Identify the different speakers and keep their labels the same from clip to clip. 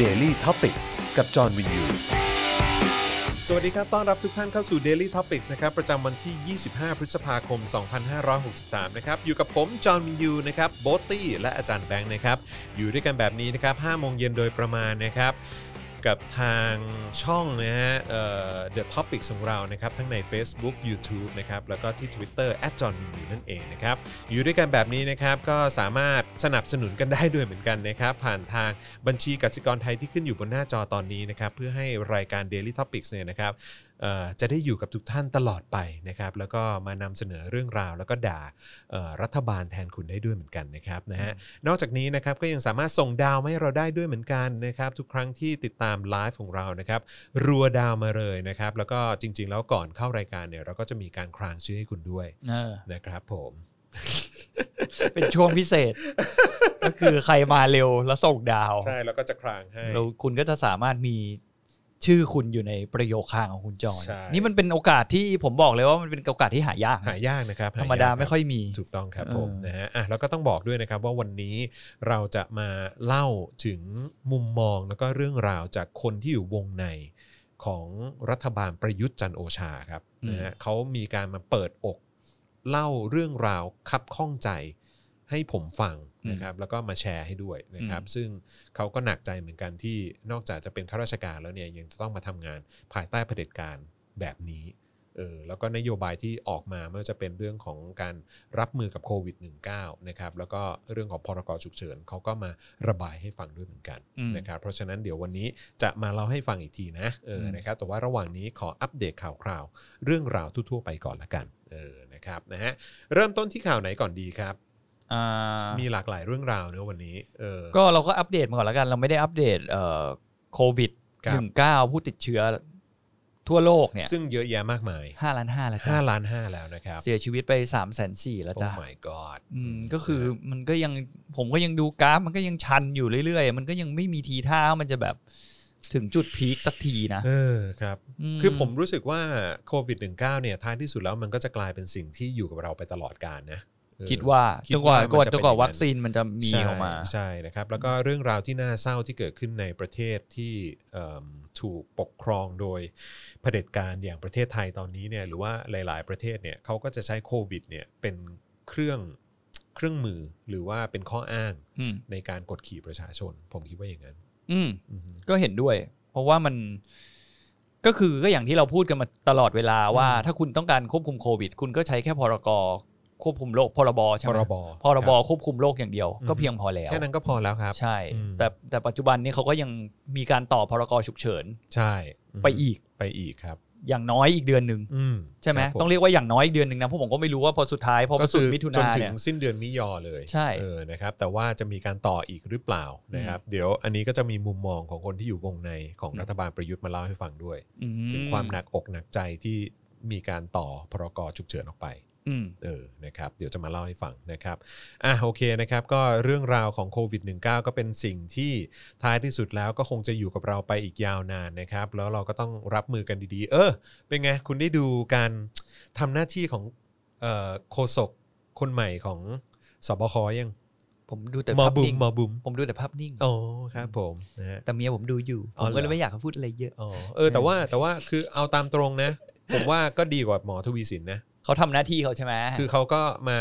Speaker 1: Daily t o p i c กกับจอห์นวินยู สวัสดีครับ ต้อนรับทุกท่านเข้าสู่ Daily Topics นะครับประจำวันที่ 25 พฤษภาคม 2563 นะครับ อยู่กับผม จอห์นวินยู นะครับ โบทตี้ และอาจารย์แบงค์นะครับ อยู่ด้วยกันแบบนี้นะครับ5โมงเย็นโดยประมาณนะครับ กับทางช่องนะฮะเอ่อ The Topics ของเรานะครับ ทั้งใน Facebook YouTube นะครับ แล้วก็ที่ Twitter @john w i n u นั่นเองนะครับ อยู่ด้วยกันแบบนี้นะครับ ก็สามารถสนับสนุนกันได้ด้วยเหมือนกันนะครับ ผ่านทางบัญชีกสิกรไทยที่ขึ้นอยู่บนหน้าจอตอนนี้นะครับ เพื่อให้รายการ Daily Topics เนี่ยนะครับเอ่อจะได้อยู่กับทุกท่านตลอดไปนะครับ แล้วก็มานำเสนอเรื่องราว แล้วก็ด่าเอ่อรัฐบาลแทนคุณได้ด้วยเหมือนกันนะครับนะฮะ นอกจากนี้นะครับก็ยังสามารถส่งดาวมาให้เราได้ด้วยเหมือนกันนะครับ ทุกครั้งที่ติดตามไลฟ์ของเรานะครับรัวดาวมาเลยนะครับ แล้วก็จริง ๆ แล้วก่อนเข้ารายการเนี่ยเราก็จะมีการครางชื่อให้คุณด้วย
Speaker 2: เออ
Speaker 1: นะครับผม
Speaker 2: เป็นช่วงพิเศษ ก็คือใครมาเร็วแล้วส่งดาว
Speaker 1: ใช่แล้วก็จะครางให้
Speaker 2: เราคุณก็จะสามารถมีชื่อคุณอยู่ในประโยคคางของคุณจอน
Speaker 1: ใช่
Speaker 2: นี่มันเป็นโอกาสที่ผมบอกเลยว่ามันเป็นโอกาสที่หายากนะ
Speaker 1: หายากนะครับ
Speaker 2: ธรรมดาไม่ค่อยมี
Speaker 1: ถูกต้องครับ
Speaker 2: เออ
Speaker 1: ผมนะฮะอ่ะแล้วก็ต้องบอกด้วยนะครับว่าวันนี้เราจะมาเล่าถึงมุมมองแล้วก็เรื่องราวจากคนที่อยู่วงในของรัฐบาลประยุทธ์จันทร์โอชาครับนะฮะเขามีการมาเปิดอกเล่าเรื่องราวคับข้องใจให้ผมฟังนะครับแล้วก็มาแชร์ให้ด้วยนะครับ ซึ่งเขาก็หนักใจเหมือนกันที่นอกจากจะเป็นข้าราชการแล้วเนี่ยยังจะต้องมาทำงานภายใต้เผด็จการแบบนี้ เออแล้วก็นโยบายที่ออกมาไม่ว่าจะเป็นเรื่องของการรับมือกับโควิด -19 นะครับแล้วก็เรื่องของพรกฉุกเฉินเขาก็มาระบายให้ฟังด้วยเหมือนกัน
Speaker 2: อืม
Speaker 1: นะครับเพราะฉะนั้นเดี๋ยววันนี้จะมาเล่าให้ฟังอีกทีนะเอออ
Speaker 2: ม
Speaker 1: นะครับแต่ว่าระหว่างนี้ขออัปเดตข่าวคราว เรื่องราวทั่วๆไปก่อนละกันเออนะครับนะฮะเริ่มต้นที่ข่าวไหนก่อนดีครับ
Speaker 2: อ่า
Speaker 1: มีหลากหลายเรื่องราวเนอะวันนี้เออ
Speaker 2: ก็เราก็อัปเดตมาก่อนแล้วกัน เราไม่ได้อัปเดตเอ่อโควิด
Speaker 1: ครับ
Speaker 2: หนึ่งเก้าผู้ติดเชื้อทั่วโลกเนี่ย
Speaker 1: ซึ่งเยอะแยะมากมาย
Speaker 2: ห้าล้านห้าแล้วจ้ะ
Speaker 1: 5ล้าน5แล้วนะครับ
Speaker 2: เสียชีวิตไปสามแสนสี่แล้ว
Speaker 1: โอ้
Speaker 2: จ้ะ
Speaker 1: my god
Speaker 2: อืมก็คือมันก็ยังผมก็ยังดูกราฟมันก็ยังชันอยู่เรื่อยๆ มันก็ยังไม่มีทีท่าว่ามันจะแบบถึงจุดพีคสักทีนะ
Speaker 1: เออครับ คือผมรู้สึกว่าโควิด -19 เนี่ยท้ายที่สุดแล้วมันก็จะกลายเป็นสิ่งที่อยู่กับเราไปตลอดกาลนะเออ
Speaker 2: คิดว่า
Speaker 1: คิด
Speaker 2: จนกว่า
Speaker 1: ว่ามัน
Speaker 2: กว่า
Speaker 1: จะ
Speaker 2: จนกว่า
Speaker 1: เป็นอย่างนั้น
Speaker 2: วัคซีนมันจะมี
Speaker 1: ใช่
Speaker 2: ออกมา
Speaker 1: ใช่นะครับ แล้วก็เรื่องราวที่น่าเศร้าที่เกิดขึ้นในประเทศที่เอิ่มถูกปกครองโดยเผด็จการอย่างประเทศไทยตอนนี้เนี่ยหรือว่าหลาย ๆ ประเทศเนี่ยเขาก็จะใช้โควิดเนี่ยเป็นเครื่องเครื่องมือหรือว่าเป็นข้ออ้าง
Speaker 2: อืม
Speaker 1: ในการกดขี่ประชาชน ผมคิดว่าอย่างนั้น
Speaker 2: อืม
Speaker 1: อือฮึ
Speaker 2: ก็เห็นด้วย เพราะว่ามันก็คือก็อย่างที่เราพูดกันมาตลอดเวลาว่า
Speaker 1: อืม
Speaker 2: ถ้าคุณต้องการควบคุมโควิด คุณก็ใช้แค่พรกควบคุมโรคพรบ
Speaker 1: พ
Speaker 2: ใช่ไหม
Speaker 1: รบ
Speaker 2: พรบ
Speaker 1: ค
Speaker 2: ควบคุมโรคอย่างเดียว ก็
Speaker 1: อืม
Speaker 2: เพียงพอแล้ว
Speaker 1: แค่นั้นก็พอแล้วครับ
Speaker 2: ใช่
Speaker 1: อืม
Speaker 2: แต่แต่ปัจจุบันนี้เขาก็ยังมีการต่อพรกฉุกเฉิน
Speaker 1: ใช่ฮึ
Speaker 2: ไปอีก
Speaker 1: ไปอีกครับ
Speaker 2: อย่างน้อยอีกเดือนหนึ่ง
Speaker 1: อื
Speaker 2: ใช่ไหม
Speaker 1: คบผ
Speaker 2: ต้องเรียกว่าอย่างน้อยอีกเดือนหนึ่งนะเพราะผมก็ไม่รู้ว่าพอสุดท้ายพอมาสุดมิถุ
Speaker 1: จ
Speaker 2: นาน
Speaker 1: ถึ
Speaker 2: เนี่
Speaker 1: ง
Speaker 2: ย
Speaker 1: สิ้นเดือนมิยอเลย
Speaker 2: ใช่
Speaker 1: เออนะครับแต่ว่าจะมีการต่ออีกหรือเปล่านะครับ เดี๋ยวอันนี้ก็จะมีมุมมองของคนที่อยู่วงในของ
Speaker 2: อืม
Speaker 1: รัฐบาลประยุทธ์มาเล่าให้ฟังด้วย
Speaker 2: อื
Speaker 1: ถึงความหนักอกหนักใจที่มีการต่อพรกฉุกเฉินออกไป
Speaker 2: อืม
Speaker 1: เออ นะครับ เดี๋ยวจะมาเล่าให้ฟังนะครับ อ่ะ โอเคนะครับ ก็เรื่องราวของโควิด -19 ก็เป็นสิ่งที่ท้ายที่สุดแล้วก็คงจะอยู่กับเราไปอีกยาวนานนะครับ แล้วเราก็ต้องรับมือกันดีๆ เออ เป็นไง คุณได้ดูการทำหน้าที่ของเอ่อโฆษกคนใหม่ของสบคยัง
Speaker 2: ผมดูแต่
Speaker 1: หมอ
Speaker 2: ภาพ
Speaker 1: บุ๋ม
Speaker 2: นิ่ง
Speaker 1: หมอบุ๋ม
Speaker 2: ผมดูแต่ภาพนิ่ง
Speaker 1: อ๋อครับผมนะฮะ
Speaker 2: แต่เมียผมดูอยู่
Speaker 1: อ๋
Speaker 2: ผ
Speaker 1: อ
Speaker 2: ม
Speaker 1: เหรอ
Speaker 2: ก็เลยไม่อยากให้พูดอะไรเยอะ
Speaker 1: อ๋อ เออ แต่ว่าแต่ว่าคือเอาตามตรงนะ ผมว่าก็ดีกว่าหมอทวีสินนะ
Speaker 2: เขาทำหน้าที่เขาใช่ไหม
Speaker 1: คือเขาก็มา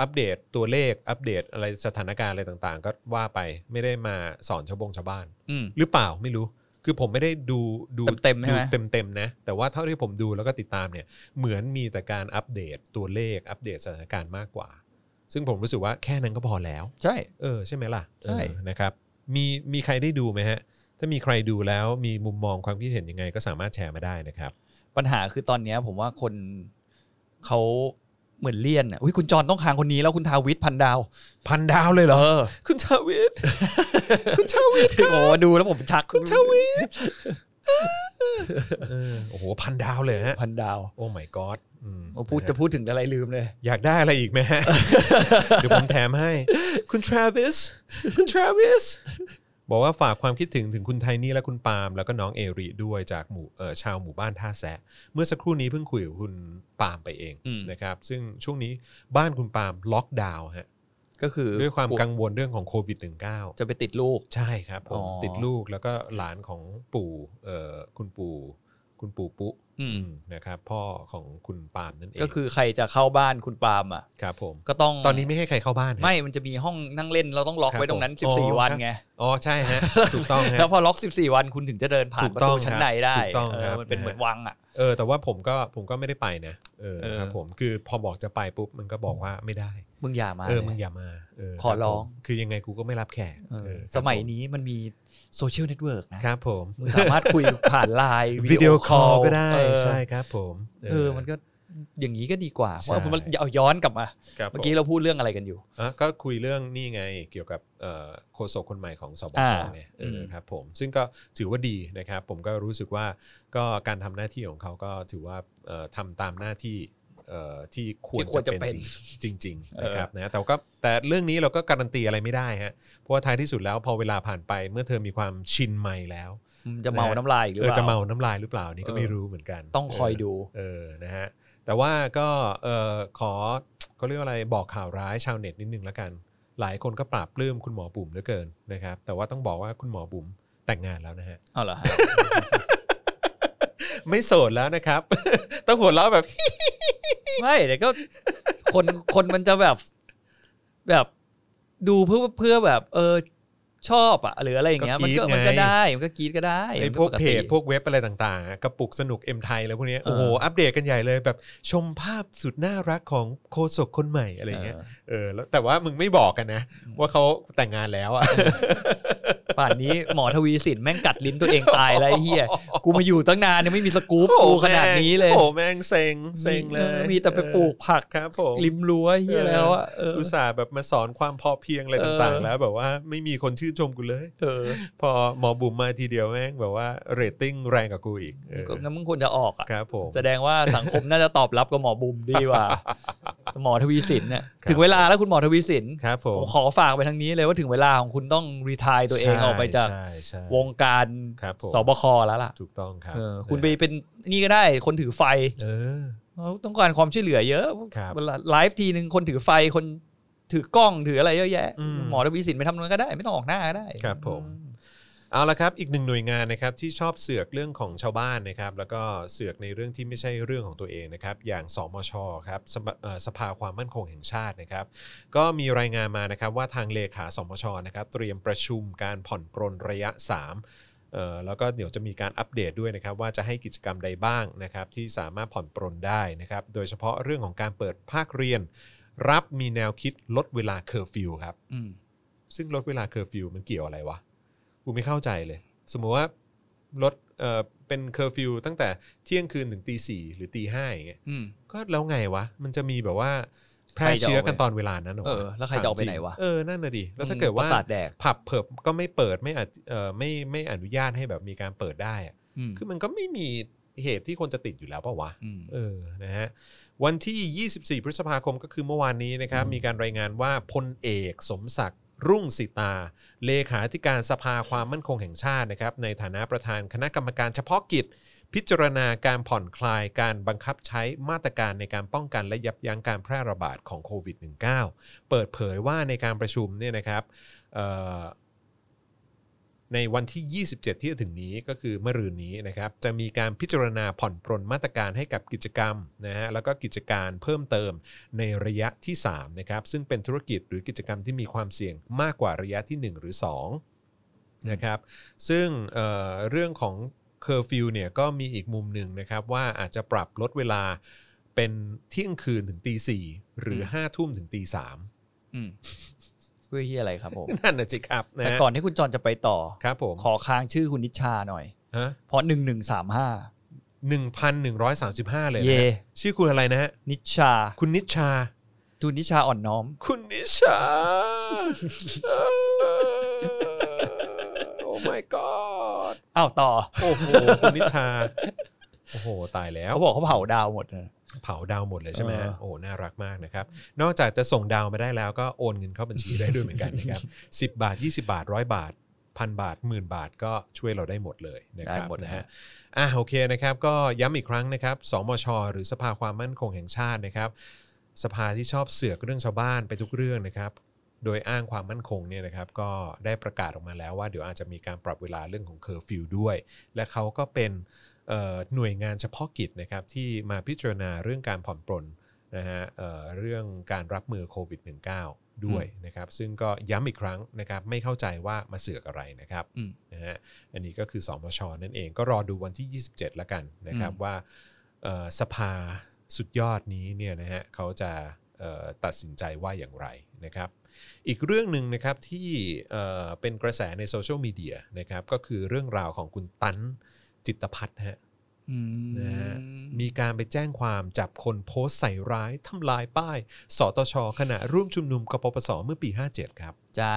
Speaker 1: อัปเดตตัวเลขอัปเดตอะไรสถานการณ์อะไรต่างๆ ก็ว่าไปไม่ได้มาสอนชาวบงชาวบ้าน
Speaker 2: ม
Speaker 1: หรือเปล่าไม่รู้ คือผมไม่ได้ดูดู
Speaker 2: เต็มๆใช่ไหม
Speaker 1: ดูเต็มๆนะ แต่ว่าเท่าที่ผมดูแล้วก็ติดตามเนี่ยเหมือนมีแต่การอัปเดตตัวเลขอัปเดตสถานการณ์มากกว่า ซึ่งผมรู้สึกว่าแค่นั้นก็พอแล้ว
Speaker 2: ใช่
Speaker 1: เออใช่ไหมล่ะ
Speaker 2: ใช่
Speaker 1: เออนะครับมีมีใครได้ดูไหมฮะ ถ้ามีใครดูแล้วมีมุมมองความคิดเห็นยังไงก็สามารถแชร์มาได้นะครับ
Speaker 2: ปัญหาคือตอนเนี้ยผมว่าคนเขาเหมือนเลี่ยนอ่ะอุ้ยคุณจอนต้องคางคนนี้แล้วคุณทาวิทย์พันดาว
Speaker 1: พันดาวเลยเหรอ
Speaker 2: เออ
Speaker 1: คุณชาวิทย์ คุณชาวิทย์
Speaker 2: โอ้ดูแล้วผมชัก
Speaker 1: คุณทวีเออโอ้โหพันดาวเลยฮะ
Speaker 2: พันดาว
Speaker 1: โอ้ my god อืม
Speaker 2: โอ้พูด
Speaker 1: นฮ
Speaker 2: จะพูดถึงอะไรลืมเลย
Speaker 1: อยากได้อะไรอีกไหม ฮะ เดี๋ยวผมแถมให้ คุณทราวิสคุณทราวิสบอกว่าฝากความคิดถึงถึงคุณไทนี่และคุณปาล์มแล้วก็น้องเอริด้วยจากหมู่เอ่อชาวหมู่บ้านท่าแซะ เมื่อสักครู่นี้เพิ่งคุยกับคุณปาล์มไปเอง
Speaker 2: อืม
Speaker 1: นะครับ ซึ่งช่วงนี้บ้านคุณปาล์มล็อกดาวน์ฮะ
Speaker 2: ก็คือ
Speaker 1: ด้วยความกังวลเรื่องของโควิด -19
Speaker 2: จะไปติดลูก
Speaker 1: ใช่ครับผม
Speaker 2: อ๋อ
Speaker 1: ติดลูกแล้วก็หลานของปู่เอ่อคุณปู่คุณปู่ปุ๊
Speaker 2: อืม
Speaker 1: อืมนะครับพ่อของคุณปาล์มนั่นเอง
Speaker 2: ก็คือใครจะเข้าบ้านคุณปาล์มอ่ะ
Speaker 1: ครับผม
Speaker 2: ก็ต้อง
Speaker 1: ตอนนี้ไม่ให้ใครเข้าบ้านฮะ
Speaker 2: ไม่มันจะมีห้องนั่งเล่นเราต้องล็อก
Speaker 1: ครับ
Speaker 2: ไว้ตรงนั้น
Speaker 1: ผมอ๋อ
Speaker 2: 14 วันไง
Speaker 1: อ๋อใช่ ฮะถูกต้องฮะ
Speaker 2: แล้วพอล็อก 14 วันคุณถึงจะเดินผ่า
Speaker 1: ถู
Speaker 2: น
Speaker 1: ก
Speaker 2: ประ
Speaker 1: ต้อง
Speaker 2: ตูชั้นในได้
Speaker 1: ถูกต้อง
Speaker 2: เอ
Speaker 1: ครั
Speaker 2: อบ มันเป็น
Speaker 1: นะฮะ
Speaker 2: เหมือนวังอ่ะ
Speaker 1: เออแต่ว่าผมก็ผมก็ไม่ได้ไปนะเออ
Speaker 2: เออ
Speaker 1: ครับผมคือพอบอกจะไปปุ๊บมันก็บอกว่าไม่ได้
Speaker 2: มึงอย่ามา
Speaker 1: เออ
Speaker 2: ลย
Speaker 1: มึงอย่ามาเออ
Speaker 2: ขอร้อง
Speaker 1: คบผมคือยังไงกูก็ไม่รับแขก
Speaker 2: เออ
Speaker 1: เออครับ
Speaker 2: สมัย
Speaker 1: ผ
Speaker 2: นี้มันมีโซเชียลเน็ตเวิร์กนะครับ
Speaker 1: ผม
Speaker 2: มึงสามารถคุยผ่านไลน์
Speaker 1: วิดีโอคอลก็ได้
Speaker 2: เออ
Speaker 1: ใช่ครับผม
Speaker 2: เออมันก็อย่างนี้ก็ดีกว่าเพ
Speaker 1: ใช่
Speaker 2: ราะมันเอาย้อนกลับมา
Speaker 1: ครับผ
Speaker 2: เมื่อกี้เราพูดเรื่องอะไรกันอยู่
Speaker 1: อ่ะก็คุยเรื่องนี่ไงเกี่ยวกับเอ่อโฆษกคนใหม่ของสบ
Speaker 2: อ่า
Speaker 1: คไงเอออ
Speaker 2: ม
Speaker 1: ครับผมซึ่งก็ถือว่าดีนะครับ ผมก็รู้สึกว่าก็การทำหน้าที่ของเขาก็ถือว่าเอ่อทำตามหน้าที่เอ่อที่ควรจะเป็นจริงจริงๆนะครับนะแต่ก็แต่เรื่องนี้เราก็การันตีอะไรไม่ได้ฮะเพราะว่าท้ายที่สุดแล้วพอเวลาผ่านไปเมื่อเธอมีความชินใหม่แล้ว
Speaker 2: มันจะเมาน้ำลายอีกหรือ
Speaker 1: เอ
Speaker 2: เป
Speaker 1: อ
Speaker 2: ล่า
Speaker 1: จะเมาน้ำลายหรือเปล่านี่ก็
Speaker 2: เออ
Speaker 1: ไม่รู้เหมือนกัน
Speaker 2: ต้องคอยดู
Speaker 1: เออนะฮะแต่ว่าก็เออขอเขาเรียกว่าอะไรบอกข่าวร้ายชาวเน็ตนิดนึงแล้วกัน หลายคนก็ปราบปลื้มคุณหมอบุ๋มเหลือเกินนะครับแต่ว่าต้องบอกว่าคุณหมอบุ๋มแต่งงานแล้วนะฮะ
Speaker 2: เอาเหรอฮะ
Speaker 1: ไม่โสดแล้วนะครับ ต้องหัวเราะแบบ
Speaker 2: ไม่แต่ก็ คนคนมันจะแบบ แบบดูเพื่อเพื่อแบบ เออชอบอะหรืออะไรอย่างเงี้ย
Speaker 1: ก็
Speaker 2: มัน
Speaker 1: กรี๊
Speaker 2: ก็
Speaker 1: ดไง
Speaker 2: มันก็ได้มันก็กรีดก็ได้
Speaker 1: ไอ้
Speaker 2: มัน
Speaker 1: พวก
Speaker 2: ติ
Speaker 1: เพจพวกเว็บอะไรต่างๆอะกระปุกสนุกเอ็มไทยแล้วพวกเนี้ย
Speaker 2: เออ
Speaker 1: โอ้โหอัปเดตกันใหญ่เลยแบบชมภาพสุดน่ารักของโคศกคนใหม่อะไรอย่างเงี้ยเออแล้วแต่ว่ามึงไม่บอกกันนะ ว่าเขาแต่งงานแล้วอะ
Speaker 2: ป่านนี้หมอทวีสินแม่งกัดลิ้นตัวเองตายแล้วไอ้เฮี ยกูมาอยู่ตั้งนานเนี่ยไม่มีสกู๊ปกูขนาดนี้เลย
Speaker 1: โอ้โหแม่งเซ็งเซ็งเลย
Speaker 2: ออมีแต่ไปปลูกผัก
Speaker 1: ครับผม
Speaker 2: ริมรั้วไอ้เฮียแล้วอะเออ
Speaker 1: อุตส่าห์แบบมาสอนความพอเพียงอะไร
Speaker 2: เออ
Speaker 1: ต่างๆ แล้วแบบว่าไม่มีคนชื่นชมกูเลย
Speaker 2: เออ
Speaker 1: พอหมอบุ๋มมาทีเดียวแม่งแบบว่าเรตติ้งแรงกว่ากูอีกเออ
Speaker 2: ก็งั้นมึงควรจะออกอะ
Speaker 1: ครับผม
Speaker 2: แสดงว่าสังคมน่าจะตอบรับกับหมอบุมดีกว่า หมอทวีสินเนี่ยถึงเวลาแล้วคุณหมอทวีสิน
Speaker 1: ครับผ
Speaker 2: ผม มขอฝากไปทางนี้เลยว่าถึงเวลาของคุณต้องรีทายตัวเอง
Speaker 1: ใช่
Speaker 2: ออกไปจาก
Speaker 1: ใช่ใช่
Speaker 2: วงการ
Speaker 1: ครับผม
Speaker 2: สบคแล้วล่ะ
Speaker 1: ถูกต้องครับ
Speaker 2: เออคุณไปเป็นนี่ก็ได้คนถือไฟ
Speaker 1: เออ
Speaker 2: เขาต้องการความช่วยเหลือเยอะ
Speaker 1: ครับ
Speaker 2: เวลาไลฟ์ทีหนึ่งคนถือไฟคนถือกล้องถืออะไรเยอะแยะ
Speaker 1: อืม
Speaker 2: หมอทวีสินไปทำนั้นก็ได้ ไม่ต้องออกหน้าก็ได้
Speaker 1: ครับผม เอาละครับ อีกหนึ่งหน่วยงานนะครับที่ชอบเสือกเรื่องของชาวบ้านนะครับ แล้วก็เสือกในเรื่องที่ไม่ใช่เรื่องของตัวเองนะครับ อย่างสมชครับสภาเอ่อสภาความมั่นคงแห่งชาตินะครับ ก็มีรายงานมานะครับว่าทางเลขาสมชนะครับเตรียมประชุมการผ่อนปรนระยะ 3เอ่อแล้วก็เดี๋ยวจะมีการอัปเดตด้วยนะครับว่าจะให้กิจกรรมใดบ้างนะครับที่สามารถผ่อนปรนได้นะครับ โดยเฉพาะเรื่องของการเปิดภาคเรียน รับมีแนวคิดลดเวลาเคอร์ฟิวครับ
Speaker 2: อืม
Speaker 1: ซึ่งลดเวลาเคอร์ฟิวมันเกี่ยวอะไรวะ กูไม่เข้าใจเลย สมมติว่าลดเออเป็นเคอร์ฟิวตั้งแต่เที่ยงคืนถึงตีสี่หรือตีห้าอย่างเงี้ย
Speaker 2: อืม
Speaker 1: ก็แล้วไงวะ มันจะมีแบบว่าแพร่เชื้อกันตอนเวลานั้นหรอ
Speaker 2: เออแล้วใครจะออกไปไหนวะ
Speaker 1: เออ นั่นน่ะดิ แล้วถ้าเกิดว่า
Speaker 2: ประสาทแดก
Speaker 1: ผับเพิบก็ไม่เปิดไม่อนุเอ่อไม่ไม่อนุญาตให้แบบมีการเปิดได้อะ
Speaker 2: อืม
Speaker 1: คือมันก็ไม่มีเหตุที่คนจะติดอยู่แล้วเปล่าวะ
Speaker 2: ม
Speaker 1: เออ นะฮะ วันที่ 24 พฤษภาคมก็คือเมื่อวานนี้นะครับ มีการรายงานว่าพลเอกสมศักดิ์รุ่งสิตา เลขาธิการสภาความมั่นคงแห่งชาตินะครับ ในฐานะประธานคณะกรรมการเฉพาะกิจ พิจารณาการผ่อนคลายการบังคับใช้มาตรการในการป้องกันและยับยั้งการแพร่ระบาดของโควิด -19 เปิดเผยว่าในการประชุมเนี่ยนะครับเอ่อ ในวันที่ 27 ที่จะถึงนี้ก็คือเมื่อรืนนี้นะครับ จะมีการพิจารณาผ่อนปรนมาตรการให้กับกิจกรรมนะฮะแล้วก็กิจการเพิ่มเติมในระยะที่3นะครับซึ่งเป็นธุรกิจหรือกิจกรรมที่มีความเสี่ยงมากกว่าระยะทีหนึ่1 หรือ 2 นะครับ ซึ่งเอ่อเรื่องของเคอร์ฟิวเนี่ยก็มีอีกมุมหนึ่งนะครับ ว่าอาจจะปรับลดเวลาเป็นเที่ยงคืนถึงตีสี่หรือ
Speaker 2: อืม
Speaker 1: ห้าทุ่มถึงตีสาม
Speaker 2: อืมเพื่อเฮียอะไรครับผม
Speaker 1: นั่นน่ะสิครับนะ
Speaker 2: แต่
Speaker 1: ฮะ
Speaker 2: ก่อนที่คุณจรจะไปต่อ
Speaker 1: ครับผม
Speaker 2: ขอค้างชื่อคุณนิชชาหน่อย
Speaker 1: ฮะ
Speaker 2: เพราะหนึ่งหนึ่งสามห้า
Speaker 1: หนึ่งพันหนึ่งร้อยสามสิบห้าเลยนะ
Speaker 2: เย่
Speaker 1: ฮะชื่อคุณอะไรนะฮะ
Speaker 2: นิชชา
Speaker 1: คุณนิชา
Speaker 2: ทุนนิชาอ่อนน้อม
Speaker 1: คุณนิ ชา โอ้ my god
Speaker 2: อ้าวต่อ
Speaker 1: โอ้โห คุณนิชา โอ้โห ตายแล้ว
Speaker 2: เขาบอกเขาเผาดาวหมดนะ
Speaker 1: เผาดาวหมดเลยใช่ไหมฮะ
Speaker 2: เออ
Speaker 1: โอ้ น่ารักมากนะครับ นอกจากจะส่งดาวมาได้แล้วก็โอนเงินเข้าบัญชีได้ด้วยเหมือนกันนะครับ 10 บาท 20 บาท 100 บาท พันบาทหมื่นบาทก็ช่วยเราได้หมดเลยนะค
Speaker 2: ได้
Speaker 1: รับ
Speaker 2: หมดนะ
Speaker 1: นะฮะ
Speaker 2: ฮะ
Speaker 1: อ่ะโอเคนะครับ ก็ย้ำอีกครั้งนะครับ สมช หรือสภาความมั่นคงแห่งชาตินะครับ สภาที่ชอบเสือกเรื่องชาวบ้านไปทุกเรื่องนะครับ โดยอ้างความมั่นคงเนี่ยนะครับก็ได้ประกาศออกมาแล้วว่าเดี๋ยวอาจจะมีการปรับเวลาเรื่องของเคอร์ฟิวด้วย และเขาก็เป็นเอ่อหน่วยงานเฉพาะกิจนะครับที่มาพิจารณาเรื่องการผ่อนปรนนะฮะเอ่อเรื่องการรับมือโควิด -19 ด้วยนะครับซึ่งก็ย้ำอีกครั้งนะครับไม่เข้าใจว่ามาเสือกอะไรนะครับ
Speaker 2: อืม
Speaker 1: นะฮะอันนี้ก็คือสมชนั่นเองก็รอดูวันที่ 27 แล้วกันนะครับ
Speaker 2: อืม
Speaker 1: ว่าเอ่อสภาสุดยอดนี้เนี่ยนะฮะเขาจะเอ่อตัดสินใจว่าอย่างไรนะครับ อีกเรื่องหนึ่งนะครับที่เอ่อเป็นกระแสในโซเชียลมีเดียนะครับก็คือเรื่องราวของคุณตันจิตพัฒน์ฮะ
Speaker 2: อืม
Speaker 1: นะฮะ มีการไปแจ้งความจับคนโพสต์ใส่ร้ายทำลายป้าย สตชขณะร่วมชุมนุมกปปสเมื่อปี 57 ครับ
Speaker 2: จ้า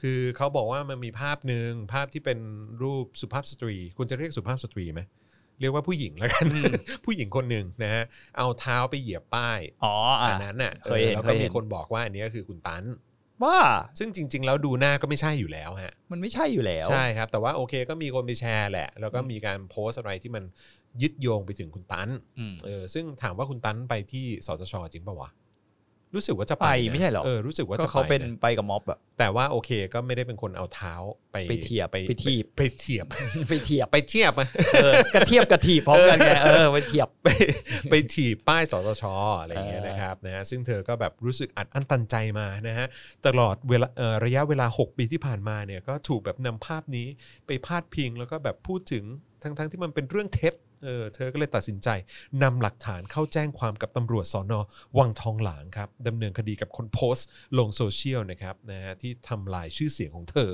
Speaker 1: คือเขาบอกว่ามันมีภาพหนึ่งภาพที่เป็นรูปสุภาพสตรี คุณจะเรียกสุภาพสตรีไหมเรียกว่าผู้หญิงแล้วกัน
Speaker 2: อืม
Speaker 1: ผู้หญิงคนหนึ่งนะฮะเอาเท้าไปเหยียบป้าย
Speaker 2: อ๋ออ่ะ
Speaker 1: อันนั้นน่ะ
Speaker 2: เคยเห็
Speaker 1: ออ
Speaker 2: น
Speaker 1: แล้วก็
Speaker 2: เคยเห็
Speaker 1: มี
Speaker 2: น
Speaker 1: คนบอกว่าอันนี้ก็คือคุณตัน
Speaker 2: ว่า
Speaker 1: ซึ่งจริง ๆ แล้วดูหน้าก็ไม่ใช่อยู่แล้วฮะ
Speaker 2: มันไม่ใช่อยู่แล้ว
Speaker 1: ใช่ครับ แต่ว่าโอเคก็มีคนไปแชร์แหละ แล้วก็
Speaker 2: อืม
Speaker 1: มีการโพสต์อะไรที่มันยึดโยงไปถึงคุณตัน
Speaker 2: อืม
Speaker 1: เออซึ่งถามว่าคุณตันไปที่สตชจริงปะวะ รู้สึกว่าจะไป
Speaker 2: ไป
Speaker 1: นะ
Speaker 2: ไม่ใช่หรอ
Speaker 1: เออรู้สึกว่า
Speaker 2: ก็
Speaker 1: จะ
Speaker 2: เขาเป็น
Speaker 1: ไะ
Speaker 2: ไปกับม็อบอะ
Speaker 1: แต่ว่าโอเคก็ไม่ได้เป็นคนเอาเท้าไป
Speaker 2: ไปเทียบ
Speaker 1: ไป
Speaker 2: ไปถีบ
Speaker 1: ไปเทียบ
Speaker 2: ไปเทียบ
Speaker 1: ไปเทียบ อะ
Speaker 2: เออกระเทียบกระถีบพร้อมกันไงเออไปเทียบ
Speaker 1: ไป ไปถีบป้ายสตชอะไรอย่างเงี้ย
Speaker 2: เออ
Speaker 1: นะครับนะฮะซึ่งเธอก็แบบรู้สึกอัดอั้นตันใจมานะฮะตลอดเวลาเอ่อระยะเวลา 6 ปีที่ผ่านมาเนี่ยก็ถูกแบบนำภาพนี้ไปพาดพิงแล้วก็แบบพูดถึงทั้งๆทที่มันเป็นเรื่องเท็จเออเธอก็เลยตัดสินใจนำหลักฐานเข้าแจ้งความกับตำรวจสอนอวังทองหลางครับดำเนินคดีกับคนโพสต์ลงโซเชียลนะครับนะฮะที่ทำลายชื่อเสียงของเธอ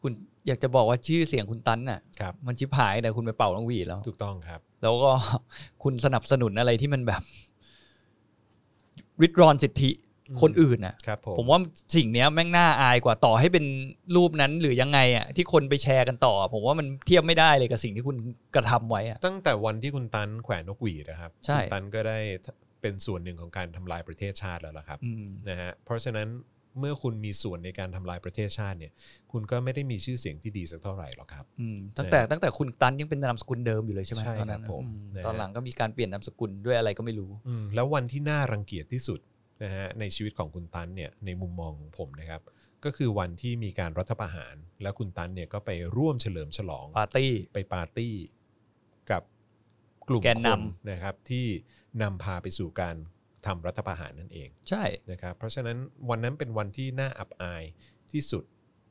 Speaker 2: คุณอยากจะบอกว่าชื่อเสียงคุณตันน่ะ
Speaker 1: ครับ
Speaker 2: มันชิบหายแต่คุณไปเป่าลงหวีดแล้ว
Speaker 1: ถูกต้องครับ
Speaker 2: แล้วก็ คุณสนับสนุนอะไรที่มันแบบ ริดรอนสิทธิคนอื่นน่ะ
Speaker 1: ครับผม
Speaker 2: ผมว่าสิ่งเนี้ยแม่งน่าอายกว่าต่อให้เป็นรูปนั้นหรือยังไงอ่ะที่คนไปแชร์กันต่อ ผมว่ามันเทียบไม่ได้เลยกับสิ่งที่คุณกระทำไว้อ่ะ
Speaker 1: ตั้งแต่วันที่คุณตันแขวนนกหวีดนะครับ
Speaker 2: ใช่
Speaker 1: คุณตันก็ได้เป็นส่วนหนึ่งของการทำลายประเทศชาติแล้วล่ะครับ
Speaker 2: อืม
Speaker 1: นะฮะเพราะฉะนั้นเมื่อคุณมีส่วนในการทำลายประเทศชาติเนี่ย คุณก็ไม่ได้มีชื่อเสียงที่ดีสักเท่าไหร่หรอกครับ
Speaker 2: อืมตั้งแต่ตั้งแต่คุณตันยังเป็นนามสกุลเดิมอยู่เลยใช่ไหม
Speaker 1: ใช่ครับ
Speaker 2: ตอนนั้นน่ะ
Speaker 1: ผม
Speaker 2: อื
Speaker 1: นะฮะ
Speaker 2: ตอนหลังก็มีการเปลี่ยนนามสกุลด้วยอะไรก็ไม่รู้
Speaker 1: อืมแล้ววันที่น่ารังเกียจที่สุดนะฮะในชีวิตของคุณตันเนี่ยในมุมมองของผมนะครับ ก็คือวันที่มีการรัฐประหาร แล้วคุณตันเนี่ยก็ไปร่วมเฉลิมฉลอง
Speaker 2: ปาร์ตี้
Speaker 1: ไปปาร์ตี้กับกลุ่ม
Speaker 2: แกน
Speaker 1: คน
Speaker 2: ำ
Speaker 1: นะครับที่นำพาไปสู่การทำรัฐประหารนั่นเอง
Speaker 2: ใช่
Speaker 1: นะครับเพราะฉะนั้นวันนั้นเป็นวันที่น่าอับอายที่สุด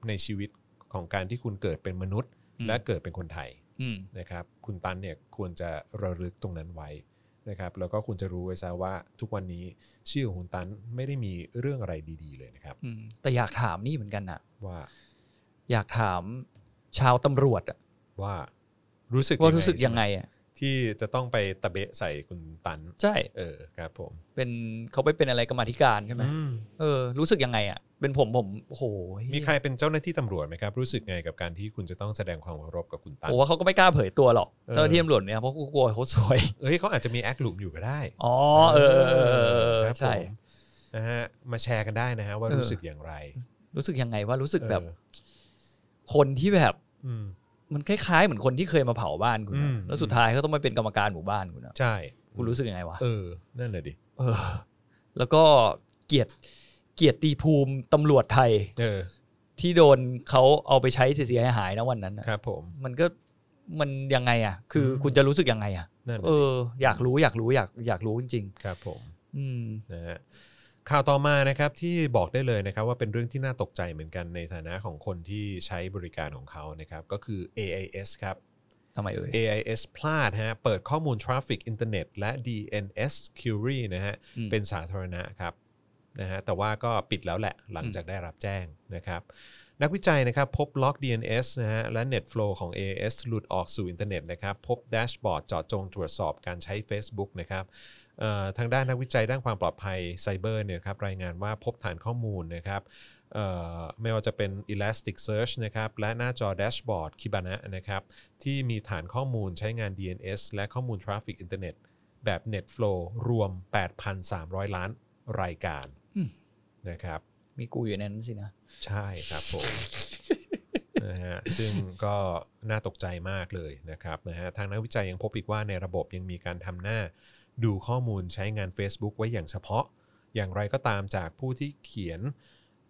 Speaker 1: ในชีวิตของการที่คุณเกิดเป็นมนุษย์
Speaker 2: อืม
Speaker 1: และเกิดเป็นคนไทย
Speaker 2: อืม
Speaker 1: นะครับ คุณตันเนี่ยควรจะระลึกตรงนั้นไว้นะครับ แล้วก็ควรจะรู้ไว้ซะว่าทุกวันนี้ชื่อของคุณตันไม่ได้มีเรื่องอะไรดีๆเลยนะครับ
Speaker 2: อืม แต่อยากถามนี่เหมือนกันน่ะ
Speaker 1: ว่า
Speaker 2: อยากถามชาวตำรวจอะ
Speaker 1: ว่ารู้สึก
Speaker 2: ว่ารู้สึกยังไง
Speaker 1: ใช่หม
Speaker 2: อ่ะ
Speaker 1: ที่จะต้องไปตะเบะใส่คุณตัน
Speaker 2: ใช่
Speaker 1: เออครับผม
Speaker 2: เป็นเขาไปเป็นอะไรกรรมาธิการใช่ไหม
Speaker 1: อืม
Speaker 2: เออ รู้สึกยังไงอ่ะ เป็นผมผมโอ้โห
Speaker 1: มีใครเป็นเจ้าหน้าที่ตำรวจไหมครับ รู้สึกไงกับการที่คุณจะต้องแสดงความเคารพกับคุณตัน
Speaker 2: ผมว่าเขาก็ไม่กล้าเผยตัวหรอก
Speaker 1: เออ
Speaker 2: เจ้าหน้าที่ตำรวจเนี่ยเพราะกูกลัวเขาสวย
Speaker 1: เอ้ยเขาอาจจะมีแอคหลุมอยู่ก็ได้
Speaker 2: อ๋อเออเออเออเออเออ
Speaker 1: ครับ
Speaker 2: ใช่
Speaker 1: ผมนะฮะมาแชร์กันได้นะฮะว่า
Speaker 2: เออ
Speaker 1: รู้สึกอย่างไร
Speaker 2: รู้สึกยังไงว่ารู้สึกแบบ
Speaker 1: เออ
Speaker 2: คนที่แบบ
Speaker 1: อืม
Speaker 2: มันคล้ายๆเหมือนคนที่เคยมาเผาบ้านคุณ
Speaker 1: อื
Speaker 2: นะ
Speaker 1: ม
Speaker 2: แล้วสุดท้ายเขาต้องมาเป็นกรรมการหมู่บ้านคุณนะ
Speaker 1: ใช่
Speaker 2: คุณรู้สึกยังไงวะ
Speaker 1: เออ นั่นแหละดิ
Speaker 2: เออ แล้วก็เกียรติเกียรติภูมิตำรวจไทย
Speaker 1: เออ
Speaker 2: ที่โดนเขาเอาไปใช้เสียหายๆนะวันนั้นน่ะ
Speaker 1: ครับผม
Speaker 2: มันก็มันยังไงอ่ะ คืออ
Speaker 1: ม
Speaker 2: คุณจะรู้สึกยังไงอ่ะ
Speaker 1: นั่นแหละ
Speaker 2: เออ อยากรู้อยากรู้อยากอยากรู้จริง
Speaker 1: ครับผม
Speaker 2: ๆ อืม
Speaker 1: นะฮะข่าวต่อมานะครับที่บอกได้เลยนะครับ ว่าเป็นเรื่องที่น่าตกใจเหมือนกันในฐานะของคนที่ใช้บริการของเขานะครับ ก็คือ AIS ครับ
Speaker 2: ทำไมเอ่ย
Speaker 1: AIS พลาดฮะเปิดข้อมูลทราฟิกอินเทอร์เน็ตและ DNS Query นะฮะ
Speaker 2: อืม
Speaker 1: เป็นสาธารณะครับนะฮะแต่ว่าก็ปิดแล้วแหละหลังจากได้รับแจ้งนะครับ นักวิจัยนะครับพบล็อก DNS นะฮะและ NetFlow ของ AIS หลุดออกสู่อินเทอร์เน็ตนะครับ พบแดชบอร์ดเจาะจงตรวจสอบการใช้ Facebook นะครับเอ่อทางด้านนักวิจัยด้านความปลอดภัยไซเบอร์เนี่ยครับรายงานว่าพบฐานข้อมูลนะครับเอ่อไม่ว่าจะเป็น Elasticsearch นะครับและหน้าจอแดชบอร์ด Kibana นะครับที่มีฐานข้อมูลใช้งาน DNS และข้อมูลทราฟิกอินเทอร์เน็ต แบบ NetFlow รวม 8,300 ล้านรายการ
Speaker 2: อืม
Speaker 1: นะครับ
Speaker 2: มีกูอยู่ในนั้นสินะ
Speaker 1: ใช่ครับผม นะฮะซึ่งก็น่าตกใจมากเลยนะครับนะฮะทางนักวิจัยยังพบอีกว่าในระบบยังมีการทำหน้า ดูข้อมูลใช้งาน Facebook ไว้อย่างเฉพาะ อย่างไรก็ตามจากผู้ที่เขียน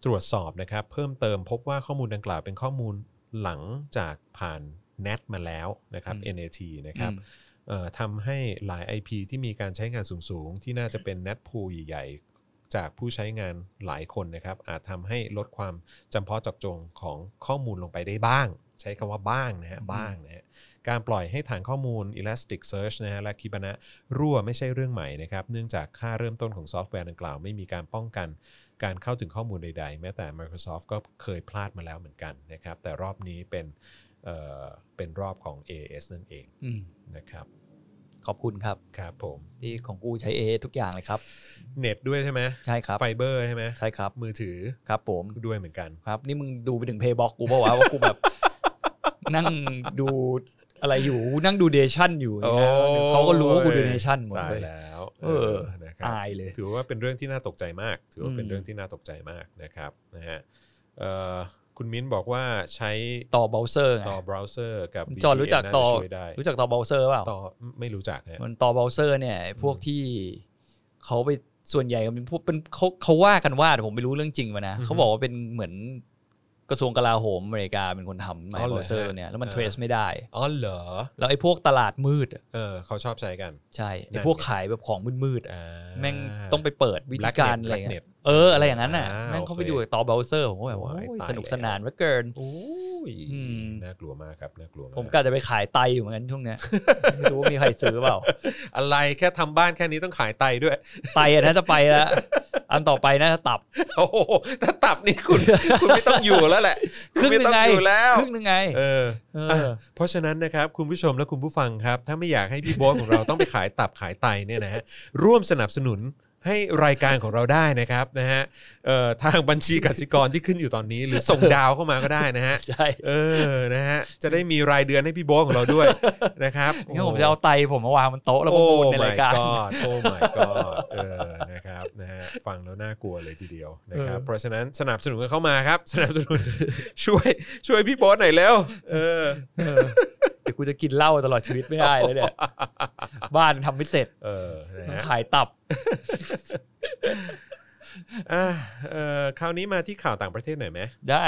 Speaker 1: ตรวจสอบนะครับ เพิ่มเติมพบว่าข้อมูลดังกล่าวเป็นข้อมูลหลังจากผ่าน NAT มาแล้วนะครับ
Speaker 2: อืม
Speaker 1: NAT นะครับ
Speaker 2: อืม
Speaker 1: เอ่อทำให้หลาย IP ที่มีการใช้งานสูง ๆ ที่น่าจะเป็น n น t พูใหญ่ ๆ จากผู้ใช้งานหลายคนนะครับ อาจทำให้ลดความจำเพาะเจับจงของข้อมูลลงไปได้บ้าง ใช้คำว่าบ้างนะฮะ
Speaker 2: อืม
Speaker 1: บ้างนะฮะการปล่อยให้ฐานข้อมูล Elasticsearch นะฮะและคิปนะรั่วไม่ใช่เรื่องใหม่นะครับ เนื่องจากค่าเริ่มต้นของซอฟต์แวร์ดังกล่าว ไม่มีการป้องกันการเข้าถึงข้อมูลใด ๆ แม้แต่ Microsoft ก็เคยพลาดมาแล้วเหมือนกันนะครับแต่รอบนี้เป็นเอ่อเป็นรอบของ AS นั่นเอง
Speaker 2: อืม
Speaker 1: นะครับ
Speaker 2: ขอบคุณครับ
Speaker 1: ครับผม
Speaker 2: ที่ของกูใช้เอทุกอย่างเลยครับ
Speaker 1: เน็ตด้วยใช่ไหม
Speaker 2: ใช่ครับ
Speaker 1: ไฟเบอร์ใช่ไหม
Speaker 2: ใช่ครับ
Speaker 1: มือถือ
Speaker 2: ครับผม
Speaker 1: ด้วยเหมือนกัน
Speaker 2: ครับ นี่มึงดูไปถึงเพย์บ็อกกูเปล่าวะว่ากู แบบ นั่งดูอะไรอยู่นั่งดูเดชั่นอยู่อย่างเงี้ย
Speaker 1: โอ้ย
Speaker 2: เขาก็รู้ว่ากูดูเดชั่นหมด
Speaker 1: ตาย
Speaker 2: เลย
Speaker 1: แล้ว
Speaker 2: เออ
Speaker 1: นะครั
Speaker 2: อายเลย
Speaker 1: ถือว่าเป็นเรื่องที่น่าตกใจมาก ถือว่าเป็น
Speaker 2: อืม
Speaker 1: เรื่องที่น่าตกใจมากนะครับนะฮะเอ่อคุณมิ้นบอกว่าใช้
Speaker 2: ต่อเบราว์เซอร์ไง
Speaker 1: ต่อเบราว์เซอร์กับ
Speaker 2: จอห์น
Speaker 1: VPN
Speaker 2: รู้จักต่อ
Speaker 1: น่าะช่วยได้
Speaker 2: รู้จักต่อเบราว์เซอร์เปล่า
Speaker 1: ต่อไม่รู้จักฮะ
Speaker 2: มันต่อเบราว์เซอร์เนี่ยไอ้พวก
Speaker 1: อืม
Speaker 2: ที่เขาไปส่วนใหญ่เป็นพวกเป็นเขาเขาว่ากันว่าแต่ผมไม่รู้เรื่องจริงมานะ
Speaker 1: อือฮึ
Speaker 2: เขาบอกว่าเป็นเหมือนกระทรวงกลาโหมอเมริกาเป็นคนทำไม
Speaker 1: อ๋อเหรอ
Speaker 2: เบราว์เซอร์เนี่ยแล้วมัน
Speaker 1: เออ
Speaker 2: เทรสไม่ได้
Speaker 1: อ๋อเหรอ
Speaker 2: แล้วไอ้พวกตลาดมืดอะ
Speaker 1: เออเขาชอบใช้กัน
Speaker 2: ใช่ไอ้
Speaker 1: นั่น
Speaker 2: พวกขายแบบของมืดๆอะ
Speaker 1: อ่า
Speaker 2: แม่งต้องไปเปิดวิธีการ
Speaker 1: Blacknet
Speaker 2: อะไรเงี้ย
Speaker 1: Blacknet
Speaker 2: เอออะไรอย่างนั้นน่ะ
Speaker 1: อ่า
Speaker 2: แม่งเขาไป
Speaker 1: โอเค
Speaker 2: ดูต่อเบราว์เซอร์ผมก็แบบว่า
Speaker 1: โอ้ย
Speaker 2: โอ้ย
Speaker 1: ตาย
Speaker 2: สนุก
Speaker 1: แล้ว
Speaker 2: สนานเหลือเกิน
Speaker 1: โอ้ย
Speaker 2: อืม
Speaker 1: น่ากลัวมากครับน่ากลัวมาก
Speaker 2: ผมก็จะไปขายไตอยู่เหมือนกันช่วงเนี้ย ไม่รู้ว่ามีใครซื้อเปล่า
Speaker 1: อะไรแค่ทำบ้านแค่นี้ต้องขายไตด้วย
Speaker 2: ไตอะถ้าจะไปแล้วอันต่อไปน่าจะตับ
Speaker 1: โอ้โหถ้าตับนี่คุณ คุณไม่ต้องอยู่แล้วแหละ
Speaker 2: ครึ่งห
Speaker 1: ไม่
Speaker 2: นึ
Speaker 1: ต้อง ง
Speaker 2: ไง
Speaker 1: อยู่แล้ว
Speaker 2: ครึ่งหนึงไง
Speaker 1: เออ
Speaker 2: เออ
Speaker 1: อ่ะเพราะฉะนั้นนะครับ คุณผู้ชมและคุณผู้ฟังครับ ถ้าไม่อยากให้พี่โบ๊ทของเรา ต้องไปขายตับขายไตเนี่ยนะฮะร่วมสนับสนุนให้รายการของเราได้นะครับนะฮะเอ่อทางบัญชีกสิกรที่ขึ้นอยู่ตอนนี้ หรือส่งดาวเข้ามาก็ได้นะฮะ
Speaker 2: ใช่
Speaker 1: เออนะฮะจะได้มีรายเดือนให้พี่โบ๊ทของเราด้วยนะครับ
Speaker 2: งั้นผมจะเอาไตผมมาวางบนโต๊ะแล้วมาพูดในรายการ
Speaker 1: โอ้ my god โอ้ my god เออนะครับนะฮะฟังแล้วน่ากลัวเลยทีเดียวนะครับ
Speaker 2: เออ
Speaker 1: เพราะฉะนั้นสนับสนุนกันเข้ามาครับ สนับสนุน ช่วยช่วยพี่โบอสหน่อยแล้วเออ
Speaker 2: เออเดี๋ยวกูจะกินเหล้าตลอดชีวิตไม่ได้แล้ วเนี่ย บ้านทำไม่เสร็จ
Speaker 1: เออนะฮะ
Speaker 2: ขายตับ
Speaker 1: อ่ะเออคราวนี้มาที่ข่าวต่างประเทศหน่อยไหม
Speaker 2: ได้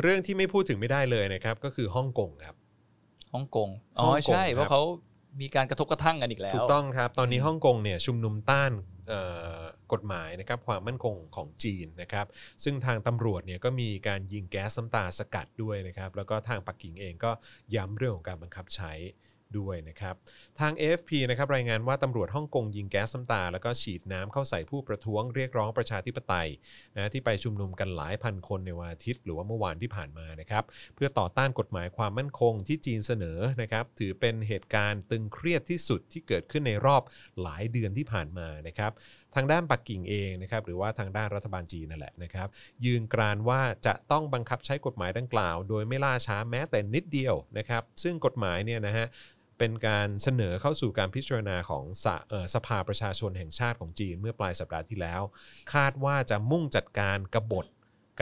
Speaker 1: เรื่องที่ไม่พูดถึงไม่ได้เลยนะครับ ก็คือฮ่องกงครับ
Speaker 2: ฮ่องกง อ๋อ
Speaker 1: ฮ่องกง
Speaker 2: ใช่
Speaker 1: ครับ
Speaker 2: เพราะเขามีการกระทบกระทั่งกันอีกแล้ว
Speaker 1: ถูกต้องครับ ตอนนี้ฮ่องกงเนี่ยชุมนุมต้านเอ่อกฎหมายนะครับความมั่นคงของจีนนะครับ ซึ่งทางตำรวจเนี่ยก็มีการยิงแก๊สน้ำตาสกัดด้วยนะครับ แล้วก็ทางปักกิ่งเองก็ย้ำเรื่องของการบังคับใช้ด้วยนะครับ ทาง AFP นะครับรายงานว่าตำรวจฮ่องกงยิงแก๊สน้ำตา แล้วก็ฉีดน้ำเข้าใส่ผู้ประท้วงเรียกร้องประชาธิปไตยนะที่ไปชุมนุมกันหลายพันคนในวันอาทิตย์หรือว่าเมื่อวานที่ผ่านมานะครับ เพื่อต่อต้านกฎหมายความมั่นคงที่จีนเสนอนะครับ ถือเป็นเหตุการณ์ตึงเครียดที่สุดที่เกิดขึ้นในรอบหลายเดือนที่ผ่านมานะครับ ทางด้านปักกิ่งเองนะครับ หรือว่าทางด้านรัฐบาลจีนนั่นแหละนะครับ ยืนกรานว่าจะต้องบังคับใช้กฎหมายดังกล่าว โดยไม่ล่าช้าแม้แต่นิดเดียวนะครับ ซึ่งกฎหมายเนี่ยนะฮะเป็นการเสนอเข้าสู่การพิจารณาของสะเอ่อสภาประชาชนแห่งชาติของจีนเมื่อปลายสัปดาห์ที่แล้ว คาดว่าจะมุ่งจัดการกบฏ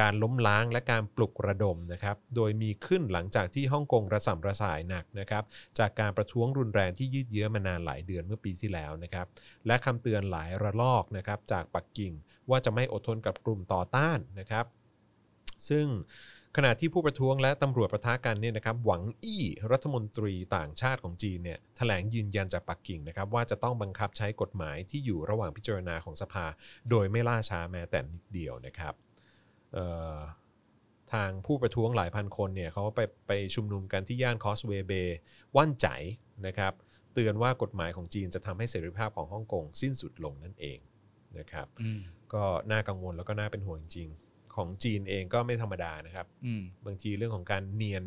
Speaker 1: การล้มล้างและการปลุกระดมนะครับ โดยมีขึ้นหลังจากที่ฮ่องกงระส่ำระสายหนักนะครับ จากการประท้วงรุนแรงที่ยืดเยื้อมานานหลายเดือนเมื่อปีที่แล้วนะครับ และคำเตือนหลายระลอกนะครับจากปักกิ่งว่าจะไม่อดทนกับกลุ่มต่อต้านนะครับ ซึ่งขณะที่ผู้ประท้วงและตำรวจประทะกันเนี่ยนะครับหวังอี้รัฐมนตรีต่างชาติของจีนเนี่ยแถลงยืนยันจากปักกิ่งนะครับ ว่าจะต้องบังคับใช้กฎหมายที่อยู่ระหว่างพิจารณาของสภา โดยไม่ล่าช้าแม้แต่นิดเดียวนะครับเอ่อทางผู้ประท้วงหลายพันคนเนี่ยเขาไปไปชุมนุมกันที่ย่านคอสเวเบย์ว่านใจนะครับ เตือนว่ากฎหมายของจีนจะทำให้เสรีภาพของฮ่องกงสิ้นสุดลงนั่นเองนะครับ
Speaker 2: อืม
Speaker 1: ก็น่ากังวลแล้วก็น่าเป็นห่วงจริง ของจีนเองก็ไม่ธรรมดานะครับ
Speaker 2: อืม
Speaker 1: บางทีเรื่องของการเนียน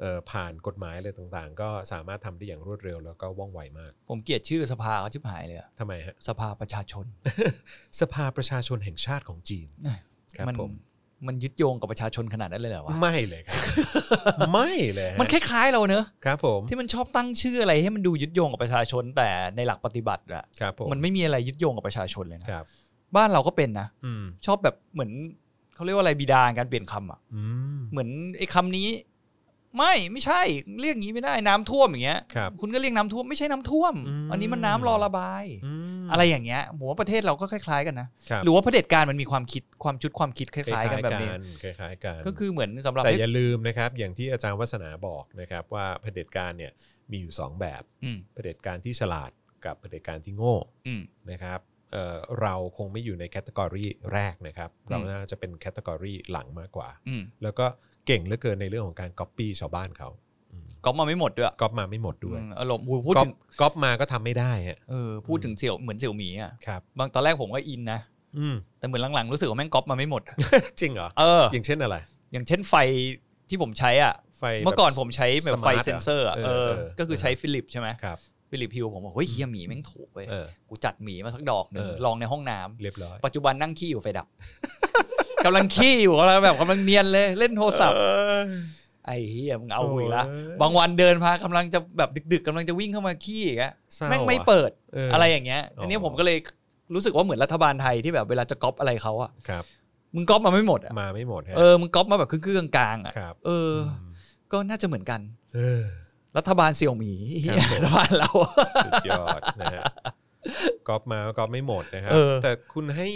Speaker 1: เอ่อผ่านกฎหมายอะไรต่างๆ ก็สามารถทำได้อย่างรวดเร็วแล้วก็ว่องไวมาก
Speaker 2: ผมเกลียดชื่อสภาเขาชิบหายเลยอะ
Speaker 1: ทำไมฮะ
Speaker 2: สภาประชาชน
Speaker 1: สภาประชาชนแห่งชาติของจีนครับ
Speaker 2: มัน
Speaker 1: ผม
Speaker 2: มันยึดโยงกับประชาชนขนาดนั้นเลยเหรอวะ
Speaker 1: ไม่เลยครับ ไม่เลยฮะ
Speaker 2: มันคล้ายๆเราเนอะ
Speaker 1: ครับผม
Speaker 2: ที่มันชอบตั้งชื่ออะไรให้มันดูยึดโยงกับประชาชนแต่ในหลักปฏิบัติอะ
Speaker 1: ครับผม
Speaker 2: มันไม่มีอะไรยึดโยงกับประชาชนเลยนะ
Speaker 1: ครับ
Speaker 2: บ้านเราก็เป็นนะ
Speaker 1: อืม
Speaker 2: ชอบแบบเหมือนเขาเรียกว่าอะไรบิดาการเปลี่ยนคำอ่ะ
Speaker 1: อืม
Speaker 2: เหมือนไอ้คำนี้ ไม่ไม่ใช่เรียกอย่างนี้ไม่ได้น้ำท่วมอย่างเงี้ย
Speaker 1: ครับ
Speaker 2: ณก็เรียกน้ำท่วมไม่ใช่น้ำท่วม
Speaker 1: อืม
Speaker 2: อันนี้มันน้ำรอระบาย
Speaker 1: อืม
Speaker 2: อะไรอย่างเงี้ยผมว่าประเทศเราก็คล้ายๆกันนะ
Speaker 1: ครับ
Speaker 2: หรือว่าเผด็จการมันมีความคิดความชุดความคิดคล้ายๆ กันแบบนี้
Speaker 1: คล้ายๆกัน
Speaker 2: ก็คือเหมือนสำหรับ
Speaker 1: แต่อย่าลืมนะครับ อย่างที่อาจารย์วัฒนาบอกนะครับว่าเผด็จการเนี่ยมีอยู่ 2 แบบ
Speaker 2: อืม
Speaker 1: เผด็จการที่ฉลาดกับเผด็จการที่โง่
Speaker 2: อืม
Speaker 1: นะครับเอ่อเราคงไม่อยู่ในแคตตากรีแรกนะครับ เรา
Speaker 2: อืม
Speaker 1: น่าจะเป็นแคตตากรีหลังมากกว่า
Speaker 2: อืม
Speaker 1: แล้วก็เก่งเหลือเกินในเรื่องของการก๊อปปี้ชาวบ้านเขาอืม
Speaker 2: ก็มาไม่หมดด้วย
Speaker 1: ก๊อปมาไม่หมดด้วย
Speaker 2: อืมอารมณ์พูด
Speaker 1: ก๊อป
Speaker 2: ถึง
Speaker 1: ก๊อปมาก็ทำไม่ได้ฮะ
Speaker 2: เออพูดถึงเสี่ยวเหมือนเสี่ยวหมีอ่ะ
Speaker 1: ครับ
Speaker 2: บางตอนแรกผมก็อินนะ
Speaker 1: อืม
Speaker 2: แต่เหมือนหลังๆรู้สึกว่าแม่งก๊อปมาไม่หมด
Speaker 1: จริงเหรอ
Speaker 2: เออ
Speaker 1: อย่างเช่นอะไร
Speaker 2: อย่างเช่นไฟที่ผมใช้อ่ะ
Speaker 1: ไฟ
Speaker 2: เมื่อก่อน
Speaker 1: แบบ
Speaker 2: ผมใช้แบบไฟ
Speaker 1: smart ะ
Speaker 2: เซนเซอร์อะเออ ก็คือใช้ฟิลิปใช่ไหม
Speaker 1: ครับ
Speaker 2: ฟิลิปฮิวผมบอกเฮ้ยเฮียหมีแม่งถูกเว้ย
Speaker 1: เออ
Speaker 2: กูจัดหมีมาสักดอกหนึ่ง
Speaker 1: เออ
Speaker 2: ลองในห้องน้ำ
Speaker 1: เรียบร้อย
Speaker 2: ปัจจุบันนั่งขี้อยู่ไฟดับ กำลังขี้อยู่กำลังแบบกำลังเนียนเลยเล่นโทรศัพท์
Speaker 1: เออ
Speaker 2: ไอ้เฮียมึงเอากูอีกละ
Speaker 1: โอ้ย
Speaker 2: บางวันเดินพากำลังจะแบบดึก ๆกำลังจะวิ่งเข้ามาขี้อีกอะ
Speaker 1: เศร้า
Speaker 2: แม่งไม่
Speaker 1: อะ
Speaker 2: เปิด
Speaker 1: เ
Speaker 2: อะไรอย่างเงี้ยอันนี้
Speaker 1: อ๋อ
Speaker 2: ผมก็เลยรู้สึกว่าเหมือนรัฐบาลไทยที่แบบเวลาจะก๊อปอะไรเขาอะ
Speaker 1: ครับ
Speaker 2: มึงก๊อปมาไม่หมดอะ
Speaker 1: มาไม่หมดฮะ
Speaker 2: เออมึงก๊อปมาแบบครึ่งๆกลางๆอะ
Speaker 1: ครับ
Speaker 2: เอออ
Speaker 1: ม
Speaker 2: ก็น่าจะเหมือนกัน
Speaker 1: เออ
Speaker 2: รัฐบาลเสี่ยวหมี
Speaker 1: ครับผม
Speaker 2: รัฐบาลเรา
Speaker 1: สุดยอดนะฮะก๊อปมาก็ก๊อปไม่หมดนะครับ
Speaker 2: เออ
Speaker 1: แต่คุณให้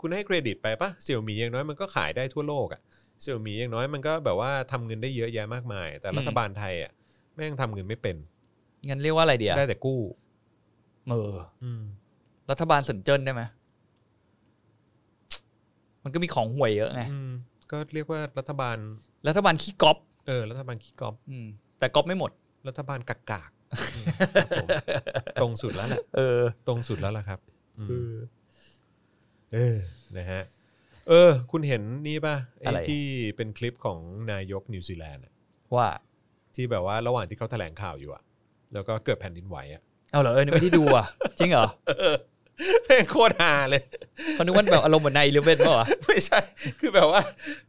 Speaker 1: คุณให้เครดิตไปปะเสี่ยวมีอย่างน้อยมันก็ขายได้ทั่วโลกอะเสี่ยวมีอย่างน้อยมันก็แบบว่าทำเงินได้เยอะแยะมากมาย แต่รัฐบาลไทยอะแม่งทำเงินไม่เป็น
Speaker 2: งั้นเรียกว่าอะไรเดีย
Speaker 1: ได้แต่กู้
Speaker 2: เออ
Speaker 1: อืม
Speaker 2: รัฐบาลสนเจิ้นได้ไหมมันก็มีของห่วยเยอะไง
Speaker 1: อืมก็เรียกว่ารัฐบาล
Speaker 2: รัฐบาลขี้ก๊อป
Speaker 1: เออ รัฐบาลขี้ก๊อป
Speaker 2: อืมแต่ก๊อปไม่หมด
Speaker 1: รัฐบาลกากากๆอืมครับผมตรงสุดแล้วแหละ
Speaker 2: เออ
Speaker 1: ตรงสุดแล้วล่ะครับอืมเออ นะฮะ เออ คุณเห็นนี่ป่ะ ไอ้
Speaker 2: อะไร
Speaker 1: ที่เป็นคลิปของนายกนิวซีแลนด์อะ
Speaker 2: ว่า
Speaker 1: ที่แบบว่าระหว่างที่เขาแถลงข่าวอยู่อะแล้วก็เกิดแผ่นดินไหวอะ
Speaker 2: เอาเหรอเออนึกไม่ได้ดูอ่ะ จริงเหรอ
Speaker 1: เออแม่งโคตรฮาเลย
Speaker 2: เขานึกว่าแบบอารมณ์เหมือนในเลเว่นป่าวะ
Speaker 1: ไม่ใช่ คือแบบว่า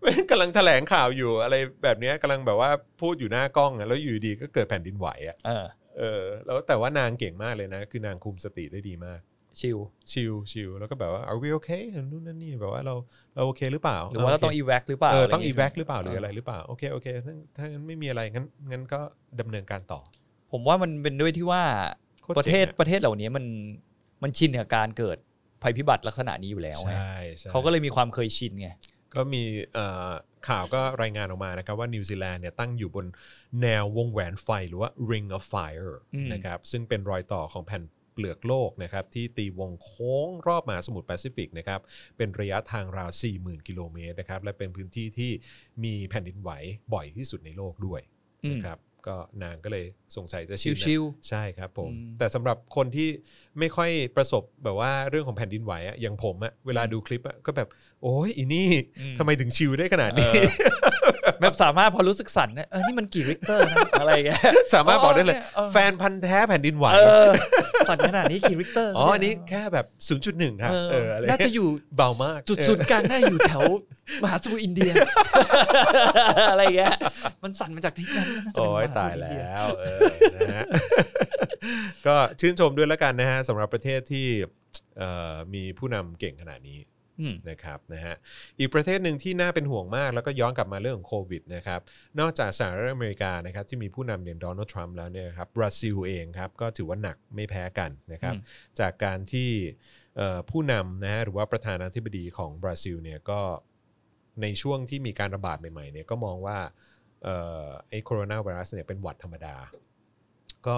Speaker 1: แม่งกำลังแถลงข่าวอยู่อะไรแบบเนี้ยกำลังแบบว่าพูดอยู่หน้ากล้องอะแล้วอยู่ดีก็เกิดแผ่นดินไหวอะ
Speaker 2: เออ
Speaker 1: เออ แล้วแต่ว่านางเก่งมากเลยนะ คือนางคุมสติได้ดีมาก
Speaker 2: ชิล
Speaker 1: ชิลชิลแล้วก็แบบว่า are we okay นู่นนั่นนี่แบบว่าเราเราโอเคหรือเปล่า
Speaker 2: หรือว่าเราต้อง
Speaker 1: โค
Speaker 2: อีแวกหรือเปล่า
Speaker 1: เออ
Speaker 2: ไร
Speaker 1: ต้องอี
Speaker 2: ย่า
Speaker 1: แว
Speaker 2: งี้ย
Speaker 1: c หรือเปล่าหรือ
Speaker 2: เอออ
Speaker 1: อะไรหรือเปล่าโอเคโอเคถ้าถ้างั้นไม่มีอะไรงั้นงั้นก็ดำเนินการต่อ
Speaker 2: ผมว่ามันเป็นด้วยที่ว่า
Speaker 1: โค
Speaker 2: ป
Speaker 1: จ๋งอ
Speaker 2: ระเทศประเทศเหล่านี้มันมันชินกับการเกิดภัยพิบัติลักษณะนี้อยู่แล้วไง
Speaker 1: ใช่ใช่
Speaker 2: เขาก็เลยมีความเคยชินไง
Speaker 1: ก็มีเอ่อข่าวก็รายงานออกมานะครับว่านิวซีแลนด์เนี่ยตั้งอยู่บนแนววงแหวนไฟหรือว่า ring of fire
Speaker 2: อืม
Speaker 1: นะครับซึ่งเป็นรอยต่อของแผ่นเปลือกโลกนะครับที่ตีวงโค้งรอบมหาสมุทรแปซิฟิกนะครับเป็นระยะทางราว 40,000 กิโลเมตรนะครับและเป็นพื้นที่ที่มีแผ่นดินไหวบ่อยที่สุดในโลกด้วย
Speaker 2: อืม
Speaker 1: นะครับก็นางก็เลยสงสัยจะนนะ
Speaker 2: ชิว
Speaker 1: ใช่ครับผม
Speaker 2: อืม
Speaker 1: แต่สำหรับคนที่ไม่ค่อยประสบแบบว่าเรื่องของแผ่นดินไหวอะอย่างผมอะเวลาดูคลิปอะก็แบบโอ้ยอีนี่
Speaker 2: อืม
Speaker 1: ทำไมถึงชิวได้ขนาดนี้
Speaker 2: เอ แบบสามารถพอรู้สึกสั่นเนี่ยเออนี่มันกี่ริกเตอร์ นะอะไรแก
Speaker 1: สามารถบอกได้เลย
Speaker 2: เออ
Speaker 1: แฟนพันธ์แท้แผ่นดินไหว
Speaker 2: เออสั่นขนาดนี้กี่ริกเตอร์
Speaker 1: อ๋ออันนี้แค่แบบ 0.1 ครับ
Speaker 2: เอ
Speaker 1: เออ
Speaker 2: อ
Speaker 1: อะไร
Speaker 2: น่าจะอยู่
Speaker 1: เบามาก
Speaker 2: จุด
Speaker 1: เออ
Speaker 2: ศูนย์กลางน่าอยู่แถวมหาสมุทรอินเดีย อะไรแกมันสั่นมาจากที่นั้นน่าจะ
Speaker 1: โอ้
Speaker 2: เป็น
Speaker 1: ย
Speaker 2: มหาส
Speaker 1: ตา
Speaker 2: มุ
Speaker 1: ย
Speaker 2: ทรอิ
Speaker 1: แล้
Speaker 2: นเดีย
Speaker 1: วเออนะฮะ ก็ชื่นชมด้วยแล้วกันนะฮะสำหรับประเทศที่เอ่อมีผู้นำเก่งขนาดนี้
Speaker 2: อืม
Speaker 1: นะครับนะฮะอีกประเทศหนึ่งที่น่าเป็นห่วงมากแล้วก็ย้อนกลับมาเรื่องของโควิดนะครับนอกจากสหรัฐอเมริกานะครับที่มีผู้นำอย่างโดนัลด์ทรัมป์แล้วเนี่ยครับบราซิลเองครับก็ถือว่าหนักไม่แพ้กันนะครับ
Speaker 2: อืม
Speaker 1: จากการที่เอ่อผู้นำนะฮะหรือว่าประธานาธิบดีของบราซิลเนี่ยก็ในช่วงที่มีการระบาดใหม่ๆเนี่ยก็มองว่าเอ่อไอ้โคโรนาไวรัสเนี่ยเป็นหวัดธรรมดา ก็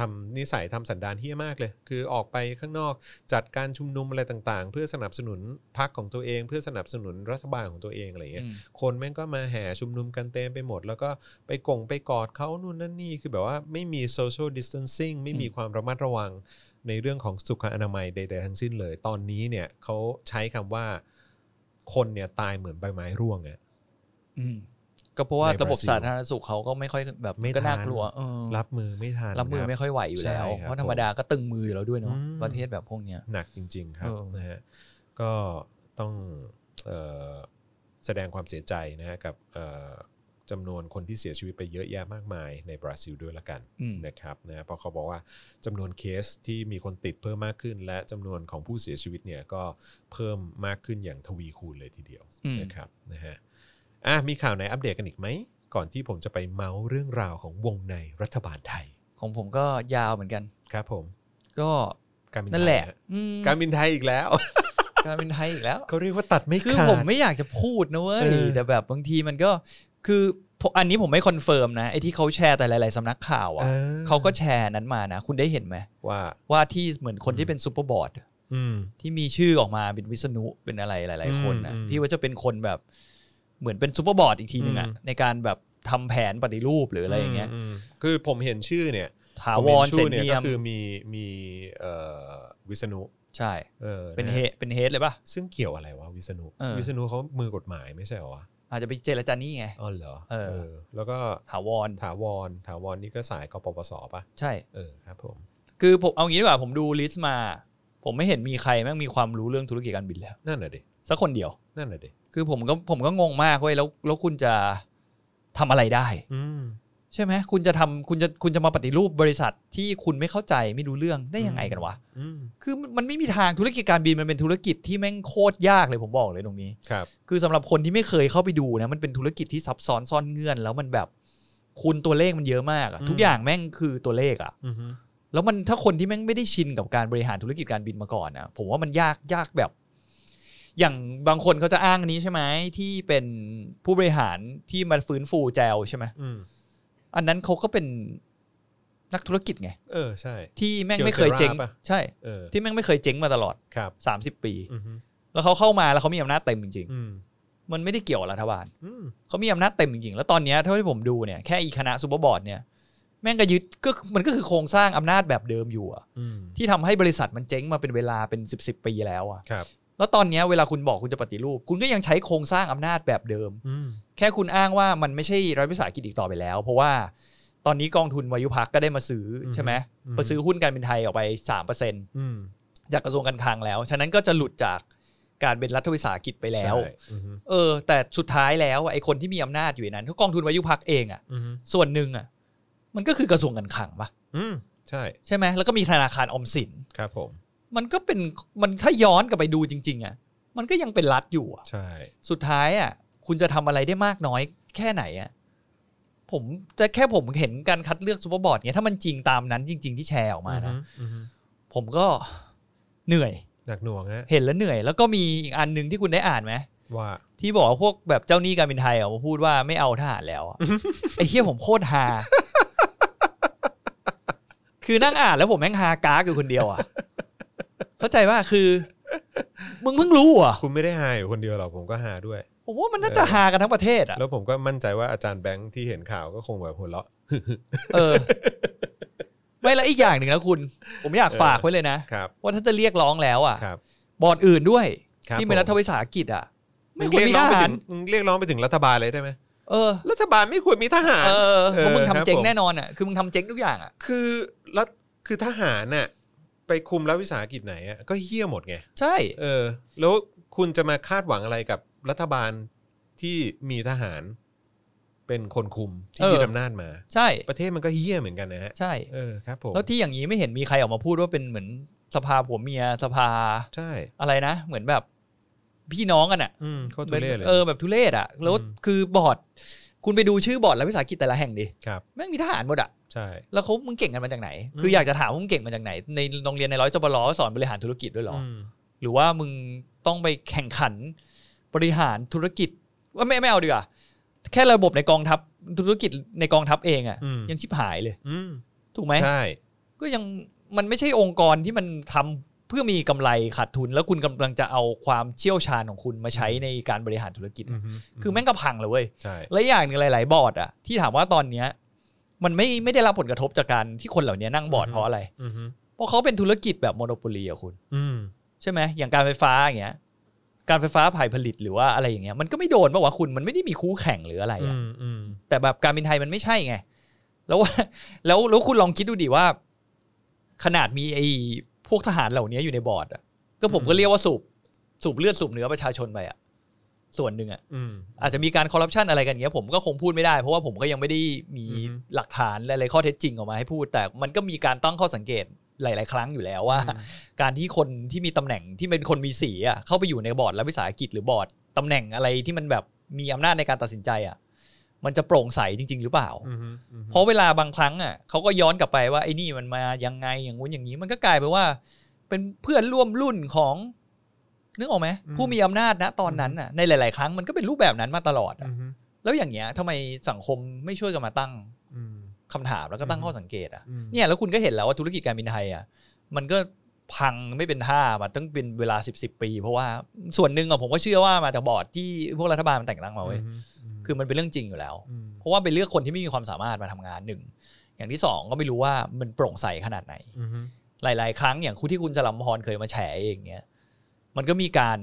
Speaker 1: ทำนิสัยทำสันดานเฮี้ยมากเลย คือออกไปข้างนอกจัดการชุมนุมอะไรต่างๆ เพื่อสนับสนุนพรรคของตัวเอง เพื่อสนับสนุนรัฐบาลของตัวเองอะไรอย่างเงี้ย
Speaker 2: อืม
Speaker 1: คนแม่งก็มาแห่ชุมนุมกันเต็มไปหมด แล้วก็ไปกงไปกอดเขานู่นนั่นนี่คือแบบว่าไม่มี social distancing ไม่มีความระมัดระวังในเรื่องของสุขอนามัยใดๆทั้งสิ้นเลย ตอนนี้เนี่ยเขาใช้คำว่าคนเนี่ยตายเหมือนใบไม้ร่วงอะ
Speaker 2: อืมก็เพราะว่า
Speaker 1: ในบราซิล
Speaker 2: ระบบสาธารณสุขเขาก็ไม่ค่อยแบบ
Speaker 1: ไม่
Speaker 2: ก็น่า
Speaker 1: ทัน
Speaker 2: กลัวเออ
Speaker 1: รับมือไม่ทัน
Speaker 2: รับมือ
Speaker 1: ค
Speaker 2: ไม่ค่อยไหวอยู่แล้ว
Speaker 1: ใช่ครับ
Speaker 2: เพราะธรรมดาก็ตึงมืออยู่แล้วด้วยเนาะ
Speaker 1: อืม
Speaker 2: ประเทศแบบพวกเนี้ย
Speaker 1: หนักจริง ๆ ครับ
Speaker 2: เออ
Speaker 1: นะฮะก็ต้องเอ่อแสดงความเสียใจนะฮะกับเอ่อจำนวนคนที่เสียชีวิตไปเยอะแยะมากมายในบราซิลด้วยละกัน
Speaker 2: อืม
Speaker 1: นะครับนะเพราะเขาบอกว่าจำนวนเคสที่มีคนติดเพิ่มมากขึ้น และจำนวนของผู้เสียชีวิตเนี่ยก็เพิ่มมากขึ้นอย่างทวีคูณเลยทีเดียวนะครับนะฮะอ่ะมีข่าวไหนอัปเดตกันอีกไหม ก่อนที่ผมจะไปเมาส์เรื่องราวของวงในรัฐบาลไทย
Speaker 2: ของผมก็ยาวเหมือนกัน
Speaker 1: ครับผม
Speaker 2: ก็
Speaker 1: การบินไทย
Speaker 2: นั่นแหละ
Speaker 1: ฮ
Speaker 3: อืม
Speaker 1: การบินไทยอีกแล้ว
Speaker 3: การเป็นไทยอีกแล้ว
Speaker 1: เขาเรียกว่าตัดไม่
Speaker 2: คือ
Speaker 1: ขาด
Speaker 2: ผมไม่อยากจะพูดนะเว้ย
Speaker 1: เออ
Speaker 2: แต่แบบบางทีมันก็คือผมอันนี้ผมไม่คอนเฟิร์มนะไอ้ที่เขาแชร์แต่หลาย ๆสำนักข่าว
Speaker 1: เอ
Speaker 2: อ่ะ
Speaker 1: อ
Speaker 2: เขาก็แชร์นั้นมานะ คุณได้เห็นไหม
Speaker 1: ว่า
Speaker 2: ว่าที่เหมือนคน
Speaker 1: อืม
Speaker 2: ที่เป็นซูเปอร์บอร์ด
Speaker 1: อืม
Speaker 2: ที่มีชื่อออกมาเป็นวิษณุเป็นอะไรหลาย ๆ คนนะ
Speaker 1: อืม
Speaker 2: ที่ว่าจะเป็นคนแบบเหมือนเป็นซูเปอร์บอร์ดอีกทีหนึ่งอ่ะ
Speaker 1: อืม
Speaker 2: ในการแบบทำแผนปฏิรูปหรืออะไรอย่างเงี้ย
Speaker 1: มมคือผมเห็นชื่อเนี่ย
Speaker 2: ถา
Speaker 1: ผม
Speaker 2: ว
Speaker 1: เห็น
Speaker 2: รเส
Speaker 1: ชื่อน เนี่ย
Speaker 2: เนีย
Speaker 1: ก็
Speaker 2: ม
Speaker 1: คือมีมีเอ่อวิษณุ
Speaker 2: ใช่
Speaker 1: เออ
Speaker 2: เป็นะ เฮ
Speaker 1: ฮะ
Speaker 2: เป็นเฮดเลยป่ะ
Speaker 1: ซึ่งเกี่ยวอะไรวะวิษณุ
Speaker 2: เออ
Speaker 1: วิษณุเขามือกฎหมายไม่ใช่เหรอวะ
Speaker 2: อาจจะไปเจรจานี่ไง
Speaker 1: อ๋อเหรอ
Speaker 2: เออ
Speaker 1: แล้วก็
Speaker 2: ถาวร
Speaker 1: ถาวรถาวรนี่ก็สายกปปสป่ะ
Speaker 2: ใช่
Speaker 1: เออครับผม
Speaker 2: คือผมเอางี้ดีกว่าผมดูลิสต์มา ผมไม่เห็นมีใครแม่งมีความรู้เรื่องธุรกิจการบินแล้ว
Speaker 1: นั่นน่ะดิ
Speaker 2: สักคนเดียว
Speaker 1: นั่นน่ะดิ
Speaker 2: คือผมก็ผมก็งงมากเว้ยแล้วแล้วคุณจะทำอะไรได้
Speaker 1: อืม
Speaker 2: ใช่ไหมคุณจะทำคุณจะคุณจะมาปฏิรูปบริษัทที่คุณไม่เข้าใจไม่รู้เรื่องได้ยังไงกันวะ
Speaker 1: อืม
Speaker 2: คือมันมันไม่มีทางธุรกิจการบินมันเป็นธุรกิจที่แม่งโคตรยากเลยผมบอกเลยตรงนี้
Speaker 1: ครับ
Speaker 2: คือสำหรับคนที่ไม่เคยเข้าไปดูนะมันเป็นธุรกิจที่ซับซ้อนซ่อนเงื่อน แล้วมันแบบคูณตัวเลขมันเยอะมากอะทุกอย่างแม่งคือตัวเลขอะ
Speaker 1: อือฮึ
Speaker 2: แล้วมันถ้าคนที่แม่งไม่ได้ชินกับการบริหารธุรกิจการบินมาก่อนนะผมว่ามันยากยากแบบ อย่างบางคนเขาจะอ้างอันนี้ใช่ไหมที่เป็นผู้บริหารที่มาฟื้นฟูแจวใช่ไหม
Speaker 1: อืม
Speaker 2: อันนั้นเขาก็เป็นนักธุรกิจไง
Speaker 1: เออใช่
Speaker 2: ที่แม่งไม่เคยเจ๊ง
Speaker 1: เกี่ยวเซราปะ
Speaker 2: ใช่
Speaker 1: เออ
Speaker 2: ที่แม่งไม่เคยเจ๊งมาตลอด
Speaker 1: ครับ
Speaker 2: 30 ปี
Speaker 1: อือฮึ
Speaker 2: แล้วเขาเข้ามาแล้วเขามีอำนาจเต็มจริง
Speaker 1: อืม
Speaker 2: ๆมันไม่ได้เกี่ยวกับรัฐบาล
Speaker 1: อืม
Speaker 2: เขามีอำนาจเต็มจริงๆแล้วตอนเนี้ยเท่าที่ผมดูเนี่ยแค่อีคณะซูเปอร์บอร์ดเนี่ยแม่งก็ยึดก็มันก็คือโครงสร้างอำนาจแบบเดิมอยู่อะ
Speaker 1: อืม
Speaker 2: ที่ทำให้บริษัทมันเจ๊งมาเป็นเวลาเป็น 10บสปีแล้วอะ
Speaker 1: ครับ
Speaker 2: แล้วตอนเนี้ยเวลาคุณบอกคุณจะปฏิรูป คุณก็ยังใช้โครงสร้างอำนาจแบบเดิม
Speaker 1: อืม
Speaker 2: แค่คุณอ้างว่ามันไม่ใช่รัฐวิสาหกิจอีกต่อไปแล้ว เพราะว่าตอนนี้กองทุนวายุพักก็ได้มาซื้อใช่ไหมไปซื้อหุ้นการบินไทยออกไป 3%
Speaker 1: อืม
Speaker 2: จากกระทรวงการคลังแล้ว ฉะนั้นก็จะหลุดจากการเป็นรัฐวิสาหกิจไปแล้ว
Speaker 1: ใช่อือฮึ
Speaker 2: เออ แต่สุดท้ายแล้วไอ้คนที่มีอำนาจอยู่ในนั้นก็กองทุนวายุพักเองอะ
Speaker 1: อือฮึ
Speaker 2: ส่วนหนึ่งอะมันก็คือกระทรวงการคลังปะ
Speaker 1: อืมใช่
Speaker 2: ใช่ไหมแล้วก็มีธนาคารออมสิน
Speaker 1: ครับผม
Speaker 2: มันก็เป็นมันถ้าย้อนกลับไปดูจริง ๆอ่ะมันก็ยังเป็นรัฐอยู่อะ
Speaker 1: ใช่
Speaker 2: สุดท้ายอ่ะคุณจะทำอะไรได้มากน้อยแค่ไหนอ่ะผมจะแค่ผมเห็นการคัดเลือกซูเปอร์บอร์ดเนี่ยถ้ามันจริงตามนั้นจริง ๆ ที่แชร์ออกมานะ
Speaker 1: อือฮึอือฮึ
Speaker 2: ผมก็เหนื่อย
Speaker 1: หนักหน่วงฮะ
Speaker 2: เห็นแล้วเหนื่อย แล้วก็มีอีกอันหนึ่งที่คุณได้อ่านไหม
Speaker 1: ว่า
Speaker 2: ที่บอกว่าพวกแบบเจ้าหนี้การบินไทยออกมาพูดว่าไม่เอาทหารแล้วอะ ไอ้เฮียผมโคตรฮาคือนั่งอ่านแล้วผมแม่งฮากากอยู่คนเดียวอ่ะเข้าใจว่าคือ มึงเพิ่งรู้เหรอ่ะ
Speaker 1: คุณไม่ได้หาอยู่คนเดียวหรอกผมก็หาด้วย
Speaker 2: ผมว่ามันน่าจะฮากันทั้งประเทศอ่ะ
Speaker 1: แล้วผมก็มั่นใจว่าอาจารย์แบงค์ที่เห็นข่าวก็คงแบบหัวเราะ
Speaker 2: เออ ไม่และอีกอย่างหนึ่งนะคุณ ผมอยาก
Speaker 1: เออ
Speaker 2: ฝากไว้เลยนะครับว่าถ้าจะเรียกร้องแล้วอ่ะ
Speaker 1: ครับ
Speaker 2: บอร์ดอื่นด้วย
Speaker 1: ครับ
Speaker 2: ที่เป็น
Speaker 1: ผม
Speaker 2: รัฐวิสาหกิจอ่ะ ไม่
Speaker 1: ง
Speaker 2: ควร
Speaker 1: เรียก
Speaker 2: มี
Speaker 1: ร้
Speaker 2: ท
Speaker 1: องไป
Speaker 2: หาร
Speaker 1: ถึงมึงเรียกร้องไปถึงรัฐบาลเลยได้ไหม
Speaker 2: เออ
Speaker 1: รัฐบาลไม่ควรมีทหาร
Speaker 2: เออ
Speaker 1: เออ
Speaker 2: เพราะมึง
Speaker 1: ครับ
Speaker 2: ทำเจ๊งแน่นอนอ่ะคือมึงทำเจ๊งทุกอย่างอ่ะ
Speaker 1: คือรัฐคือทหารน่ะไปคุมรัฐวิสาหกิจไหนอะก็เฮี้ยหมดไง
Speaker 2: ใช่
Speaker 1: เออ แล้วคุณจะมาคาดหวังอะไรกับรัฐบาลที่มีทหาร เป็นคนคุมที่ยึดอำนาจมา
Speaker 2: ใช่
Speaker 1: ประเทศมันก็เฮี้ยเหมือนกันนะฮะ
Speaker 2: ใช่
Speaker 1: เออครับผม
Speaker 2: แล้วที่อย่างนี้ไม่เห็นมีใครออกมาพูดว่าเป็นเหมือนสภาผัวเมียสภา
Speaker 1: ใช่
Speaker 2: อะไรนะ เหมือนแบบพี่น้องกันอ่ะ
Speaker 1: อืมโคตรทุเรศเลย
Speaker 2: เออแบบทุเรศอ่ะแล้ว
Speaker 1: อืม
Speaker 2: คือบอร์ดคุณไปดูชื่อบอร์ดและวิสาหกิจแต่ละแห่งดิ
Speaker 1: ครับ
Speaker 2: แม่งมีทหารหมดอ่ะ
Speaker 1: ใช่
Speaker 2: แล้วเขามึงเก่งกันมาจากไหน
Speaker 1: อืม
Speaker 2: คืออยากจะถามว่ามึงเก่งมาจากไหน ในโรงเรียนในร้อยจบลอสอนบริหารธุรกิจด้วยเหรออ
Speaker 1: ม
Speaker 2: หรือว่ามึงต้องไปแข่งขันบริหารธุรกิจว่าไม่ไม่เอาดีกว่าแค่ระบบในกองทัพธุรกิจในกองทัพเองอ่ะ
Speaker 1: อืม
Speaker 2: ยังชิบหายเลย
Speaker 1: อืม
Speaker 2: ถูกไหม
Speaker 1: ใช่
Speaker 2: ก็ยังมันไม่ใช่องค์กรที่มันทำเพื่อมีกำไรขาดทุน แล้วคุณกำลังจะเอาความเชี่ยวชาญของคุณมาใช้ในการบริหารธุรกิจ คือแม่งก็พังเลยเว้ย
Speaker 1: ใช่
Speaker 2: และอย่างหนึ่งหลาย ๆ บอร์ดอะที่ถามว่าตอนเนี้ยมันไม่ไม่ได้รับผลกระทบจากการที่คนเหล่านี้นั่งบอร์ดเพราะอะไร
Speaker 1: อือฮึ
Speaker 2: เพราะเขาเป็นธุรกิจแบบโมโนโปลีอะคุณ
Speaker 1: อืม
Speaker 2: ใช่ไหมอย่างการไฟฟ้าอย่างเงี้ยการไฟฟ้าผ่ายผลิตหรือว่าอะไรอย่างเงี้ยมันก็ไม่โดนป่าวะคุณมันไม่ได้มีคู่แข่งหรืออะไร
Speaker 1: อื
Speaker 2: อะ
Speaker 1: มอืม
Speaker 2: แต่แบบการบินไทยมันไม่ใช่ไง แล้ว ว่า แล้วแล้วคุณลองคิดดูดิว่า ขนาดมีไอ้พวกทหารเหล่านี้อยู่ในบอร์ดอะก็ผมก็เรียกว่าสูบสูบเลือดสูบเนื้อประชาชนไปอะส่วนหนึ่งอะ
Speaker 1: อืม
Speaker 2: อาจจะมีการคอร์รัปชันอะไรกันเงี้ยผมก็คงพูดไม่ได้เพราะว่าผมก็ยังไม่ได้มี
Speaker 1: อือฮึ
Speaker 2: หลักฐานอะไรข้อเท็จจริงออกมาให้พูด แต่มันก็มีการตั้งข้อสังเกตหลาย ๆ ครั้งอยู่แล้วว่า การที่คนที่มีตำแหน่งที่เป็นคนมีสีอ่ะเข้าไปอยู่ในบอร์ดและวิสาหกิจหรือบอร์ดตำแหน่งอะไรที่มันแบบมีอำนาจในการตัดสินใจอ่ะมันจะโปร่งใสจริง ๆ หรือเปล่า
Speaker 1: อืมอืมอืม
Speaker 2: เพราะเวลาบางครั้งอ่ะเขาก็ย้อนกลับไปว่าไอ้นี่มันมายังไงอย่างงู้นอย่างนี้มันก็กลายไปว่า ไป เป็นเพื่อนร่วมรุ่นของนึกออกไหม
Speaker 1: อืม
Speaker 2: ผู้มีอำนาจนะตอนนั้นน่ะในหลาย ๆ ครั้งมันก็เป็นรูปแบบนั้นมาตลอดอะแล้วอย่างเงี้ยทำไมสังคมไม่ช่วยกันมาตั้ง
Speaker 1: อืม
Speaker 2: คำถามแล้วก็ตั้งข้อสังเกตอ่ะ
Speaker 1: อืม
Speaker 2: เนี่ยแล้วคุณก็เห็นแล้วว่าธุรกิจการบินไทยอ่ะมันก็พังไม่เป็นท่ามาตั้งเป็นเวลาสิบสิบปี เพราะว่าส่วนหนึ่งอะผมก็เชื่อว่ามาจากบอร์ดที่พวกรัฐบาลมันแต่งตั้งมาเว้ยคือมันเป็นเรื่องจริงอยู่แล้ว
Speaker 1: ม
Speaker 2: เพราะว่าไปเลือกคนที่ไม่มีความสามารถมาทำงานหนึ่งอย่างที่สองก็ไม่รู้ว่ามันโปร่งใสขนาดไหน
Speaker 1: อืม
Speaker 2: หลาย ๆ ครั้งอย่างคุณที่คุณจรัมพรเคยมาแฉเองเนี้ยมันก็มีการ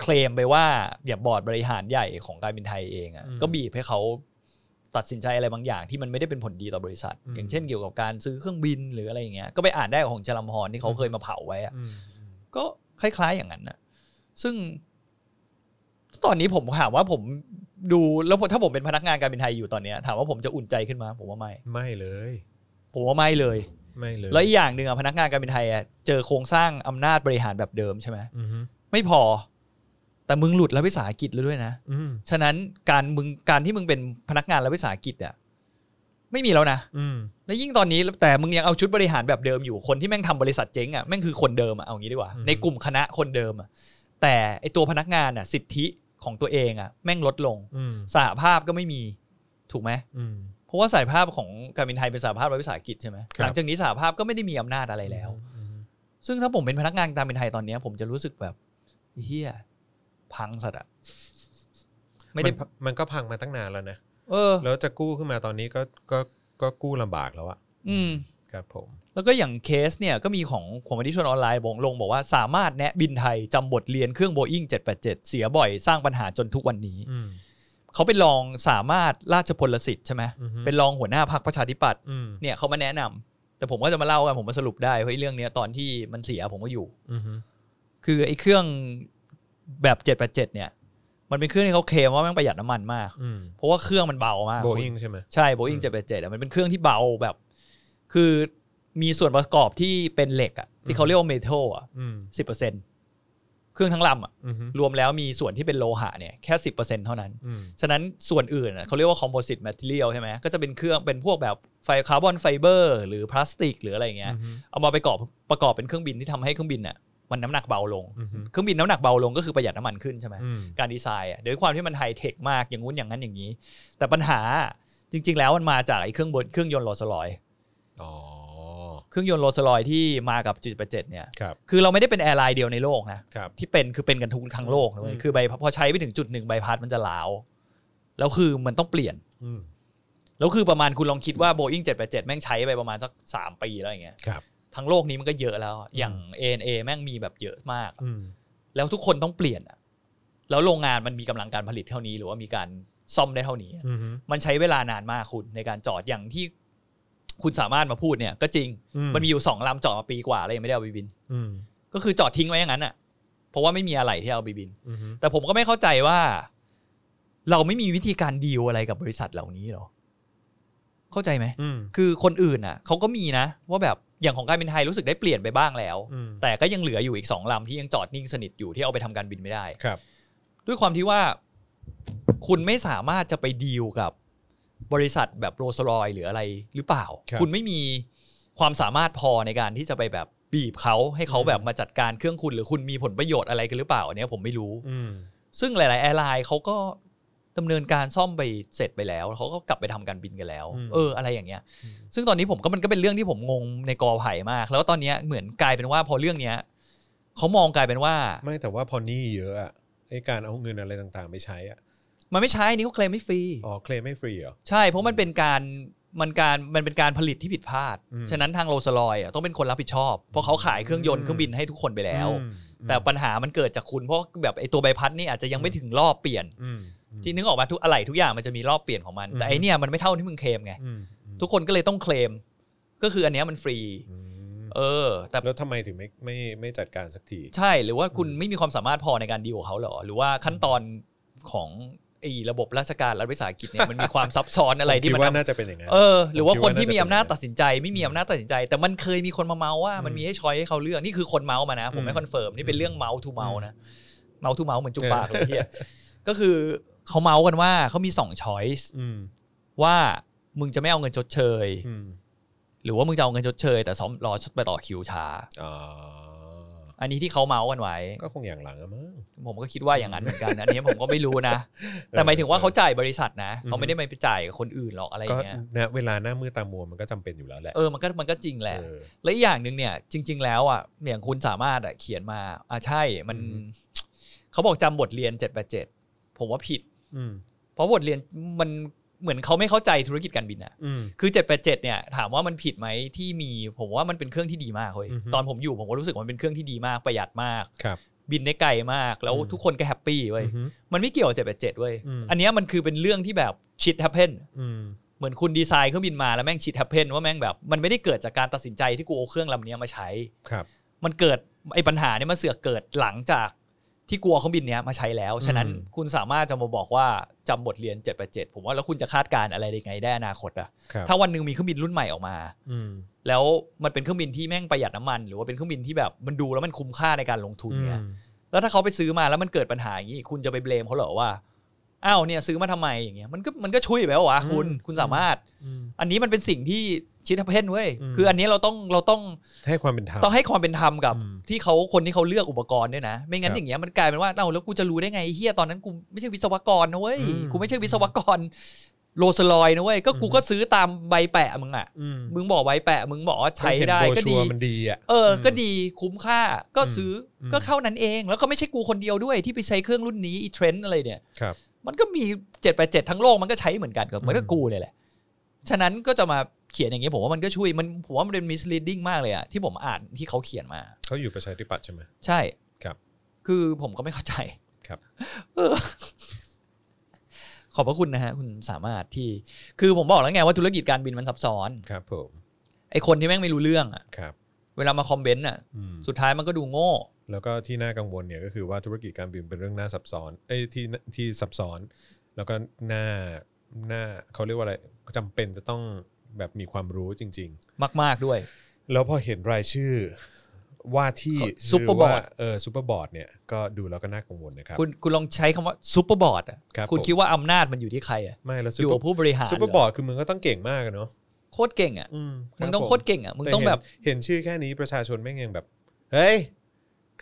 Speaker 2: เคลมไปว่าอย่าบอร์ดบริหารใหญ่ของการบินไทยเองอะ่ะ
Speaker 1: อืม
Speaker 2: ก็บีบให้เขาตัดสินใจอะไรบางอย่างที่มันไม่ได้เป็นผลดีต่อบริษัท
Speaker 1: อืม
Speaker 2: อย่างเช่นเกี่ยวกับการซื้อเครื่องบินหรืออะไรอย่างเงี้ยก็ไปอ่านได้ของจรัมพรที่เขาเคยมาเผาไว้อะ
Speaker 1: อืม
Speaker 2: ก็คล้าย ๆอย่างนั้นนะซึ่ง ตอนนี้ผมถามว่าผมดูแล้วถ้าผมเป็นพนักงานการบินไทยอยู่ตอนเนี้ยถามว่าผมจะอุ่นใจขึ้นมา ผมว่าไม่
Speaker 1: ไม่เลย
Speaker 2: ผมว่าไม่เลย
Speaker 1: ไม่เลย
Speaker 2: แล้วอีกอย่างหนึ่งอะพนักงานการบินไทยอะเจอโครงสร้างอำนาจบริหารแบบเดิมใช่ไหม
Speaker 1: อืม
Speaker 2: ไม่พอ แต่มึงหลุดแล้ววิสาหกิจแล้วด้วยนะ
Speaker 1: อืม
Speaker 2: ฉะนั้นการมึงการที่มึงเป็นพนักงานแล้ววิสาหกิจอะไม่มีแล้วนะ
Speaker 1: อืม
Speaker 2: และยิ่งตอนนี้แต่มึงยังเอาชุดบริหารแบบเดิมอยู่คนที่แม่งทำบริษัทเจ๊งอะแม่งคือคนเดิมอะเอางี้ดีกว่าในกลุ่มคณะคนเดิมอะแต่ไอตัวพนักงานอะสิทธิของตัวเองอะแม่งลดลง
Speaker 1: อืม
Speaker 2: สหภาพก็ไม่มีถูกไหม
Speaker 1: อืม
Speaker 2: เพราะว่าสายภาพของการบินไทยเป็นสายภาพรัฐวิสาหกิจใช่ไหม
Speaker 1: ครับ
Speaker 2: หลังจากนี้สายภาพก็ไม่ได้มีอำนาจอะไรแล้ว
Speaker 1: อืม
Speaker 2: ซึ่งถ้าผมเป็นพนักงานการบินไทยตอนเนี้ย ผมจะรู้สึกแบบเฮียพังสัตว์อะไม่ได้
Speaker 1: นมันก็พังมาตั้งนานแล้วนะ
Speaker 2: เออ
Speaker 1: แล้วจะกู้ขึ้นมาตอนนี้ก็ก็ก็กู้ลำบากแล้วอะ
Speaker 2: อืม
Speaker 1: ครับผม
Speaker 2: แล้วก็อย่างเคสเนี่ยก็มีของของวันที่ชวนออนไลน์บงลงบอกว่าสามารถแนะบินไทยจำบทเรียนเครื่องโบอิ้ง787 เสียบ่อยสร้างปัญหาจนทุกวันนี้
Speaker 1: อืม
Speaker 2: เขาเป็นรองสามารถราชพลสิทธิ์ใช่ไหม
Speaker 1: อือฮึ
Speaker 2: เป็นรองหัวหน้าพรรคประชาธิปัตย์
Speaker 1: อืม
Speaker 2: เนี่ยเขามาแนะนำแต่ผมก็จะมาเล่ากันผมมาสรุปได้เฮ้ยเรื่องเนี้ยตอนที่มันเสียผมก็อยู่
Speaker 1: อืม
Speaker 2: คือไอ้เครื่องแบบ787เนี่ย มันเป็นเครื่องที่เขาเคลมว่าแม่งประหยัดน้ำมันมาก
Speaker 1: อืม
Speaker 2: เพราะว่าเครื่องมันเบามาก
Speaker 1: โบ
Speaker 2: คุณ
Speaker 1: อิงใช่ไหม
Speaker 2: ใช่โบอิง
Speaker 1: อื
Speaker 2: เจ็ด
Speaker 1: ม
Speaker 2: แปดเจ็ดมันเป็นเครื่องที่เบาแบบ คือมีส่วนประกอบที่เป็นเหล็กอะที่เขาเรียกว่าเมทัลอะ
Speaker 1: อืม
Speaker 2: สิบเปอร์เซ็นเครื่องทั้งลำอะ
Speaker 1: อืม
Speaker 2: รวมแล้วมีส่วนที่เป็นโลหะเนี่ยแค่สิบเปอร์เซ็นเท่านั้น
Speaker 1: อืม
Speaker 2: ฉะนั้นส่วนอื่นอะเขาเรียกว่าคอมโพสิตแมทเทียลใช่ไหมก็จะเป็นเครื่องเป็นพวกแบบไฟคาร์บอนไฟเบอร์หรือพลาสติกหรืออะไรอย่างเงี้ย
Speaker 1: อืม
Speaker 2: เอามาประกอบประกอบเป็นเครื่องบินที่ทำให้เครื่องบินน่ะมันน้ำหนักเบาลง
Speaker 1: อือฮึ
Speaker 2: เครื่องบินน้ำหนักเบาลงก็คือประหยัดน้ำมันขึ้นใช่ไหม
Speaker 1: อืม
Speaker 2: การดีไซน์อ่ะเดี๋ยวด้วยความที่มันไฮเทคมากอย่างงู้นอย่างนั้นอย่างนี้ แต่ปัญหาจริง ๆ แล้วมันมาจากไอ้เครื่องบนเครื่องยนต์โรลส์รอย
Speaker 1: อ๋อ
Speaker 2: เครื่องยนต์โรลส์รอยที่มากับจิตประเจตเนี่ย
Speaker 1: ครับ
Speaker 2: คือเราไม่ได้เป็นแอร์ไลน์เดียวในโลกนะครับ ที่เป็นคือเป็นกันทุกทั้งโลกนะเว้ย
Speaker 1: อืม
Speaker 2: คือใบพอใช้ไปถึงจุดหนึ่งใบพัดมันจะลาวแล้วคือมันต้องเปลี่ยน
Speaker 1: อืม
Speaker 2: แล้วคือประมาณคุณลองคิดว่า Boeing 787 แม่งใช้ไปประมาณสักสามปีแล้วอย่างเงี้ย
Speaker 1: ครับ
Speaker 2: ทั้งโลกนี้มันก็เยอะแล้วอะอย่าง ANA แม่งมีแบบเยอะมาก
Speaker 1: อืม
Speaker 2: แล้วทุกคนต้องเปลี่ยนอะแล้วโรงงานมันมีกำลังการผลิตเท่านี้ หรือว่ามีการซ่อมได้เท่านี้
Speaker 1: อืม
Speaker 2: มันใช้เวลานานมากคุณในการจอดอย่างที่คุณสามารถมาพูดเนี่ย ก็จริง
Speaker 1: อื
Speaker 2: มันมีอยู่สองลำจอดมาปีกว่าแล้วยังไม่ได้เอาไปบิน
Speaker 1: อืม
Speaker 2: ก็คือจอดทิ้งไว้อย่างนั้นอะเพราะว่าไม่มีอะไรที่เอาไปบิน
Speaker 1: อืม
Speaker 2: แต่ผมก็ไม่เข้าใจว่า เราไม่มีวิธีการดีลอะไรกับบริษัทเหล่านี้หรอ เข้าใจไหม
Speaker 1: อืม
Speaker 2: คือคนอื่นน่ะเขาก็มีนะ ว่าแบบอย่างของการบินไทยรู้สึกได้เปลี่ยนไปบ้างแล้ว
Speaker 1: อืม
Speaker 2: แต่ก็ยังเหลืออยู่อีกสองลำที่ยังจอดนิ่งสนิทอยู่ที่เอาไปทำการบินไม่ได้
Speaker 1: ครับ
Speaker 2: ด้วยความที่ว่า คุณไม่สามารถจะไปดีลกับบริษัทแบบโรสรอยหรืออะไรหรือเปล่า
Speaker 1: ครับ
Speaker 2: ณไม่มีความสามารถพอในการที่จะไปแบบบีบเขาให้เขา
Speaker 1: อืม
Speaker 2: แบบมาจัดการเครื่องคุณหรือคุณมีผลประโยชน์อะไรกันหรือเปล่าอันเนี้ยผมไม่รู้
Speaker 1: อืม
Speaker 2: ซึ่งหลาย ๆ แอร์ไลน์เขาก็ดำเนินการซ่อมไปเสร็จไปแล้วแล้วเขาก็กลับไปทำการบินกันแล้ว เอออะไรอย่างเงี้ย ซึ่งตอนนี้ผมก็มันก็เป็นเรื่องที่ผมงงในกอไผ่มาก แล้วตอนเนี้ยเหมือนกลายเป็นว่าพอเรื่องเนี้ยเขามองกลายเป็นว่า
Speaker 1: ไม่แต่ว่าพอหนี่เยอะอะไอการเอาเงินอะไรต่างๆไปใช้อะ
Speaker 2: มันไม่ใช้นี่เขาเคลมไม่ฟรี
Speaker 1: อ๋อเคลมไม่ฟรีเหรอ
Speaker 2: ใช่เพราะมันเป็นการมันการมันเป็นการผลิตที่ผิดพลาด
Speaker 1: อืม
Speaker 2: ฉะนั้นทางโรสลอยอ่ะต้องเป็นคนรับผิดชอบ เพราะเขาขายเครื่องยน
Speaker 1: อืม
Speaker 2: ต์เครื่องบินให้ทุกคนไปแล้ว
Speaker 1: อืม
Speaker 2: แต่ปัญหามันเกิดจากคุณเพราะแบบไอตัวใบพัดนี่อาจจะยังไม่ถึงรอบเปลี่ยน
Speaker 1: อืมอืม
Speaker 2: ที่นึกออกมาทุกอะไหล่ทุกอย่างมันจะมีรอบเปลี่ยนของมัน แต่
Speaker 1: อืม
Speaker 2: ไอเนี่ยมันไม่เท่าที่มึงเคลมไง
Speaker 1: อืมอืม
Speaker 2: ทุกคนก็เลยต้องเคลม ก็คืออันเนี้ยมันฟรี
Speaker 1: อืม
Speaker 2: เออ แต่
Speaker 1: แล้วทำไมถึงไม่ไม่ไม่จัดการสักที
Speaker 2: ใช่ หรือว่าคุณ
Speaker 1: อืม
Speaker 2: ไม่มีความสามารถพอในการดีลกับเขาเหรอ หรือว่าขั้นตอนของไอ้ระบบราชการรัฐวิสาหกิจเนี่ยมันมีความซับซ้อนอะไรที่
Speaker 1: ผมคิ
Speaker 2: มั
Speaker 1: ด
Speaker 2: น
Speaker 1: ว่า
Speaker 2: ทำ
Speaker 1: น่าจะเป็นอย่างนั้น
Speaker 2: เออ หรือว่า
Speaker 1: ผมคิด
Speaker 2: คน
Speaker 1: ว่า
Speaker 2: ที่
Speaker 1: น่าจะ
Speaker 2: มีอำนาจตัดสินใจ ไม่มีอำนาจตัดสินใจ แต่มันเคยมีคนมาเมาว่ามัน
Speaker 1: อืม
Speaker 2: มีให้ช้อยให้เขาเลือก นี่คือคนเมาส์มานะ ผ
Speaker 1: อื
Speaker 2: ม
Speaker 1: ม
Speaker 2: ไม่คอนเฟิร์มนี่เป็นเรื่องเมาส์ทูเมาส์นะเมาส์ทูเมาส์เหมือนจุก
Speaker 1: เออ
Speaker 2: ปากเลยที่ ก็คือเขาเมาส์กันว่าเขามีสองช้อย
Speaker 1: อืม
Speaker 2: ว่ามึงจะไม่เอาเงินชดเชย
Speaker 1: อืม
Speaker 2: หรือว่ามึงจะเอาเงินชดเชยแต่ซ้อมรอชดไปต่อคิวช้า
Speaker 1: อ๋อ
Speaker 2: อันนี้ที่เขาเมาส์กันไว้
Speaker 1: ก็คงอย่างหลังอะมั้ง
Speaker 2: ผมก็คิดว่าอย่างนั้นเหมือนกัน อันนี้ผมก็ไม่รู้ นะ แต่หมายถึงว่าเขาจ่ายบริษัทนะเขาไม่ได้ไปจ่ายกับคนอื่นหรอกอะไรอ
Speaker 1: ก็
Speaker 2: ย่างเงี้ย
Speaker 1: นะเวลาหน้ามือตามัวมันก็จำเป็นอยู่แล้วแหละ
Speaker 2: เออมันก็มันก็จริงแหละ
Speaker 1: เออ
Speaker 2: และอีกอย่างหนึ่งเนี่ยจริง ๆ แล้วอ่ะอย่างคุณสามารถอ่ะเขียนมาอ่ะใช่มัน
Speaker 1: อืม
Speaker 2: เขาบอกจำบทเรียน7จ็ดแปดเจ็ดผมว่าผิด
Speaker 1: อืม
Speaker 2: เพราะบทเรียนมันเหมือนเขาไม่เข้าใจธุรกิจการบินอ่ะ
Speaker 1: อืม
Speaker 2: คือ7จ็ดแปดเจ็ดเนี่ยถามว่ามันผิดไหมที่มีผมว่ามันเป็นเครื่องที่ดีมากเฮ้ย
Speaker 1: อือฮึ
Speaker 2: ตอนผมอยู่ผมก็รู้สึกว่ามันเป็นเครื่องที่ดีมากประหยัดมาก
Speaker 1: ครับ
Speaker 2: บินได้ไกลมากแล้ว
Speaker 1: อืม
Speaker 2: ทุกคนก็แฮปปี้เว้ย
Speaker 1: อือฮึ
Speaker 2: มันไม่เกี่ยวกับเจ็ดแปดเจ็ดเว้ย
Speaker 1: อืม
Speaker 2: อันเนี้ยมันคือเป็นเรื่องที่แบบชิด h ฮ p เ e n
Speaker 1: อืม
Speaker 2: เหมือนคุณดีไซน์เครื่องบินมาแล้วแม่งชิด h ฮ p เ e n ว่าแม่งแบบ มันไม่ได้เกิดจากการตัดสินใจที่กูเอาเครื่องลำเนี้ยมาใช้
Speaker 1: ครับ
Speaker 2: มันเกิดไอ้ปัญหาเนี้ยมันเสือกเกิดหลังจากที่กูเอาเครื่องบินเนี้ยมาใช้แล้ว ฉะนั้นคุณสามารถจะมาบอกว่าจำบทเรียน 787 ผมว่าแล้วคุณจะคาดการณ์อะไรได้ไงได้อนาคตอะ
Speaker 1: ครับ
Speaker 2: ถ้าวันหนึ่งมีเครื่องบินรุ่นใหม่ออกมา
Speaker 1: อืม
Speaker 2: แล้วมันเป็นเครื่องบินที่แม่งประหยัดน้ำมัน หรือว่าเป็นเครื่องบินที่แบบมันดูแล้วมันคุ้มค่าในการลงทุนเนี่ย
Speaker 1: อืม
Speaker 2: แล้วถ้าเขาไปซื้อมาแล้วมันเกิดปัญหาอย่างนี้คุณจะไปเบลมเขาเหรอว่าอ้าวเนี่ยซื้อมาทำไมอย่างเงี้ยมันก็มันก็ช่วยไปแล้ววะคุณคุณสามารถ
Speaker 1: อืม
Speaker 2: อันนี้มันเป็นสิ่งที่ชิดเพ่นเว้ย
Speaker 1: อืม
Speaker 2: คืออันนี้เราต้องเราต้อง
Speaker 1: ให้ความเป็นธรรม
Speaker 2: ต้องให้ความเป็นธรรมกับ
Speaker 1: อืม
Speaker 2: ที่เขาคนที่เขาเลือกอุปกรณ์ด้วยนะ ไม่งั้
Speaker 1: ครั
Speaker 2: น
Speaker 1: บ
Speaker 2: อย่างเงี้ยมันกลายเป็นว่าเราแล้วกูจะรู้ได้ไงเฮียตอนนั้นกูไม่ใช่วิศวกรนะเว้ย
Speaker 1: อืม
Speaker 2: กูไม่ใช่วิศวกรโรลสลอยนะเว้ยก็กู
Speaker 1: อืม
Speaker 2: ก็ซื้อตามใบแปะมึงอ่ะ
Speaker 1: อืม
Speaker 2: มึงบอกใบแปะมึงบอกว่าใช้ได้
Speaker 1: เห็นโบ
Speaker 2: ก็
Speaker 1: รชั
Speaker 2: ดี
Speaker 1: วร์มันดีอ่ะ
Speaker 2: เอออ
Speaker 1: ม
Speaker 2: ก็ดีคุ้มค่าก็
Speaker 1: อืม
Speaker 2: ซื้ออ
Speaker 1: ม
Speaker 2: ก็เท่านั้นเอง แล้วก็ไม่ใช่กูคนเดียวด้วยที่ไปใช้เครื่องรุ่นนี้อีเทรนด์อะไรเนี่ย
Speaker 1: ครับ
Speaker 2: มันก็มี7จ็ดแปดเจ็ดทั้งโลกมันก็ใช้เหมือนกันกับ
Speaker 1: อืม
Speaker 2: เหมือนกับกูเลยแหละ ฉะนั้นก็จะมาเขียนอย่างนี้ผมว่ามันก็ช่วยมันผมว่ามันเป็น misleading มากเลยอะที่ผมอ่านที่เขาเขียนมา
Speaker 1: เขาอยู่ประชาธิปัตย์ใช่ไหม
Speaker 2: ใช่
Speaker 1: ครับ
Speaker 2: คือผมก็ไม่เข้าใจ
Speaker 1: ครับ
Speaker 2: เออขอบพระคุณนะฮะคุณสามารถที่ คือผมบอกแล้วไงว่าธุรกิจการบินมันซับซ้อน
Speaker 1: ครับผม
Speaker 2: ไอคนที่แม่งไม่รู้เรื่องอะ
Speaker 1: ครับ
Speaker 2: เวลามาคอมเมนต์อะ
Speaker 1: อืม
Speaker 2: สุดท้ายมันก็ดูโง่
Speaker 1: แล้วก็ที่น่ากังวลเนี่ยก็คือว่าธุรกิจการบินเป็นเรื่องน่าซับซ้อนเอ้ยที่ที่ซับซ้อน แล้วก็น่าน่าเขาเรียกว่าอะไรจำเป็นจะต้องแบบมีความรู้จริง ๆ
Speaker 2: มาก ๆ ด้วย
Speaker 1: แล้วพอเห็นรายชื่อว่าที่
Speaker 2: ซุปเปอร์บอร์ด
Speaker 1: หว่าเออซูเปอร์บอร์ดเนี่ยก็ดูแล้วก็น่ากังวลนะครับ
Speaker 2: คุณคุณลองใช้คำว่าซูเปอร์บอร์ดอ่ะ
Speaker 1: ครับ
Speaker 2: คุณ
Speaker 1: ผม
Speaker 2: คิดว่าอำนาจมันอยู่ที่ใครอ่ะ
Speaker 1: ไม่แล้วซู
Speaker 2: อยู่
Speaker 1: เปอ
Speaker 2: กับ
Speaker 1: ร์
Speaker 2: ผู้บริหาร
Speaker 1: ซูเปอร์บอร์ดคือมึงก็ต้องเก่งมากอะเนาะ
Speaker 2: โคตรเก่งอ่ะ
Speaker 1: อื
Speaker 2: มึงต้อง
Speaker 1: รับผ
Speaker 2: โคตรเก่งอ่ะมึงต้อง
Speaker 1: เห็น
Speaker 2: แบบ
Speaker 1: เห็นชื่อแค่นี้ประชาชนแม่งยังแบบ เฮ้ย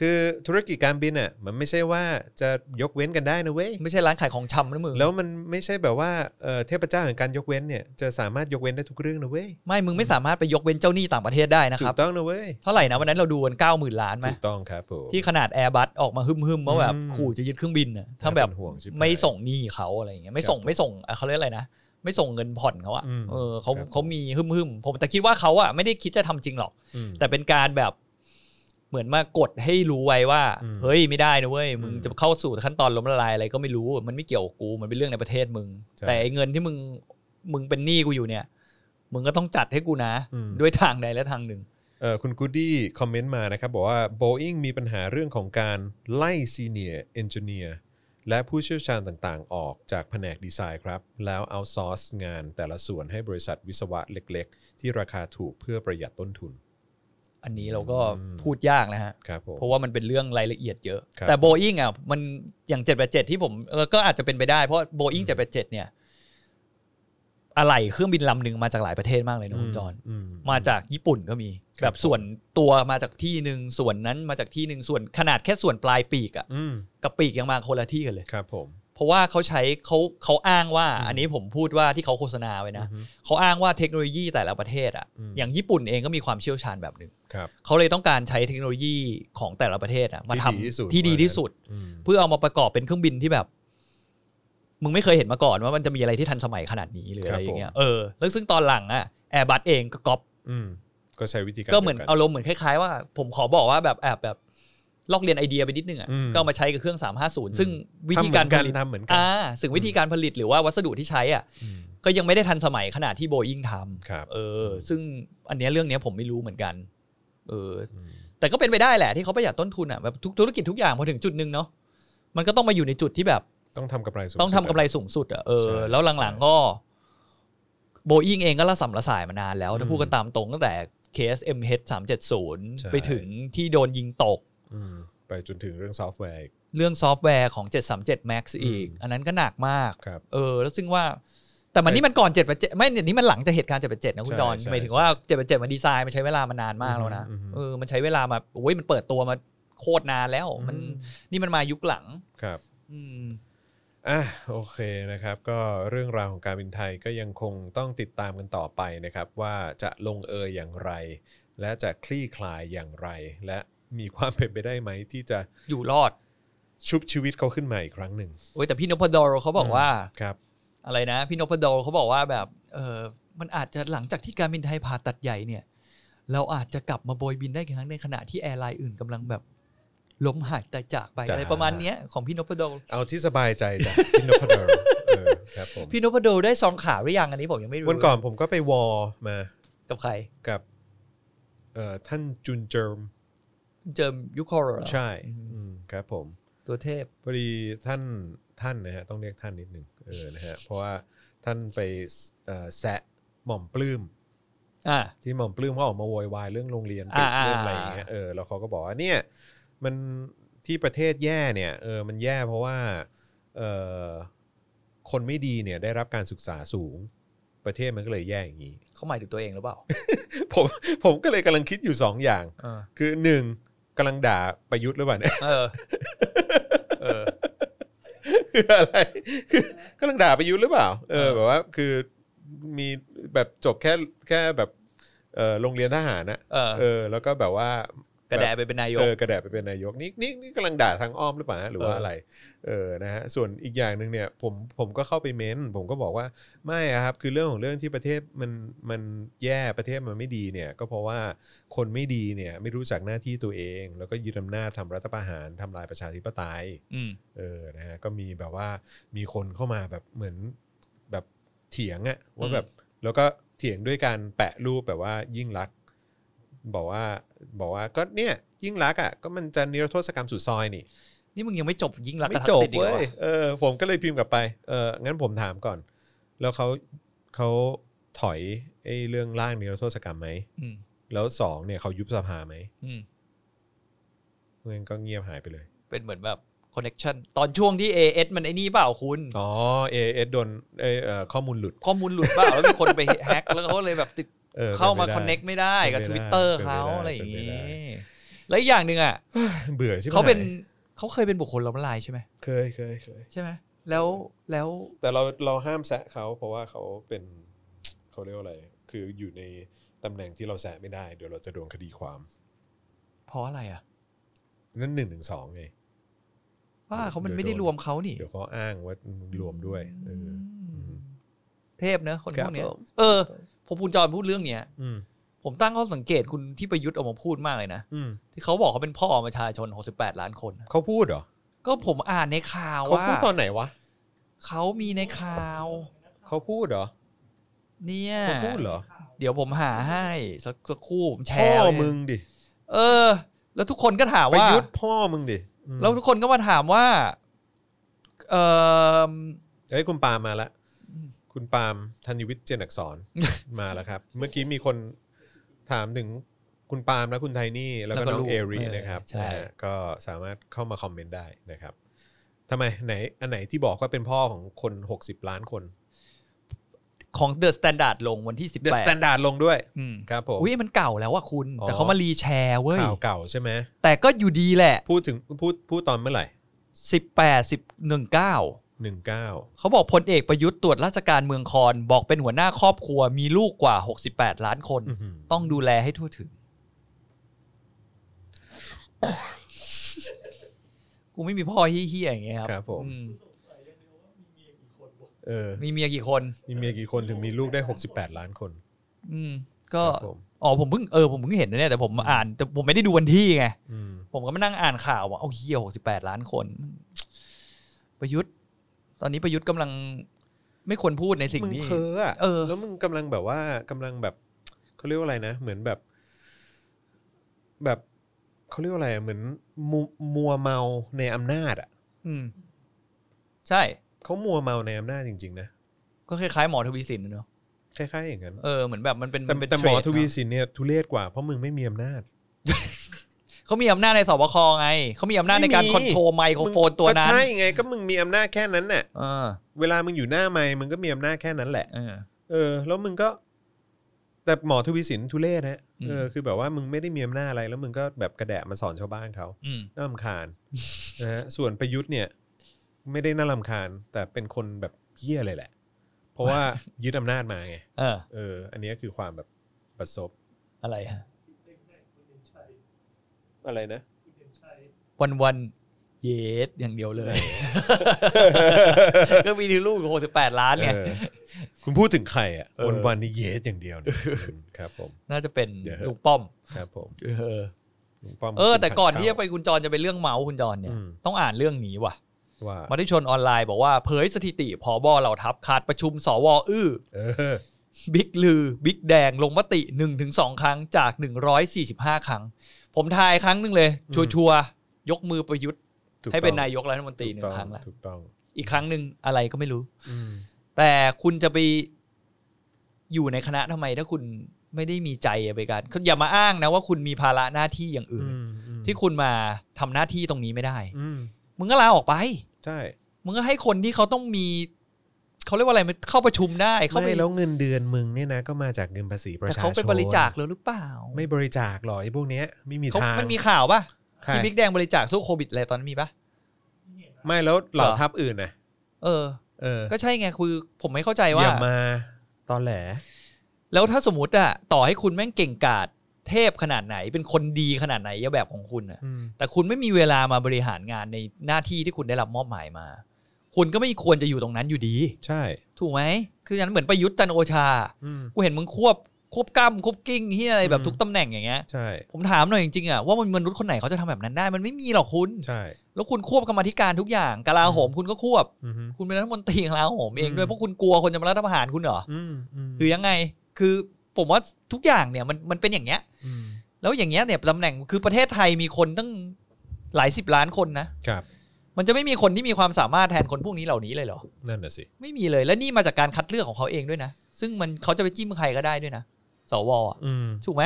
Speaker 1: คือธุรกิจการบินอ่ะมันไม่ใช่ว่าจะยกเว้นกันได้นะเว้ย
Speaker 2: ไม่ใช่ร้านขายของชำนะมึง
Speaker 1: แล้วมันไม่ใช่แบบว่าเอ่อเทพเจ้าแห่งการยกเว้นเนี่ยจะสามารถยกเว้นได้ทุกเรื่องนะเว้ย
Speaker 2: ไม่มึงไม่สามารถไปยกเว้นเจ้าหนี้ต่างประเทศได้นะ
Speaker 1: ถู
Speaker 2: ครับ
Speaker 1: กต้องนะเว้ย
Speaker 2: เท่าไหร่นะวันนั้นเราดูกันเก้าหมื่นล้านไหม
Speaker 1: ถูกต้องครับผม
Speaker 2: ที่ขนาดแอร์บัสออกมาฮึ่มๆว่าแบบ
Speaker 1: อืม
Speaker 2: ขู่จะยึดเครื่องบินน่ะถ้าแบบ
Speaker 1: เป็นห่วงชิบหาย
Speaker 2: ไม่ส่งหนี้เขาอะไรอย่างเงี้ยไม่ส่งไม่ส่งเอ่อเขาเรียกอะไรนะไม่ส่งเงินผ่อนเขาอ่ะ
Speaker 1: อืม
Speaker 2: เออเขา
Speaker 1: ครับ
Speaker 2: เขามีฮึ่มๆผมแต่คิดว่าเขาอ่ะไม่ได้คิดจะทำจริงหรอก
Speaker 1: อืม
Speaker 2: แต่เป็นการแบบเหมือนมากดให้รู้ไว้ว่า
Speaker 1: อืม
Speaker 2: เฮ้ยไม่ได้นะเว้ยมึง
Speaker 1: อืม
Speaker 2: จะเข้าสู่ขั้นตอนล้มละลายอะไรก็ไม่รู้มันไม่เกี่ยวกับกูมันเป็นเรื่องในประเทศมึง
Speaker 1: ใช่
Speaker 2: แต่ไอ้เงินที่มึงมึงเป็นหนี้กูอยู่เนี่ย มึงก็ต้องจัดให้กูนะ
Speaker 1: อืม
Speaker 2: ด้วยทางใดและทางหนึ่ง
Speaker 1: เอ่อคุณกูดี้คอมเมนต์มานะครับ บอกว่า Boeing มีปัญหาเรื่องของการไล่ซีเนียร์เอนจิเนียร์และผู้เชี่ยวชาญต่างๆ ออกจากแผนกดีไซน์ครับ แล้วเอาซอร์สงานแต่ละส่วนให้บริษัทวิศวะเล็กๆ ที่ราคาถูกเพื่อประหยัดต้นทุน
Speaker 2: อันนี้เราก็
Speaker 1: อืม
Speaker 2: พูดยากนะฮะ
Speaker 1: ครับผม
Speaker 2: เพราะว่ามันเป็นเรื่องรายละเอียดเยอะ
Speaker 1: ครับ
Speaker 2: แต่โบอิงอ่ะมันอย่าง 787 ที่ผมเออก็อาจจะเป็นไปได้ เพราะโบอิง
Speaker 1: อืม
Speaker 2: 787 เนี่ยอะไหล่เครื่องบินลำหนึ่งมาจากหลายประเทศมากเลยนะคุณจอห์น
Speaker 1: ม
Speaker 2: มาจากญี่ปุ่นก็มี
Speaker 1: ครับ
Speaker 2: แบบส่วนตัวมาจากที่หนึ่งส่วนนั้นมาจากที่หนึ่งส่วนขนาดแค่ส่วนปลายปีกอะ
Speaker 1: อืม
Speaker 2: กับปีกยังมาคนละที่กันเลย
Speaker 1: ครับผม
Speaker 2: เพราะว่าเขาใช้เขาเขาอ้างว่า
Speaker 1: อืม
Speaker 2: อันนี้ผมพูดว่าที่เขาโฆษณาไว้นะ
Speaker 1: อืม
Speaker 2: เขาอ้างว่าเทคโนโลยีแต่ละประเทศอะ
Speaker 1: อืม
Speaker 2: อย่างญี่ปุ่นเองก็มีความเชี่ยวชาญแบบหนึ่ง
Speaker 1: ครับ
Speaker 2: เขาเลยต้องการใช้เทคโนโลยีของแต่ละประเทศอะมาทำ
Speaker 1: ที่ดีที่สุด
Speaker 2: ที่ดีที่สุด
Speaker 1: อืม
Speaker 2: เพื่อเอามาประกอบเป็นเครื่องบินที่แบบ มึงไม่เคยเห็นมาก่อนว่ามันจะมีอะไรที่ทันสมัยขนาดนี้หรืออะไรอย่างเงี้ยเออแล้วซึ่งตอนหลังอะแอร์บัสเองก็ก๊อป
Speaker 1: อืมก็ใช้วิธีการ
Speaker 2: ก็เหมือน
Speaker 1: ดียว
Speaker 2: อารมณ์เหมือนคล้ายๆว่า ผมขอบอกว่าแบบแอบแบบลอกเรียนไอเดียไปนิดนึงอ่ะ
Speaker 1: อืม
Speaker 2: ก็เอามาใช้กับเครื่อง 350 ซึ่ง
Speaker 1: ม
Speaker 2: วิธีการผลิต
Speaker 1: ทำเหมือนกันทำเหมือนกัน
Speaker 2: อ่าซึ่งวิธีการผลิตหรือว่าวัสดุที่ใช้อ่ะ
Speaker 1: อืม
Speaker 2: ก็ยังไม่ได้ทันสมัยขนาดที่โบอิงท
Speaker 1: ครับ
Speaker 2: ำเออ ซึ่งอันเนี้ยเรื่องเนี้ยผมไม่รู้เหมือนกันเออ
Speaker 1: อืม
Speaker 2: แต่ก็เป็นไปได้แหละที่เขาประหยัดต้นทุนอ่ะแบบทุกธุรกิจทุกอย่างพอถึงจุดหนึ่งเนาะมันก็ต้องมาอยู่ในจุดที่แบบ
Speaker 1: ต้องทำกำไรสูง
Speaker 2: ต้องทำกำไร
Speaker 1: สุด
Speaker 2: สูงสุดอ่ะเออ
Speaker 1: ใช่
Speaker 2: แล้วหลังๆก็โบอิงเองก็ละสัมละสายมานานแล้ว ถ้า
Speaker 1: อืม
Speaker 2: พูดกันตามตรงตั้งแต่เคส MH
Speaker 1: ใช่
Speaker 2: 370 ไปถึงที่โดนยิงตก
Speaker 1: อืมไปจนถึงเรื่องซอฟต์แวร์อีก
Speaker 2: เรื่องซอฟต์แวร์ของ 737 Max อีก
Speaker 1: อืม
Speaker 2: อันนั้นก็หนักมาก
Speaker 1: ครับ
Speaker 2: เออ แล้วซึ่งว่า แต่มันนี่มันก่อน7จ็ดเจ็ดไม่เนี่ยนี่มันหลังจากเหตุการณ์7จ็ดเจ็ดนะคุณ
Speaker 1: ใช่
Speaker 2: ดอน
Speaker 1: ใช่
Speaker 2: หมายถึงว่า7จ็ดเจ็ดมันดีไซน์มันใช้เวลามานานมากแล้วนะ
Speaker 1: อืมอืม
Speaker 2: เออมันใช้เวลามาโอ้ยมันเปิดตัวมาโคตรนานแล้ว มันนี่มันมายุคหลัง
Speaker 1: ครับ
Speaker 2: อืม
Speaker 1: อ่ะโอเคนะครับ ก็เรื่องราวของการบินไทยก็ยังคงต้องติดตามกันต่อไปนะครับ ว่าจะลงเอยอย่างไร และจะคลี่คลายอย่างไร และมีความเป็นไปได้ไหมที่จะ
Speaker 2: อยู่รอด
Speaker 1: ชุบชีวิตเขาขึ้นมาอีกครั้งหนึ่ง
Speaker 2: โอ้ยแต่พี่นพดลเขาบอกว่า
Speaker 1: ครับ
Speaker 2: อะไรนะ พี่นพดลเขาบอกว่าแบบเออมันอาจจะหลังจากที่การบินไทยผ่าตัดใหญ่เนี่ย เราอาจจะกลับมาโบยบินได้อีกครั้งในขณะที่แอร์ไลน์อื่นกำลังแบบล้มหายตายจากไป
Speaker 1: จ้า
Speaker 2: อะไรประมาณเนี้ยของพี่นพดล
Speaker 1: เอาที่สบายใจ จ้ะพี่นพดลเออครับผม
Speaker 2: พี่นพดลได้ซองขาวหรือยังอันนี้ผมยังไม่รู้
Speaker 1: วันก่อนผมก็ไปวอลมา
Speaker 2: กับใคร
Speaker 1: กับเอ่อท่านจุนเจิม
Speaker 2: เจิมยุคคอร์เหรอ
Speaker 1: ใช่อืมครับผม
Speaker 2: ตัวเทพ
Speaker 1: พอดีท่านท่านนะฮะต้องเรียกท่านนิดหนึ่งเออนะฮะเพราะว่าท่านไปเอ่อแซะหม่อมปลื้ม
Speaker 2: อ่า
Speaker 1: ที่หม่อมปลื้มเขาออกมาโวยวายเรื่องโรงเรียน
Speaker 2: อ่า
Speaker 1: ปิดเรื่อง
Speaker 2: อ่า
Speaker 1: อะไรอย่างเงี้ยเออแล้วเขาก็บอกว่าเนี่ยมันที่ประเทศแย่เนี่ยเออมันแย่เพราะว่าเออคนไม่ดีเนี่ยได้รับการศึกษาสูง ประเทศมันก็เลยแย่อย่างนี้
Speaker 2: เขาหมายถึงตัวเองหรือเปล่า
Speaker 1: ผมผมก็เลยกำลังคิดอยู่สองอย่าง
Speaker 2: เออ
Speaker 1: คือหนึ่งกำลังด่าประยุทธ์หรือเปล่าเนี่ย
Speaker 2: เออเออ
Speaker 1: คืออะไรคือกำลังด่าประยุทธ์หรือเปล่า เออ
Speaker 2: เออ
Speaker 1: แบบว่าคือมีแบบจบแค่แค่แบบเออโรงเรียนทหารนะ
Speaker 2: เออ
Speaker 1: เออแล้วก็แบบว่า
Speaker 2: กระแดะไปเป็นนายก
Speaker 1: เออกระแดะไปเป็นนายกนี่นี่นี่กำลังด่าทางอ้อมหรือเปล่าฮะหรือว่า
Speaker 2: เอออ
Speaker 1: อะไรเออนะฮะส่วนอีกอย่างหนึ่งเนี่ยผมผมก็เข้าไปเม้นผมก็บอกว่าไม่อะครับคือเรื่องของเรื่องที่ประเทศมันมันแย่ประเทศมันไม่ดีเนี่ยก็เพราะว่าคนไม่ดีเนี่ยไม่รู้จักหน้าที่ตัวเอง แล้วก็ยึดอำนาจทำรัฐประหารทำลายประชาธิปไตย
Speaker 2: อืม
Speaker 1: เออ นะฮะ ก็มีแบบว่า มีคนเข้ามาแบบเหมือนแบบเถียงอะว่าแบบ แล้วก็เถียงด้วยการแปะรูปแบบว่ายิ่งรักษณ์บอกว่า บอกว่าก็เนี่ยยิ่งรักษณ์อะก็มันจะนิรโทษกรรมสุดซอยนี่
Speaker 2: นี่มึงยังไม่จบยิ่งรักษณ์
Speaker 1: ไม่
Speaker 2: กับ
Speaker 1: จ
Speaker 2: ทัก
Speaker 1: บ
Speaker 2: ษิณอีกเหร
Speaker 1: เว้
Speaker 2: อย
Speaker 1: เออ ผมก็เลยพิมพ์กลับไป เออ งั้นผมถามก่อน แล้วเขาเขาถอยไอ้เรื่องร่างนิรโทษกรรมไหม
Speaker 2: อืม
Speaker 1: แล้วสองเนี่ยเขายุบสภาไหม
Speaker 2: อืม
Speaker 1: งั้นก็เงียบหายไปเลย
Speaker 2: เป็นเหมือนแบบคอนเน็ชันตอนช่วงที่ AS มันไอ้นี่เปล่าคุณ
Speaker 1: อ๋อ เอเอสโดนเออเอ่อข้อมูลหลุด
Speaker 2: ข้อมูลหลุดเปล่า แล้วมีคนไปแฮ็กแล้วเขาเลยแบบติด
Speaker 1: ออ
Speaker 2: เข้ามา
Speaker 1: ป็นไป
Speaker 2: คอน
Speaker 1: ได้
Speaker 2: เน็กไม่ได้กับ
Speaker 1: เป็นไปได้
Speaker 2: Twitter เขาอะไรอย่างงี้ แล้วอีกอย่างหนึ่งอ่ะ
Speaker 1: เบื่อใช่ไหม
Speaker 2: เขาเป็นเขาเคยเป็นบุคคลล้มละลายใช่ไหม
Speaker 1: เคยเคยเคย
Speaker 2: ใช่ไหมแล้วแล้ว
Speaker 1: แต่เราเราห้ามแซะเขาเพราะว่าเขาเป็น เขาเรียกว่าอะไร คืออยู่ในตำแหน่งที่เราแซะไม่ได้ เดี๋ยวเราจะโดนคดีความ
Speaker 2: เพราะอะไรอ่ะ
Speaker 1: นั่นหนึ่งถึงสองไง
Speaker 2: ว่าเขามัน
Speaker 1: เดี๋ยว
Speaker 2: ไม่ได้
Speaker 1: โดน
Speaker 2: รวมเขานี่
Speaker 1: เดี๋ยวเขาอ้างว่ารวมด้วยเออ ม
Speaker 2: เทพเนอะคนพวกเนี้ย
Speaker 1: ครับผม
Speaker 2: เออผมคุณจอนพูดเรื่องเนี้ย
Speaker 1: อืม
Speaker 2: ผมตั้งข้อสังเกตคุณที่ประยุทธ์ออกมาพูดมากเลยนะ
Speaker 1: อืม
Speaker 2: ที่เขาบอกเขาเป็นพ่อประชาชน 68 ล้านคน
Speaker 1: เขาพูดเหรอ
Speaker 2: ก็ผมอ่านในข่าว
Speaker 1: เขา
Speaker 2: ว่า
Speaker 1: พูดตอนไหนวะ
Speaker 2: เขามีในข่าว
Speaker 1: เขาพูดเหรอ
Speaker 2: เนี่ย
Speaker 1: เขาพูดเหรอ
Speaker 2: เดี๋ยวผมหาให้สักสักครู่ผมแช
Speaker 1: พ่อ
Speaker 2: ร์ไว้
Speaker 1: มึงดิ
Speaker 2: เออ แล้วทุกคนก็ถาม
Speaker 1: ประ
Speaker 2: ว่า
Speaker 1: ยุทธ์พ่อมึงดิอืม
Speaker 2: แล้วทุกคนก็มาถามว่าเออ
Speaker 1: เอ้ยคุณปาล์มมาละ
Speaker 2: อืม
Speaker 1: คุณปาล์มธัญวิทย์เจนอักษร มาแล้วครับ เมื่อกี้มีคนถามถึงคุณปาล์มและคุณไทนี่แล้วก็
Speaker 2: แล้วก็
Speaker 1: น้อง
Speaker 2: ลูก
Speaker 1: เอริ
Speaker 2: เออ
Speaker 1: นะครับ
Speaker 2: ใช่
Speaker 1: นะฮะก็สามารถเข้ามาคอมเมนต์ได้นะครับทำไมไหนอันไหนที่บอกว่าเป็นพ่อของคน 60 ล้านคน
Speaker 2: ของเดอะสแตนดาร์ดลงวันที่สิบ
Speaker 1: เดอะ
Speaker 2: แป
Speaker 1: ส
Speaker 2: ด
Speaker 1: แตนดาร์ดลงด้วย
Speaker 2: อืม
Speaker 1: ครับผม
Speaker 2: อุ้ยมันเก่าแล้วว่าคุณ
Speaker 1: อ๋อ
Speaker 2: แต่เขามารีแชร์เว้ย
Speaker 1: ข่าวเก่าใช่ไหม
Speaker 2: แต่ก็อยู่ดีแหละ
Speaker 1: พูดถึงพูดพูดตอนเมื่อไหร่
Speaker 2: สิบแปดสิบหนึ่งเก้า
Speaker 1: 19
Speaker 2: เขาบอกพลเอกประยุทธ์ตรวจราชการเมืองคอนบอกเป็นหัวหน้าครอบครัว มีลูกกว่า 68 ล้านคน
Speaker 1: อื้อหือ
Speaker 2: ต้องดูแลให้ทั่วถึง กูไม่มีพ่อเฮี้ยๆอย่างเงี้ยครับ
Speaker 1: ครับผม
Speaker 2: อื
Speaker 1: เออ
Speaker 2: มีเมียกี่คน
Speaker 1: มีเมียกี่คนถึงมีลูกได้ 68 ล้านคน
Speaker 2: อืม ก็
Speaker 1: ครับผม
Speaker 2: อ๋อผมเพิ่งเออผมเพิ่งเห็นนะเนี่ยแต่ผมอ่านแต่ผมไม่ได้ดูวันที่ไง
Speaker 1: อืม
Speaker 2: ผมก็มานั่งอ่านข่าวว่าเอาเฮียหกสิบแปดล้านคน ประยุทธ์ ตอนนี้ประยุทธ์กำลังไม่ควรพูดในสิ่ง
Speaker 1: มึง
Speaker 2: ที่
Speaker 1: เพ้ออะ
Speaker 2: เออ
Speaker 1: แล้วมึงกำลังแบบว่ากำลังแบบเขาเรียกว่าอะไรนะ เหมือนแบบ แบบเขาเรียกว่าอะไรอะเหมือนมัวมัวเมาในอำนาจอ่ะ
Speaker 2: อืม ใช่
Speaker 1: เขามัวเมาในอำนาจจริง ๆ นะ
Speaker 2: ก็คล้ายๆหมอทวีสินนะเนอะ
Speaker 1: คล้ายๆอย่างนั้น
Speaker 2: เออเหมือนแบบมันเป็น
Speaker 1: แต่
Speaker 2: นเป็น
Speaker 1: แต่หมอ
Speaker 2: เรด
Speaker 1: ทวี
Speaker 2: เนอะ
Speaker 1: สินเนี่ยทุเรศกว่าเพราะมึงไม่มีอำนาจ
Speaker 2: เขามีอำนาจในสบคไงเขามีอำนาจในการ
Speaker 1: ไม่มี
Speaker 2: คอนโทรไมโครโฟนตัวนั้น
Speaker 1: ก็ใช่ไงก็มึงมีอำนาจแค่นั้นน่ะ
Speaker 2: เออ
Speaker 1: เวลามึงอยู่หน้าไมค์มึงก็มีอำนาจแค่นั้นแหละ
Speaker 2: เออ
Speaker 1: เออ แล้วมึงก็ แต่หมอทวีสินทุเรศฮะ
Speaker 2: อืม
Speaker 1: เออคือแบบว่ามึงไม่ได้มีอำนาจอะไร แล้วมึงก็แบบกระแดะมาสอนชาวบ้านเขา
Speaker 2: อืม
Speaker 1: น่ารำคาญ นะฮะส่วนประยุทธ์เนี่ย ไม่ได้น่ารำคาญ แต่เป็นคนแบบเหี้ยเลยแหละ เพราะว่ายึดอำนาจมาไง
Speaker 2: เออ
Speaker 1: เออ อันนี้ก็คือความแบบประสบ
Speaker 2: อะไรฮะ
Speaker 1: อะไรนะ
Speaker 2: วันวันๆเยสอย่างเดียว เลย ก็มีลูกหกสิบแปดล้านไง
Speaker 1: เออคุณพูดถึงใครอ่ะ
Speaker 2: เออ
Speaker 1: วันวันๆนี้เยสอย่างเดียวเนี่ยครับผม
Speaker 2: น่าจะเป็น
Speaker 1: เดี๋ยว
Speaker 2: ลูกป้อม
Speaker 1: ครับผม
Speaker 2: เออ
Speaker 1: ลุงป้อม
Speaker 2: เออ แต่ก่อน
Speaker 1: ขึ้
Speaker 2: ที่จะไปคุณจรจะเป็นเรื่องเมาส์คุณจรเนี่ย
Speaker 1: อืม
Speaker 2: ต้องอ่านเรื่องนี้ว่ะ
Speaker 1: ว่า
Speaker 2: มาที่ชนออนไลน์บอกว่าเผยสถิติพอบอเหล่าทัพขาดประชุมสวอื้อ
Speaker 1: เออ
Speaker 2: บิ๊กลือ บิ๊กแดงลงมติ 1-2 ครั้งจาก 145 ครั้ง ผมทายครั้งหนึ่งเลย
Speaker 1: อื
Speaker 2: ชั
Speaker 1: ม
Speaker 2: วร์ๆยกมือประยุทธ์
Speaker 1: ถูก
Speaker 2: ให้เป็น
Speaker 1: ต้อง
Speaker 2: นายกรัฐมนตรีหนึ่
Speaker 1: ถู
Speaker 2: ง
Speaker 1: ก
Speaker 2: ค
Speaker 1: อ
Speaker 2: รั้งละ
Speaker 1: ถูกต้อง
Speaker 2: อีกครั้งหนึ่งอะไรก็ไม่รู้
Speaker 1: อืม
Speaker 2: แต่คุณจะไปอยู่ในคณะทำไมถ้าคุณไม่ได้มีใจไปการอย่ามาอ้างนะว่าคุณมีภาระหน้าที่อย่างอื่น
Speaker 1: อืม
Speaker 2: ที่คุณมาทำหน้าที่ตรงนี้ไม่ได้
Speaker 1: อืม
Speaker 2: มึงก็ลาออกไป
Speaker 1: ใช่
Speaker 2: มึงก็ให้คนที่เขาต้องมี เขาเรียกว่าอะไรมันเข้าประชุมได้ เขาไป
Speaker 1: ไม่แล้วเงินเดือนมึงเนี่ยนะ ก็มาจากเงินภาษีประ
Speaker 2: แต่
Speaker 1: ชาชน
Speaker 2: เขาไปบริจาคเลยหรือเปล่า
Speaker 1: ไม่บริจาคหรอไอ้พวกเนี้ยไม่มี
Speaker 2: เขา
Speaker 1: ทาง
Speaker 2: มันมีข่าวปะ
Speaker 1: ใคร
Speaker 2: ที่บิ๊กแดงบริจาคสู้โควิดอะไรตอนนั้นมีปะ
Speaker 1: ไม่แล้วเหล่าทัพอื่นนะ
Speaker 2: เออ
Speaker 1: เออ
Speaker 2: ก็ใช่ไงคือผมไม่เข้าใจว่า
Speaker 1: อย่ามาตอนแหล
Speaker 2: แล้วถ้าสมมติอะต่อให้คุณแม่งเก่งกาจเทพขนาดไหน เป็นคนดีขนาดไหนยแบบของคุณอะ
Speaker 1: อืม
Speaker 2: แต่คุณไม่มีเวลามาบริหารงานในหน้าที่ที่คุณได้รับมอบหมายมา คุณก็ไม่ควรจะอยู่ตรงนั้นอยู่ดี
Speaker 1: ใช่
Speaker 2: ถูกไหมคืออย่างนั้นเหมือนประยุทธ์จันทร์โอชา
Speaker 1: อืม
Speaker 2: กูเห็นมึงควบควบกล้ามควบกิ้งที่อะไรแบ
Speaker 1: อื
Speaker 2: บ
Speaker 1: ม
Speaker 2: ทุกตำแหน่งอย่างเงี้ย
Speaker 1: ใช่
Speaker 2: ผมถามหน่อยจริงๆอะว่ามันมนุษย์คนไหนเขาจะทำแบบนั้นได้มันไม่มีหรอกคุณ
Speaker 1: ใช่
Speaker 2: แล้วคุณควบกรรมาธิการทุกอย่างกลาโหมคุณก็ควบ
Speaker 1: อือฮึ
Speaker 2: คุณเป็นรัฐมนตรีกลาโหมเอง
Speaker 1: อืม
Speaker 2: ด้วยเพราะคุณกลัวคนจะมารัฐประหารคุณเหรอ
Speaker 1: อืมอืม
Speaker 2: หรือยังไง คือผมว่าทุกอย่างเนี่ยมันมันเป็นอย่างเงี้ย
Speaker 1: อืม
Speaker 2: แล้วอย่างเงี้ยเนี่ยตำแหน่งคือประเทศไทยมีคนตั้งหลายสิบล้านคนนะครับมันจะไม่มีคนที่มีความสามารถแทนคนพวกนี้เหล่านี้เลยเหรอ
Speaker 1: นั่นน่ะสิ
Speaker 2: ไม่มีเลยและนี่มาจากการคัดเลือกของเขาเองด้วยนะ ซึ่งมันเขาจะไปจิ้มใครก็ได้ด้วยนะสวอะ
Speaker 1: อืม
Speaker 2: ถูกไหม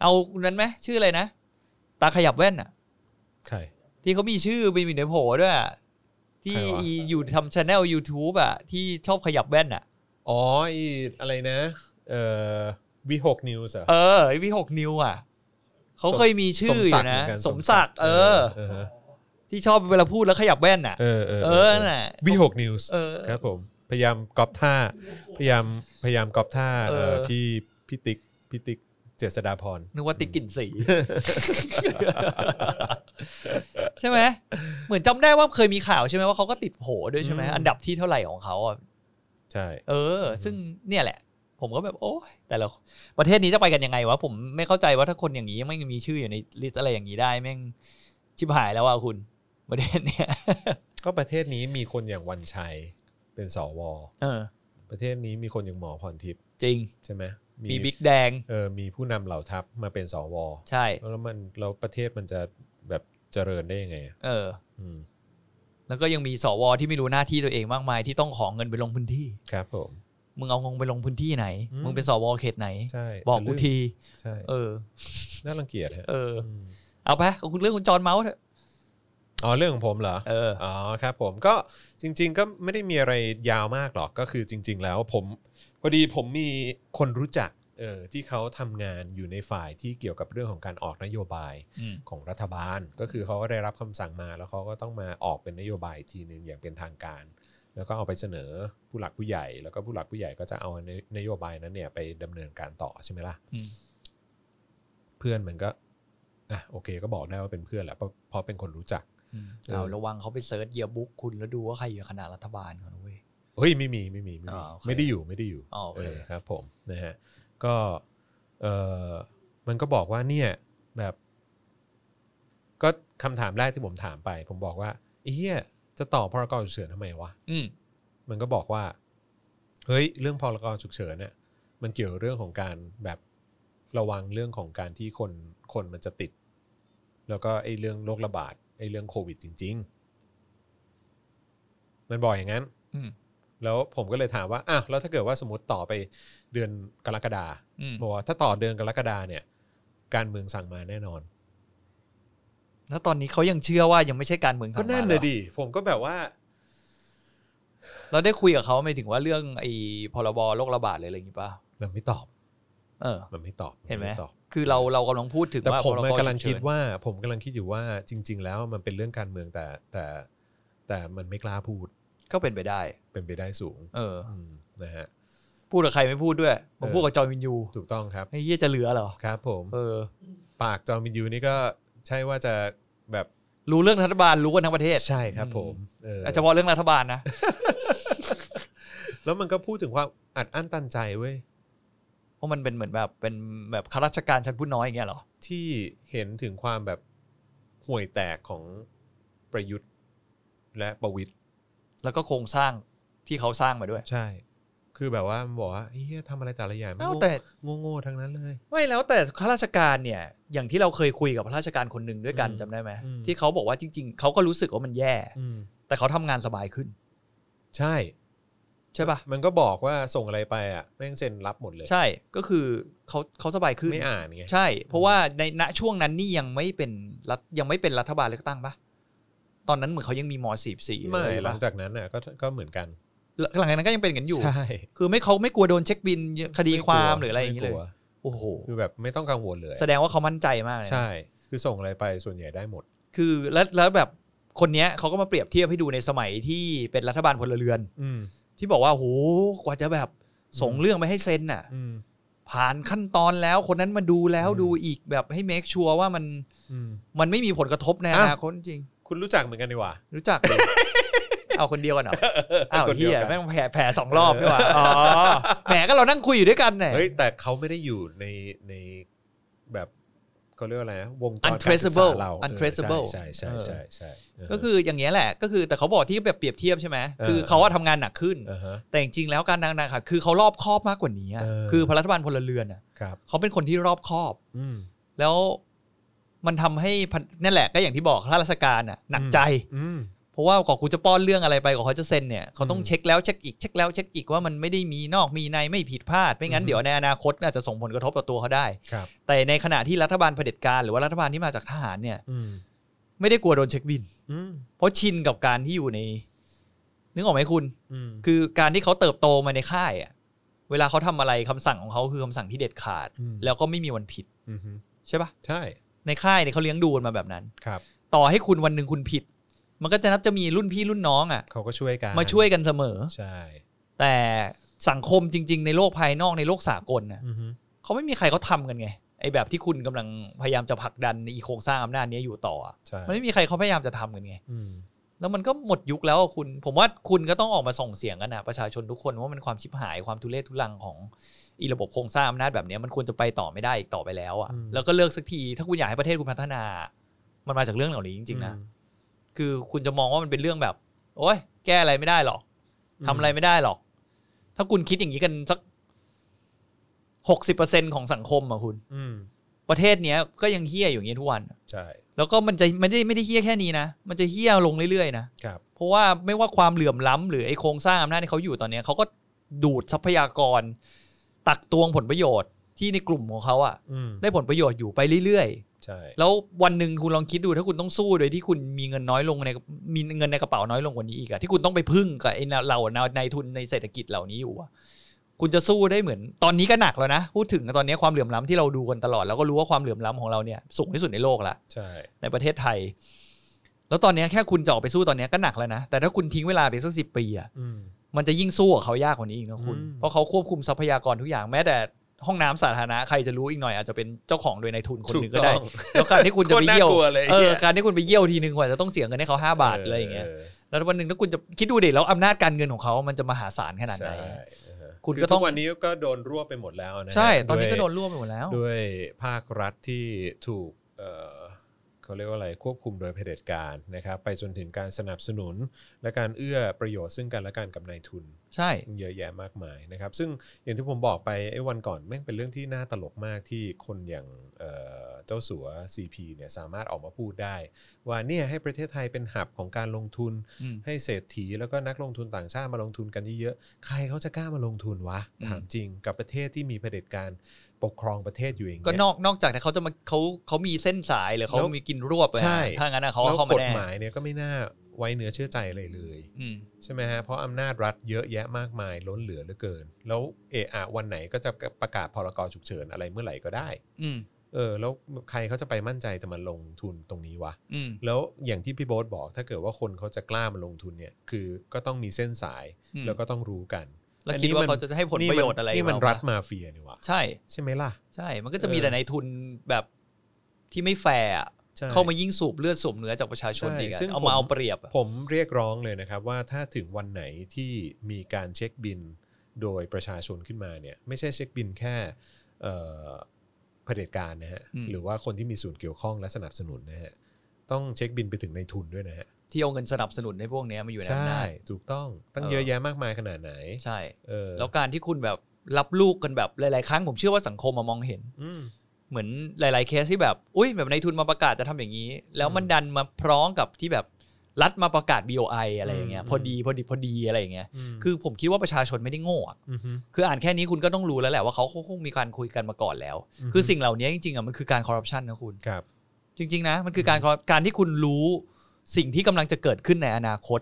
Speaker 2: เอานั้นไหมชื่ออะไรนะ ตาขยับแว่นอะ
Speaker 1: ใคร
Speaker 2: ที่เขามีชื่อไปอยู่ในโผล่ด้วยอะที่
Speaker 1: ใครวะ
Speaker 2: อีอยู่ทำชาแนล YouTube อ่ะ ที่ชอบขยับแว่นอ่ะ
Speaker 1: อ๋อไอีอะไรนะ เอ่อวีหกนิวส์เหรอ
Speaker 2: เออไอ้พี่หกนิ้วอ่ะ เขาเคยมีชื่ออ
Speaker 1: ศักดิ์
Speaker 2: ยู่
Speaker 1: เห
Speaker 2: นะ
Speaker 1: มือกั
Speaker 2: สมศักดิ์เออ
Speaker 1: เออ
Speaker 2: ที่ชอบเวลาพูดแล้วขยับแว่นอ่ะ
Speaker 1: เออเออ
Speaker 2: เออน่ะ
Speaker 1: วีหกนิวส์
Speaker 2: เออ
Speaker 1: ครับผม พยายามก๊อปท่า พยายามพยายามก๊อปท่า
Speaker 2: เออ
Speaker 1: เอ่อพี่พี่ติ๊กพี่ติ๊กเจษดาพร
Speaker 2: นึกว่าติดกลิ่นสี ใช่ไหมเหมือนจำได้ว่าเคยมีข่าวใช่ไหมว่าเขาก็ติดโผล่ด้วยใช่ไหมอันดับที่เท่าไหร่ของเขาอ่ะ
Speaker 1: ใช่
Speaker 2: เออ ซึ่งเนี่ยแหละ ผมก็แบบโอ้ยแต่ละประเทศนี้จะไปกันยังไงวะ ผมไม่เข้าใจว่าถ้าคนอย่างนี้ยังไม่มีชื่ออยู่ในลิสต์อะไรอย่างนี้ได้แม่งชิบหายแล้วอ่ะคุณ ประเทศเนี่ย
Speaker 1: ก็ประเทศนี้มีคนอย่างวันชัยเป็นสว
Speaker 2: เออ
Speaker 1: ประเทศนี้มีคนอย่างหมอพรทิพย์
Speaker 2: จริง
Speaker 1: ใช่ไหม
Speaker 2: มีบิ๊กแดง
Speaker 1: เออมีผู้นำเหล่าทัพมาเป็นสว
Speaker 2: ใช่
Speaker 1: แล้วมันแล้วประเทศมันจะแบบเจริญได้ยังไงอะ
Speaker 2: เออ
Speaker 1: อืม
Speaker 2: แล้วก็ยังมีสวที่ไม่รู้หน้าที่ตัวเองมากมายที่ต้องของเงินไปลงพื้นที่
Speaker 1: ครับผม
Speaker 2: มึงเอางงไปลงพื้นที่ไหน
Speaker 1: อืม
Speaker 2: มึงเป็นสวเขตไหน
Speaker 1: ใช่
Speaker 2: บอกกูที
Speaker 1: ใช่
Speaker 2: เออ
Speaker 1: น่ารังเกียจฮะ
Speaker 2: เออ
Speaker 1: ม
Speaker 2: เอาไปเอาคุณเรื่องคุณจอนเมาส์เถอะ
Speaker 1: อ๋อเรื่องของผมเหรอ
Speaker 2: เออ
Speaker 1: อ๋อครับผมก็จริง ๆ ก็ไม่ได้มีอะไรยาวมากหรอกก็คือจริง ๆ แล้วผมพอดีผมมีคนรู้จักเออที่เขาทำงานอยู่ในฝ่ายที่เกี่ยวกับเรื่องของการออกนโยบาย
Speaker 2: อืม
Speaker 1: ของรัฐบาล ก็คือเขาก็ได้รับคำสั่งมาแล้วเขาก็ต้องมาออกเป็นนโยบายอีกทีหนึ่งอย่างเป็นทางการ แล้วก็เอาไปเสนอผู้หลักผู้ใหญ่ แล้วก็ผู้หลักผู้ใหญ่ก็จะเอานโยบายนั้นเนี่ยไปดำเนินการต่อใช่ไหมล่ะ
Speaker 2: อืม
Speaker 1: เพื่อนมันก็อ่ะโอเค ก็บอกได้ว่าเป็นเพื่อนแหละเพราะเพราะเป็นคนรู้จัก
Speaker 2: อืม
Speaker 1: เออ
Speaker 2: เอาระวังเขาไปเซิร์ชเยียบุ๊กคุณแล้วดูว่าใครอยู่คณะรัฐบาลเขานะเว้ย
Speaker 1: เฮ้ยไม่มีไม่มีไม่
Speaker 2: อ๋
Speaker 1: มี
Speaker 2: อโอเค
Speaker 1: ไม่ได้อยู่ไม่ได้อยู่
Speaker 2: อ๋อโอเค
Speaker 1: เออครับผมนะฮะก็เออมันก็บอกว่าเนี่ยแบบ ก็คำถามแรกที่ผมถามไป ผมบอกว่าไอ้เฮียจะต่อพรกฉุกเฉินทำไมวะ
Speaker 2: อืม
Speaker 1: มันก็บอกว่า เฮ้ย เรื่องพรกฉุกเฉินเนี่ยมันเกี่ยวเรื่องของการแบบระวังเรื่องของการที่คนคนมันจะติด แล้วก็ไอ้เรื่องโรคระบาดไอ้เรื่องโควิดจริง ๆ มันบอกอย่างนั้น
Speaker 2: อืม
Speaker 1: แล้วผมก็เลยถามว่า อ้าว แล้วถ้าเกิดว่าสมมติต่อไปเดือนกรกฎา
Speaker 2: อืม
Speaker 1: บอกว่าถ้าต่อเดือนกรกฎาเนี่ย การเมืองสั่งมาแน่นอน
Speaker 2: แล้วตอนนี้เขายังเชื่อว่ายังไม่ใช่การเมืองทาง
Speaker 1: ก็นั่น
Speaker 2: มา
Speaker 1: เล
Speaker 2: หร
Speaker 1: ย
Speaker 2: อ
Speaker 1: ดิผมก็แบบว่า
Speaker 2: เราได้คุยกับเขาไหม่ถึงว่าเรื่องไอ้พรบโรคระบาดเลยอะไรอย่างงี้ป่ะ
Speaker 1: มันไม่ตอบ
Speaker 2: เออ
Speaker 1: มันไม่ตอบ
Speaker 2: เห็นไหม
Speaker 1: ด้ตอบ
Speaker 2: คือเราเรากำลังพูดถึง
Speaker 1: แต่
Speaker 2: ว่า
Speaker 1: ผม
Speaker 2: พร
Speaker 1: อะ
Speaker 2: บ
Speaker 1: กำลัง
Speaker 2: ฉุก
Speaker 1: คิ
Speaker 2: เฉิ
Speaker 1: ด
Speaker 2: น
Speaker 1: ว่าผมกำลังคิดอยู่ว่าจริง ๆ แล้วมันเป็นเรื่องการเมืองแต่แต่แต่มันไม่กล้าพูด
Speaker 2: ก็เป็นไปได้
Speaker 1: เป็นไปได้สูง
Speaker 2: เออ
Speaker 1: มนะฮะ
Speaker 2: พูดกับใครไม่พูดด้วยผ
Speaker 1: เอ
Speaker 2: ม
Speaker 1: อ
Speaker 2: พูดกับจอห์นวินยู
Speaker 1: ถูกต้องครับ
Speaker 2: ไอ้เหี้ยจะเหลือเหรอ
Speaker 1: ครับผม
Speaker 2: เออ
Speaker 1: ปากจอมินยูนี่ก็ใช่ว่าจะแบบ
Speaker 2: รู้เรื่องรัฐบาลรู้กันทั้งประเทศ
Speaker 1: ใช่ครับ
Speaker 2: อืม
Speaker 1: ผมเออ
Speaker 2: เฉพาะเรื่องรัฐบาลนะ
Speaker 1: แล้วมันก็พูดถึงความอัดอั้นตันใจเว้ย
Speaker 2: เพราะมันเป็นเหมือนแบบเป็นแบบข้าราชการชั้นผู้น้อยอย่างเงี้ยเหรอ
Speaker 1: ที่เห็นถึงความแบบห่วยแตกของประยุทธ์และประวิตย
Speaker 2: แล้วก็โครงสร้างที่เขาสร้างมาด้วย
Speaker 1: ใช่ คือแบบว่ามันบอกว่าเฮียทำอะไรแต่ละอย่าง
Speaker 2: เอ้า
Speaker 1: มัน
Speaker 2: แต่
Speaker 1: โง่โง่ๆทั้งนั้นเลย
Speaker 2: ไม่แล้วแต่ข้าราชการเนี่ย อย่างที่เราเคยคุยกับข้าราชการคนหนึ่งด้วยกัน
Speaker 1: อืม
Speaker 2: จำได้ไหม
Speaker 1: อืม
Speaker 2: ที่เขาบอกว่าจริง ๆ เขาก็รู้สึกว่ามันแย่
Speaker 1: อืม
Speaker 2: แต่เขาทำงานสบายขึ้น
Speaker 1: ใช่
Speaker 2: ใช่ปะ
Speaker 1: มันก็บอกว่าส่งอะไรไปอ่ะแม่งเซ็นรับหมดเลย
Speaker 2: ใช่ก็คือเขาเขาสบายขึ้น
Speaker 1: ไม่อ่านไง
Speaker 2: ใช่ เพราะว่าในณช่วงนั้นนี่ยังไม่เป็นรัฐยังไม่เป็นรัฐบาลเลือกตั้งปะตอนนั้นเหมือนเขายังมีมสี่สี่
Speaker 1: ไม่หลังจากนั้นน่ะก็ก็เหมือนกัน
Speaker 2: หลังจากนั้นก็ยังเป็นกันอยู่
Speaker 1: ใช่
Speaker 2: คือไม่เขาไม่กลัวโดนเช็คบินคดีความหรืออะไรอย่าง
Speaker 1: นี้
Speaker 2: นี้เลย โอ้โห
Speaker 1: คือแบบไม่ต้องกังวลเลย
Speaker 2: แสดงว่าเขามั่นใจมากเลยนะ
Speaker 1: ใช่ คือส่งอะไรไปส่วนใหญ่ได้หมด
Speaker 2: คือแล้วแล้วแบบคนเนี้ยเขาก็มาเปรียบเทียบให้ดูในสมัยที่เป็นรัฐบาลพลเรือน
Speaker 1: อืม
Speaker 2: ที่บอกว่าโอ้โหกว่าจะแบบส่งเรื่องไปให้เซ็นน่ะ
Speaker 1: อืม
Speaker 2: ผ่านขั้นตอนแล้วคนนั้นมาดูแล้ว
Speaker 1: อืม
Speaker 2: ดูอีกแบบให้เมคชัวร์ว่ามัน
Speaker 1: อืม
Speaker 2: มันไม่มีผลกระทบในอ
Speaker 1: อ้าว
Speaker 2: นาคตจริง
Speaker 1: คุณรู้จักเหมือนกันดีกว่า
Speaker 2: รู้จัก ดิ เอาคนเดียวกันเหรอ อ้าว
Speaker 1: คนดี
Speaker 2: เฮีย
Speaker 1: กัน
Speaker 2: แม่งแผลแผลสองรอบด้วยว่ะอ๋อ แหมก็เรานั่งคุยอยู่ด้วยกันเนี่ย
Speaker 1: เฮ้ย แต่เขาไม่ได้อยู่ในในแบบเขาเรียกว่าอะไรนะวงจรการศึกษา
Speaker 2: Untraceable
Speaker 1: เราเออ
Speaker 2: Untraceable
Speaker 1: ใช่ใช่ใช่ใช่ใช่
Speaker 2: ก็คืออย่างเงี้ยแหละ ก็คือแต่เขาบอกที่แบบเปรียบเทียบใช่ไหม
Speaker 1: เออ
Speaker 2: คือเขาอะทำงานหนักขึ้น
Speaker 1: อ่าฮะ
Speaker 2: แต่จริงๆแล้วการดังๆค่ะ คือเขารอบคอบมากกว่านี้อะ
Speaker 1: เออ
Speaker 2: คือพลรัฐบาลพลเรือนอะ
Speaker 1: ครับ
Speaker 2: เขาเป็นคนที่รอบคอบ
Speaker 1: อืม
Speaker 2: แล้วมันทำให้พันนั่นแหละก็อย่างที่บอกข้าราชการอะหนักใจ
Speaker 1: อืม
Speaker 2: เพราะว่ากว่อนกูจะป้อนเรื่องอะไรไปกว่อนเขาจะเซ็นเนี่ยเขาต้อง
Speaker 1: อืม
Speaker 2: เช็คแล้วเช็คอีกเช็คแล้วเช็คอีกว่ามันไม่ได้มีนอกมีในไม่ผิดพลาด ไม่งั้
Speaker 1: อือ
Speaker 2: น
Speaker 1: ฮึ
Speaker 2: เดี๋ยวในอนาคตอาจจะส่งผลกระทบต่อตัวเขาได้
Speaker 1: ครับ
Speaker 2: แต่ในขณะที่รัฐบาลเผด็จการหรือว่ารัฐบาลที่มาจากทหารเนี่ย
Speaker 1: อืม
Speaker 2: ไม่ได้กลัวโดนเช็คบิน
Speaker 1: อืม
Speaker 2: เพราะชินกับการที่อยู่ใน นึกออกไหมคุณ
Speaker 1: อืม
Speaker 2: คือการที่เขาเติบโตมาในค่ายอะเวลาเขาทำอะไรคำสั่งของเขาคือคำสั่งที่เด็ดขาด
Speaker 1: อืม
Speaker 2: แล้วก็ไม่มีวันผิด
Speaker 1: อืมฮึ
Speaker 2: ใช่ปะ
Speaker 1: ใช่
Speaker 2: ในค่ายเนี่ยเขาเลี้ยงดูกันมาแบบนั้น
Speaker 1: ครับ
Speaker 2: ต่อให้คุณวันหนึ่งคุณผิด มันก็จะนับจะมีรุ่นพี่รุ่นน้องอะ
Speaker 1: เขาก็ช่วยกัน
Speaker 2: มาช่วยกันเสมอ
Speaker 1: ใช่
Speaker 2: แต่สังคมจริง ๆ ในโลกภายนอกในโลกสากลนะ
Speaker 1: อืมฮึ
Speaker 2: เขาไม่มีใครเขาทำกันไงไอ้แบบที่คุณกำลังพยายามจะผลักดันในอีโครงสร้างอำนาจเนี้ยอยู่ต่ออะ
Speaker 1: ใช่
Speaker 2: มันไม่มีใครเขาพยายามจะทำกันไง
Speaker 1: อืม
Speaker 2: แล้วมันก็หมดยุคแล้วอะคุณ ผมว่าคุณก็ต้องออกมาส่งเสียงกันนะประชาชนทุกคนว่ามันความชิบหายความทุเรศทุลังของอีระบบโครงสร้างอำนาจแบบเนี้ยมันควรจะไปต่อไม่ได้อีกต่อไปแล้วอะแล้วก็เลิกสักทีถ้าคุณอยากให้ประเทศคุณพัฒนา มันมาจากเรื่องเหล่านี้จริงๆนะคือคุณจะมองว่ามันเป็นเรื่องแบบ โอ๊ยแก้อะไรไม่ได้หรอก
Speaker 1: ม
Speaker 2: ทำอะไรไม่ได้หรอก ถ้าคุณคิดอย่างนี้กันสักหกสิบเปอร์เซ็นของสังคมอะคุณ
Speaker 1: อืม
Speaker 2: ประเทศเนี้ยก็ยังเฮี้ยอยู่อย่างนี้ทุกวัน
Speaker 1: ใช่
Speaker 2: แล้วก็มันจะไม่ได้ไม่ได้เฮี้ยแค่นี้นะ มันจะเฮี้ยลงเรื่อยๆนะ
Speaker 1: ครับ
Speaker 2: เพราะว่าไม่ว่าความเหลื่อมล้ำหรือไอโครงสร้างอำนาจที่เขาอยู่ตอนเนี้ยเขาก็ดูดทรัพยากร ตักตวงผลประโยชน์ที่ในกลุ่มของเขาอะ
Speaker 1: อืม
Speaker 2: ได้ผลประโยชน์อยู่ไปเรื่อย
Speaker 1: ใช่
Speaker 2: ๆ แล้ววันหนึ่งคุณลองคิดดูถ้าคุณต้องสู้โดยที่คุณมีเงินน้อยลงในมีเงินในกระเป๋าน้อยลงกว่านี้อีกอะที่คุณต้องไปพึ่งกับไอ้เหล่านายทุนในเศรษฐกิจเหล่านี้อยู่อะคุณจะสู้ได้เหมือน ตอนนี้ก็หนักแล้วนะพูดถึงตอนนี้ความเหลื่อมล้ำที่เราดูกันตลอด แล้วก็รู้ว่าความเหลื่อมล้ำของเราเนี่ยสูงที่สุดในโลกละ
Speaker 1: ใช่
Speaker 2: ในประเทศไทย แล้วตอนเนี้ยแค่คุณจะออกไปสู้ตอนเนี้ยก็หนักแล้วนะ แต่ถ้าคุณทิ้งเวลาไปสักสิบปีอ่ะ
Speaker 1: อืม
Speaker 2: มันจะยิ่งสู้กับเขายากกว่านี้อีกนะคุณ
Speaker 1: อืม
Speaker 2: เพราะเขาควบคุมทรัพยากรทุกอย่าง แม้แต่ห้องน้ำสาธารณะใครจะรู้อีกหน่อยอาจจะเป็นเจ้าของโดยในายทุนคนหนึ่งก็ได้
Speaker 1: ถูต้อง
Speaker 2: แล้วการที่คุณจะไปเยี่ยว
Speaker 1: โคตรน่ากลัวเลย
Speaker 2: เออ
Speaker 1: หี้ย
Speaker 2: การที่คุณไปเยี่ยวทีนึงกว่าจะต้องเสียเงินให้เขาห้าบาทอะไรอย่างเงี้ย แล้ววันหนึ่งถ้าคุณจะคิดดูเด็แล้วอำนาจการเงินของเขา มันจะมหาศาลขนาดไหน
Speaker 1: ใช่อ่าฮะ
Speaker 2: คุณ
Speaker 1: อ
Speaker 2: ก็ต้อง
Speaker 1: ทุวันนี้ก็โดนรวบไปหมดแล้วนะฮะ
Speaker 2: ใช่ ตอนนี้ก็
Speaker 1: วย
Speaker 2: โดนร่วมไปหมดแล้ว
Speaker 1: ด้วยภาครัฐที่ถูกเอ่อเขาเรียกว่าอะไรควบคุมโดยเผด็จการนะครับ ไปจนถึงการสนับสนุนและการเอื้อประโยชน์ซึ่งกันและกันกับนายทุน
Speaker 2: ใช่
Speaker 1: เยอะแยะมากมายนะครับ ซึ่งอย่างที่ผมบอกไปไอ้วันก่อนแม่งเป็นเรื่องที่น่าตลกมากที่คนอย่างเอ่อเจ้าสัว CP เนี่ยสามารถออกมาพูดได้ ว่าเนี่ยให้ประเทศไทยเป็นหับของการลงทุน
Speaker 2: อืม
Speaker 1: ให้เศรษฐีแล้วก็นักลงทุนต่างชาติมาลงทุนกันเยอะๆใครเขาจะกล้ามาลงทุนวะ
Speaker 2: อืม
Speaker 1: ถามจริงกับประเทศที่มีเผด็จการ ปกครองประเทศอยู่อย่าง
Speaker 2: ก็
Speaker 1: เงี้ย
Speaker 2: นอกนอกจากที่เขาจะมาเขาเขามีเส้นสายหรือเขา
Speaker 1: แล้ว
Speaker 2: มีกินรวบอะ
Speaker 1: ใช่
Speaker 2: ถ้างั้นอะเขา
Speaker 1: แล้ว
Speaker 2: เข้ามาก
Speaker 1: ฎ
Speaker 2: แน่
Speaker 1: หมายเนี่ยก็ไม่น่าไว้เนื้อเชื่อใจอะไรเลย
Speaker 2: อืม
Speaker 1: ใช่ไหมฮะ เพราะอำนาจรัฐเยอะแยะมากมายล้นเหลือเหลือเกิน แล้วเอะอะวันไหนก็จะประกาศพรกฉุกเฉินอะไรเมื่อไหร่ก็ได้
Speaker 2: อืม
Speaker 1: เออ แล้วใครเขาจะไปมั่นใจจะมาลงทุนตรงนี้วะ
Speaker 2: อืม
Speaker 1: แล้วอย่างที่พี่โบ๊ทบอกถ้าเกิดว่าคนเขาจะกล้ามาลงทุนเนี่ย คือก็ต้องมีเส้นสาย
Speaker 2: อืม
Speaker 1: แล้วก็ต้องรู้กัน
Speaker 2: แล้ว
Speaker 1: อัน
Speaker 2: คิด
Speaker 1: นี้
Speaker 2: ว่า
Speaker 1: มัน
Speaker 2: เขาจะให้ผลประโยชน์อะไร
Speaker 1: นี่มัน
Speaker 2: เา
Speaker 1: รัฐมาเฟียนี่วะ
Speaker 2: ใช่
Speaker 1: ใช่ไหมล่ะ
Speaker 2: ใช่ มันก็จะมี
Speaker 1: เออ
Speaker 2: แต่ในายทุนแบบที่ไม่แฟร์อะ
Speaker 1: ใช่
Speaker 2: เข้ามายิ่งสูบเลือดสูบเนื้อจากประชาชน
Speaker 1: ใช่
Speaker 2: อีกอะ
Speaker 1: ซึ่ง
Speaker 2: เอา
Speaker 1: ผม
Speaker 2: มาเอาเปรียบอะ
Speaker 1: ผมเรียกร้องเลยนะครับว่าถ้าถึงวันไหนที่มีการเช็คบินโดยประชาชนขึ้นมาเนี่ยไม่ใช่เช็คบินแค่เอ่อเผด็จการนะฮะหรือว่าคนที่มีส่วนเกี่ยวข้องและสนับสนุนนะฮะต้องเช็คบินไปถึงในทุนด้วยนะฮะ
Speaker 2: ที่เอาเงินสนับสนุนให้พวกเนี้ยมาอยู่ใน
Speaker 1: ใช่
Speaker 2: อำนาจ
Speaker 1: ถูกต้องตั้ง
Speaker 2: เออ
Speaker 1: เยอะแยะมากมายขนาดไหน
Speaker 2: ใช่
Speaker 1: เออ
Speaker 2: แล้วการที่คุณแบบรับลูกกันแบบหลาย ๆ ครั้งผมเชื่อว่าสังคมมามองเห็น
Speaker 1: อืม
Speaker 2: เหมือนหลาย ๆ เคสที่แบบ อุ้ยแบบในายทุนมาประกาศจะทำอย่างนี้ แล้วมันดันมาพร้อมกับที่แบบรัฐมาประกาศ BOI อะไรอย่างเงี้ย
Speaker 1: อืม
Speaker 2: พอดีพอดีพอดีอะไรอย่างเงี้ย
Speaker 1: ม
Speaker 2: คือผมคิดว่าประชาชนไม่ได้โง่อะ
Speaker 1: อฮึ
Speaker 2: คืออ่านแค่นี้คุณก็ต้องรู้แล้วแหละว่าเขาคงมีการคุยกันมาก่อนแล้ว
Speaker 1: อือฮึ
Speaker 2: คือสิ่งเหล่านี้จริงๆอ่ะมันคือการคอร์รัปชันนะคุณ
Speaker 1: ครับ
Speaker 2: จริง ๆ นะ มันคือการ corrupt- การที่คุณรู้สิ่งที่กำลังจะเกิดขึ้นในอนาคต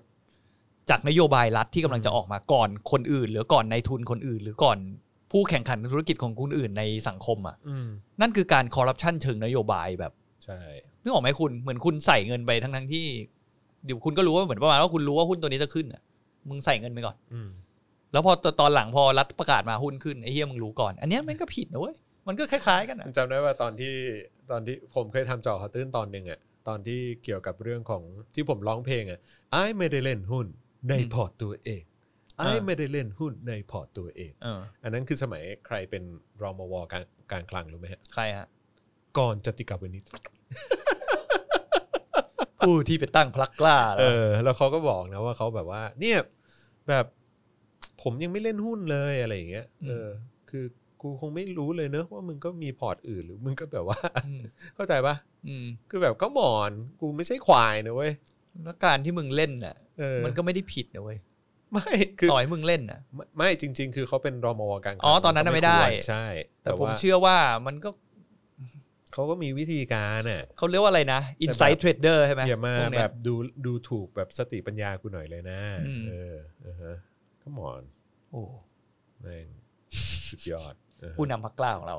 Speaker 2: จากนโยบายรัฐที่กำลังจะออกมาก่อนคนอื่น หรือก่อนในายทุนคนอื่น หรือก่อนผู้แข่งขันธุรกิจของคนอื่นในสังคมอ่ะ
Speaker 1: อืม
Speaker 2: นั่นคือการคอร์รัปชันเชิงนโยบายแบบ
Speaker 1: ใช่
Speaker 2: นึกออกไหมคุณเหมือนคุณใส่เงินไปทั้งๆที่เดี๋ยวคุณก็รู้ว่าเหมือนประมาณว่าคุณรู้ว่าหุ้นตัวนี้จะขึ้นอ่ะมึงใส่เงินไปก่อน
Speaker 1: อืม
Speaker 2: แล้วพอตอนหลังพอรัฐประกาศมาหุ้นขึ้น ไอ้เฮียมึงรู้ก่อน อันเนี้ยมันก็ผิดนะเว้ย มันก็คล้ายๆกันอะ
Speaker 1: จำได้ว่าตอนที่ตอนที่ผมเคยทำเจอข่าวตื้นตอนหนึ่งอะตอนที่เกี่ยวกับเรื่องของที่ผมร้องเพลงอะไอ้ไม่ได้เล่นหุ้นในพอร์ตตัวเองไอ้ไม่ได้เล่นหุ้นในพอร์ตตัวเอง
Speaker 2: เออ
Speaker 1: อันนั้นคือสมัยใครเป็นรอมวการการคลังรู้ไหมฮะ
Speaker 2: ใครฮะ
Speaker 1: ก่อนจติกาวนิช
Speaker 2: ผู้ที่ไปตั้งพลักกล้าเหร
Speaker 1: เอ
Speaker 2: อ
Speaker 1: อ แล้วเขาก็บอกนะว่าเขาแบบว่า เนี่ยแบบผมยังไม่เล่นหุ้นเลยอะไรอย่างเงี้ยเออ คือกูคงไม่รู้เลยเนอะว่ามึงก็มีพอร์ตอื่นหรือมึงก็แบบว่า
Speaker 2: ม
Speaker 1: เข้าใจปะ
Speaker 2: อืม
Speaker 1: คือแบบก็หมอนกูไม่ใช่ควายนะเว้ย
Speaker 2: แล้วการที่มึงเล่นน่ะ
Speaker 1: เออ
Speaker 2: มันก็ไม่ได้ผิดนะเว้ย
Speaker 1: ไม่คือ
Speaker 2: ต่อให้มึงเล่นน่ะ
Speaker 1: ไม่ไม่จริง ๆ คือเขาเป็นรอมวการคลัง
Speaker 2: อ๋อตอนนั้นน่ะไม่ได้
Speaker 1: ควรใช่
Speaker 2: แต่
Speaker 1: แต่
Speaker 2: ผม
Speaker 1: ว่า
Speaker 2: เชื่อว่ามันก็
Speaker 1: เขาก็มีวิธีการอ่ะ
Speaker 2: เขาเรียกว่าอะไรนะ inside trader ใช่ไหม
Speaker 1: อย่ามา
Speaker 2: พวกเนี้
Speaker 1: แบ
Speaker 2: ย
Speaker 1: บดูดูถูกแบบสติปัญญากูหน่อยเลยนะ
Speaker 2: อืม
Speaker 1: เอออ่าฮะก็หมอน
Speaker 2: โอ้
Speaker 1: แม่ งสุดยอดอ่าฮะ
Speaker 2: ผู้นำพลักกล้าของเรา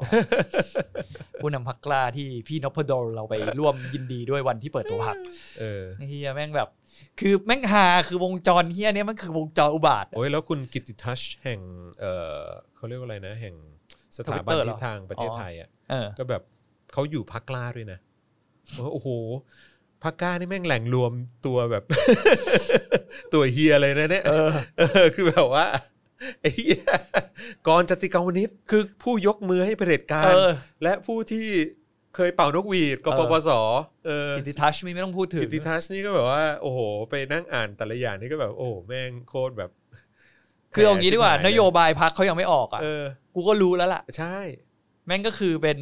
Speaker 2: ผู้นำพลักกล้าที่พี่นพดลเราไปร่วมยินดีด้วยวันที่เปิดตัวพรรค
Speaker 1: เออ
Speaker 2: เฮียแม่งแบบ คือแม่งหาคือวงจรเฮียเนี้ยมันคือวงจรอุบาท
Speaker 1: โอ้ยแล้วคุณกิตติทัชแห่งเออเขาเรียกว่าอะไรนะ แห่งสถาบัน
Speaker 2: Twitter เหรอ
Speaker 1: ที่ทางประเทศ
Speaker 2: อ๋อ
Speaker 1: ไทยอ่ะ
Speaker 2: เออ
Speaker 1: ก็แบบเขาอยู่พักกล้าด้วยนะโอ้โหพักกล้านี่แม่งแหล่งรวมตัวแบบ ตัวเฮียเลยนะเนี่ย
Speaker 2: เออ
Speaker 1: เออ คือแบบว่าไอ้เหี้ยกรจติกาวนิชคือผู้ยกมือให้เผด็จการ
Speaker 2: เออ
Speaker 1: และผู้ที่เคยเป่านกหวีดก
Speaker 2: เออ
Speaker 1: ปปสเออ
Speaker 2: กิติทัชไม่ไม่ต้องพูดถึง
Speaker 1: กิติทัชนี่ก็แบบว่า โอ้โห ไปนั่งอ่านแต่ละอย่างนี่ก็แบบโอ้โหแม่งโคตรแบบ
Speaker 2: คือเอางี้ดีกว่า
Speaker 1: แผล
Speaker 2: น
Speaker 1: ชิบหเล
Speaker 2: โยบายพักเขายังไม่ออกอ่ะ
Speaker 1: เออ
Speaker 2: กูก็รู้แล้วล่ะ
Speaker 1: ใช่
Speaker 2: แม่งก็คือเป็น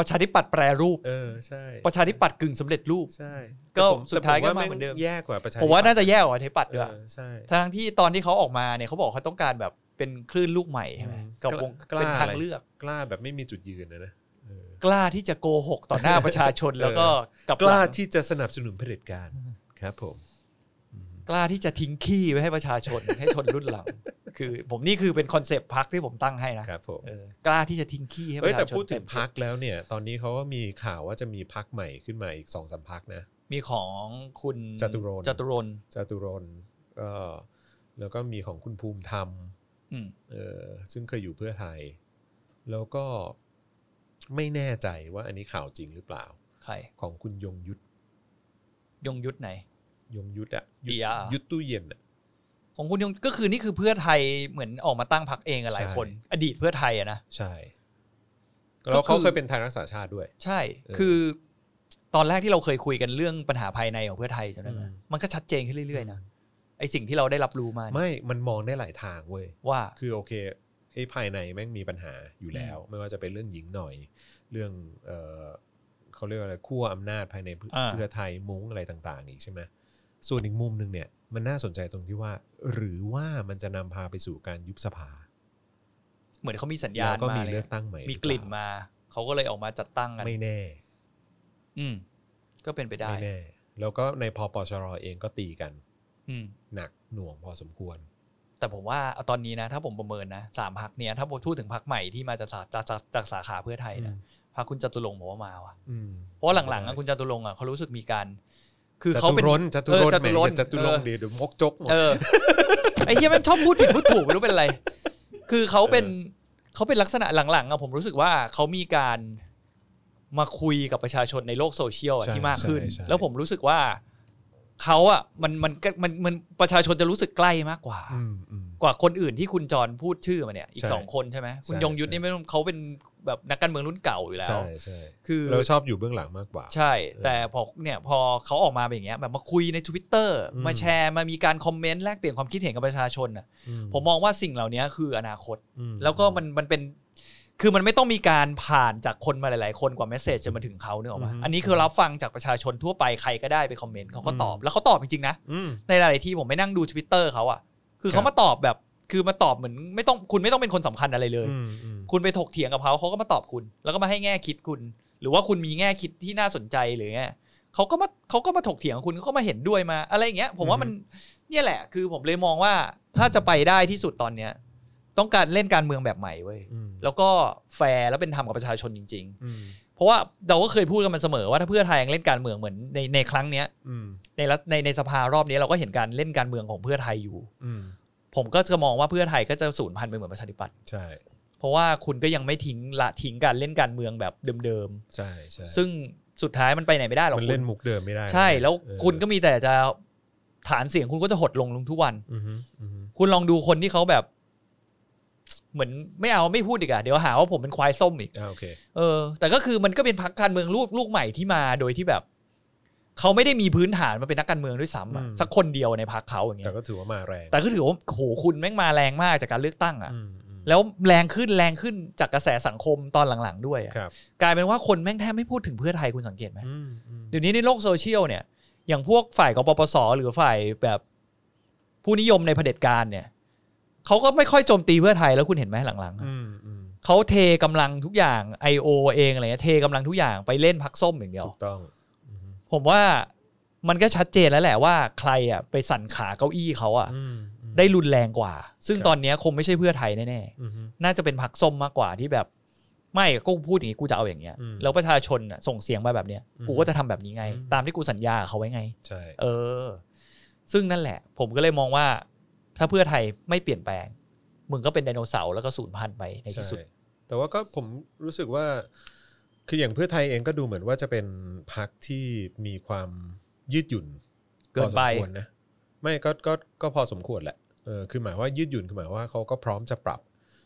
Speaker 2: ประชาธิปัตย์แปรรูป
Speaker 1: เออใช่
Speaker 2: ประชาธิปัตย์กึ่งสำเร็จรูป
Speaker 1: ใช่
Speaker 2: ก็
Speaker 1: แต่ผม
Speaker 2: สุดท้าย
Speaker 1: แต่ผ
Speaker 2: ก็มา
Speaker 1: ว่
Speaker 2: เหมือนเดิม
Speaker 1: แย่กว่าประชา
Speaker 2: ผมว่า
Speaker 1: ธิปัตย์
Speaker 2: น่าจะแย่กว่าประชาธิปัตย์ด้วย
Speaker 1: เออใช่
Speaker 2: ทั้งที่ตอนที่เขาออกมาเนี่ยเขาบอกเขาต้องการแบบเป็นคลื่นลูกใหม่ใช่ไหม
Speaker 1: อืม
Speaker 2: กับวง
Speaker 1: กล้า
Speaker 2: เป็นทางเลือก
Speaker 1: กล้าแบบไม่มีจุดยืนนะนะเออ
Speaker 2: กล้าที่จะโกหกต่อหน้าประชาชน
Speaker 1: เออ
Speaker 2: แล้วก็กลับ
Speaker 1: กล้า
Speaker 2: หง
Speaker 1: ที่จะสนับสนุนเผด็จการครับผม
Speaker 2: กล้าที่จะทิ้งขี้ไว้ให้ประชาชน ให้ชนรุ่นหลัง คือ ผมนี่คือเป็นคอนเซปต์พักที่ผมตั้งให้นะครับ
Speaker 1: ผม
Speaker 2: เออกล้าที่จะทิ้งขี้ให้ป
Speaker 1: เอ้ย
Speaker 2: ระ
Speaker 1: แต่
Speaker 2: ชาชน
Speaker 1: พูดถึ
Speaker 2: เต็
Speaker 1: ง
Speaker 2: ม
Speaker 1: พักแล้วเนี่ย ตอนนี้เขาก็มีข่าวว่าจะมีพักใหม่ขึ้นมาอีกสองสามพักนะ
Speaker 2: มีของคุณ
Speaker 1: จตุรนต์
Speaker 2: จตุรนต์
Speaker 1: จตุรนต์เอ่อแล้วก็มีของคุณภูมิธรรม
Speaker 2: อืม
Speaker 1: เออซึ่งเคยอยู่เพื่อไทย แล้วก็ไม่แน่ใจว่าอันนี้ข่าวจริงหรือเปล่า
Speaker 2: ใคร
Speaker 1: ของคุณยงยุทธ
Speaker 2: ยงยุทธไหน
Speaker 1: ยงยุทธอะยุทธ
Speaker 2: เอีย
Speaker 1: ยุทธตู้เย็นอะ
Speaker 2: ของคุณยงก็คือนี่คือเพื่อไทยเหมือนออกมาตั้งพักเองอะหลาย
Speaker 1: ใช่
Speaker 2: คน อดีตเพื่อไทยอะนะ
Speaker 1: ใช่แล้ว
Speaker 2: ก็
Speaker 1: เขา
Speaker 2: คือ
Speaker 1: เคยเป็นไทยรักษาชาติด้วย
Speaker 2: ใช่
Speaker 1: เออ
Speaker 2: คือ ตอนแรกที่เราเคยคุยกันเรื่องปัญหาภายในของเพื่อไทยจำได้ไหม
Speaker 1: อืม
Speaker 2: มันก็ชัดเจนขึ้นเรื่อยๆนะไอสิ่งที่เราได้รับรู้มาเนี่ย
Speaker 1: ไม่มันมองได้หลายทางเว้ย
Speaker 2: ว่า
Speaker 1: คือโอเคไอ้ภายในแม่งมีปัญหาอยู่แล้ว ไม่ว่าจะเป็นเรื่องหญิงหน่อย เรื่องเออเขาเรียกว่าอะไรขั้วอำนาจภายในเพื่อ
Speaker 2: อ่า
Speaker 1: เพื่อไทยมุ้งอะไรต่าง ๆ อีกใช่ไหมส่วนอีกมุมหนึ่งเนี่ย มันน่าสนใจตรงที่ว่า หรือว่ามันจะนำพาไปสู่การยุบสภา
Speaker 2: เหมือนเขามีสัญญา
Speaker 1: แล้ว
Speaker 2: ณ
Speaker 1: ก็
Speaker 2: มา
Speaker 1: มี
Speaker 2: อะไร
Speaker 1: เลื
Speaker 2: เล
Speaker 1: อก
Speaker 2: ย
Speaker 1: ตั้งใหม่
Speaker 2: มีกลิ่นมา เขาก็เลยออกมาจัดตั้งกัน
Speaker 1: ไม่แน่
Speaker 2: อืม ก็เป็นไปได้
Speaker 1: ไม่แน่ แล้วก็ในพอปชรเองก็ตีกัน
Speaker 2: อืม
Speaker 1: หนักหน่วงพอสมควร
Speaker 2: แต่ผมว่าเอาตอนนี้นะ ถ้าผมประเมินนะสามพักเนี้ยถ้าผมพูดถึงพักใหม่ที่มาจากสาจากจากจากสาขาเพื่อไทยนะ
Speaker 1: อืม
Speaker 2: พักคุณจตุรงค์ผมว่ามาว่ะ
Speaker 1: อืม
Speaker 2: เพราะว่าหลังๆอะคุณจตุรงค์อ่ะเขารู้สึกมีการ คือ
Speaker 1: จ
Speaker 2: เขา
Speaker 1: ตุ
Speaker 2: เป็น
Speaker 1: รนต์จตุรนต์
Speaker 2: เออจตุรน
Speaker 1: แห
Speaker 2: ต์
Speaker 1: ม่จตุรงค์เดี๋ยวเดี๋ยวมกจกหมด
Speaker 2: เออไอ้เฮียมันชอบพูดผิดพูดถูกไม่รู้เป็นอะไร คือเขาเป็นเขาเป็นลักษณะหลังๆอะผมรู้สึกว่าเขามีการมาคุยกับประชาชนในโลกโซเชียลอะ
Speaker 1: ใช่
Speaker 2: ที่มากขึ้น
Speaker 1: ใช่ใช่
Speaker 2: แล้วผมรู้สึกว่าเขาอ่ะมันมันมันมันประชาชนจะรู้สึกใกล้มากกว่า
Speaker 1: อืมอืม
Speaker 2: กว่าคนอื่นที่คุณจรพูดชื่อมาเนี่ยอีก
Speaker 1: ใช่
Speaker 2: สองคนใช่ไหมคุณ
Speaker 1: ใช่
Speaker 2: ยงยุทธ
Speaker 1: ใช่
Speaker 2: นี่ไม่ต้องเขาเป็นแบบนักการเมืองรุ่นเก่าอยู่แล้ว
Speaker 1: ใช่ใช่
Speaker 2: คือ
Speaker 1: เราชอบอยู่เบื้องหลังมากกว่า
Speaker 2: ใช่ แต่พอเนี่ยพอเขาออกมาเป็นอย่างเงี้ยแบบมาคุยใน Twitter
Speaker 1: อืม
Speaker 2: มาแชร์มามีการคอมเมนต์แลกเปลี่ยนความคิดเห็นกับประชาชนน่ะ
Speaker 1: อื
Speaker 2: ผมมองว่าสิ่งเหล่านี้คืออนาคต
Speaker 1: อื
Speaker 2: แล้วก็มันมันเป็นคือมันไม่ต้องมีการผ่านจากคนมาหลาย ๆ คนกว่าเมสเซจจะมาถึงเขาเนกอะมาอันนี้คือรับฟังจากประชาชนทั่วไปใครก็ได้ไปคอมเมนต์เขาก็ตอบแล้วเขาตอบจริงๆนะ
Speaker 1: อืม
Speaker 2: ในหลาย ๆ ที่ผมไปนั่งดู Twitter เขาอะคือ
Speaker 1: ครั
Speaker 2: เขา
Speaker 1: บ
Speaker 2: มาตอบแบบ คือมาตอบเหมือนไม่ต้องคุณไม่ต้องเป็นคนสำคัญอะไรเลย
Speaker 1: อืมอืม
Speaker 2: คุณไปถกเถียงกับเขาเขาก็มาตอบคุณ แล้วก็มาให้แง่คิดคุณ หรือว่าคุณมีแง่คิดที่น่าสนใจหรือไงเขาก็มาเขาก็มาถกเถียงกับคุณเขาก็มาเห็นด้วยมา อะไรอย่างเงี้ย ผมว่ามันเนี่ยแหละ คือผมเลยมองว่าถ้าจะไปได้ที่สุดตอนเนี้ย ต้องการเล่นการเมืองแบบใหม่เว้ย
Speaker 1: อืม
Speaker 2: แล้วก็แฟร์แล้วเป็นธรรมกับประชาชนจริง
Speaker 1: อืม
Speaker 2: ๆ เพราะว่าเราก็เคยพูดกันมาเสมอว่าถ้าเพื่อไทยยังเล่นการเมืองเหมือนในในครั้งเนี้ย
Speaker 1: อืม
Speaker 2: ในรัฐในในสภารอบนี้เราก็เห็นการเล่นการเมืองของเพื่อไทยอยู่
Speaker 1: อืม
Speaker 2: ผมก็จะมองว่าเพื่อไทยก็จะสูญพันธุ์ไปเหมือนประชาธิปัตย์
Speaker 1: ใช่
Speaker 2: เพราะว่าคุณก็ยังไม่ทิ้งละทิ้งการเล่นการเมืองแบบเดิม
Speaker 1: ใช่ใช่
Speaker 2: ๆ ซึ่งสุดท้ายมันไปไหนไม่ได้หรอก
Speaker 1: มัน
Speaker 2: คุ
Speaker 1: เล่น
Speaker 2: ณ
Speaker 1: มุกเดิมไม่ได้
Speaker 2: ใช่แล้ว
Speaker 1: เออ
Speaker 2: คุณก็มีแต่จะฐานเสียงคุณก็จะหดลงลงทุกวัน
Speaker 1: อือฮึอือฮึ
Speaker 2: คุณลองดูคนที่เขาแบบ เหมือนไม่เอาไม่พูดดีกว่าเดี๋ยวหาว่าผมเป็นควายส้มอีก
Speaker 1: อ่าโอเค
Speaker 2: เออแต่ก็คือมันก็เป็นพักการเมืองลูกลูกใหม่ที่มาโดยที่แบบเขาไม่ได้มีพื้นฐานมาเป็นนักการเมืองด้วยซ้ำอะ
Speaker 1: อืม
Speaker 2: สักคนเดียวในพักเขาอย่างเงี้
Speaker 1: แต่
Speaker 2: ย
Speaker 1: ก็ถือว่ามาแรง
Speaker 2: แต่ก็ถือว่าโหคุณแม่งมาแรงมากจากการเลือกตั้งอะ
Speaker 1: อืมอืม
Speaker 2: แล้วแรงขึ้นแรงขึ้นจากกระแสสังคมตอนหลังๆด้วยอะ
Speaker 1: ครับ
Speaker 2: กลายเป็นว่าคนแม่งแทบไม่พูดถึงเพื่อไทยคุณสังเกตไหม
Speaker 1: อืมอืม
Speaker 2: เดี๋ยวนี้ในโลกโซเชียลเนี่ย อย่างพวกฝ่ายกปปสหรือฝ่ายแบบผู้นิยมในเผด็จการเนี่ยเขาก็ไม่ค่อยโจมตีเพื่อไทยแล้วคุณเห็นไหมหลังๆอะ
Speaker 1: อืมอืม
Speaker 2: เขาเทกำลังทุกอย่าง I.O. เองอะไรเงี้ยเทกำลังทุกอย่างไปเล่นพักส้มอย่างเดียว
Speaker 1: ถูกต้องอือฮึ
Speaker 2: ผมว่ามันก็ชัดเจนแล้วแหละว่าใครอ่ะไปสั่นขาเก้าอี้เขาอ่ะ
Speaker 1: อืมอืม
Speaker 2: ได้รุนแรงกว่า ซึ่ง
Speaker 1: ครับ
Speaker 2: ตอนเนี้ยคงไม่ใช่เพื่อไทยแน่
Speaker 1: อือฮึ
Speaker 2: ๆ น่าจะเป็นพักส้มมากกว่าที่แบบ ไม่ก็กูพูดอย่างนี้กูจะเอาอย่างเงี้ย
Speaker 1: อืม
Speaker 2: แล้วประชาชนน่ะส่งเสียงมาแบบเนี้ย
Speaker 1: อืม
Speaker 2: กูก็จะทำแบบนี้ไง
Speaker 1: อืม
Speaker 2: ตามที่กูสัญญากับเขาไว้ไง
Speaker 1: ใช่
Speaker 2: เออ ซึ่งนั่นแหละ ผมก็เลยมองว่า ถ้าเพื่อไทยไม่เปลี่ยนแปลงมึงก็เป็นไดโนเสาร์แล้วก็สูญพันธุ์ไปในที่สุด
Speaker 1: ใช่แต่ว่าก็ผมรู้สึกว่า คืออย่างเพื่อไทยเองก็ดูเหมือนว่าจะเป็นพักที่มีความยืดหยุ่น
Speaker 2: เกินไป
Speaker 1: พอสมควรนะไม่ก็ก็ก็พอสมควรแหละเออคือหมายว่ายืดหยุ่นคือหมายว่าเขาก็พร้อมจะปรับ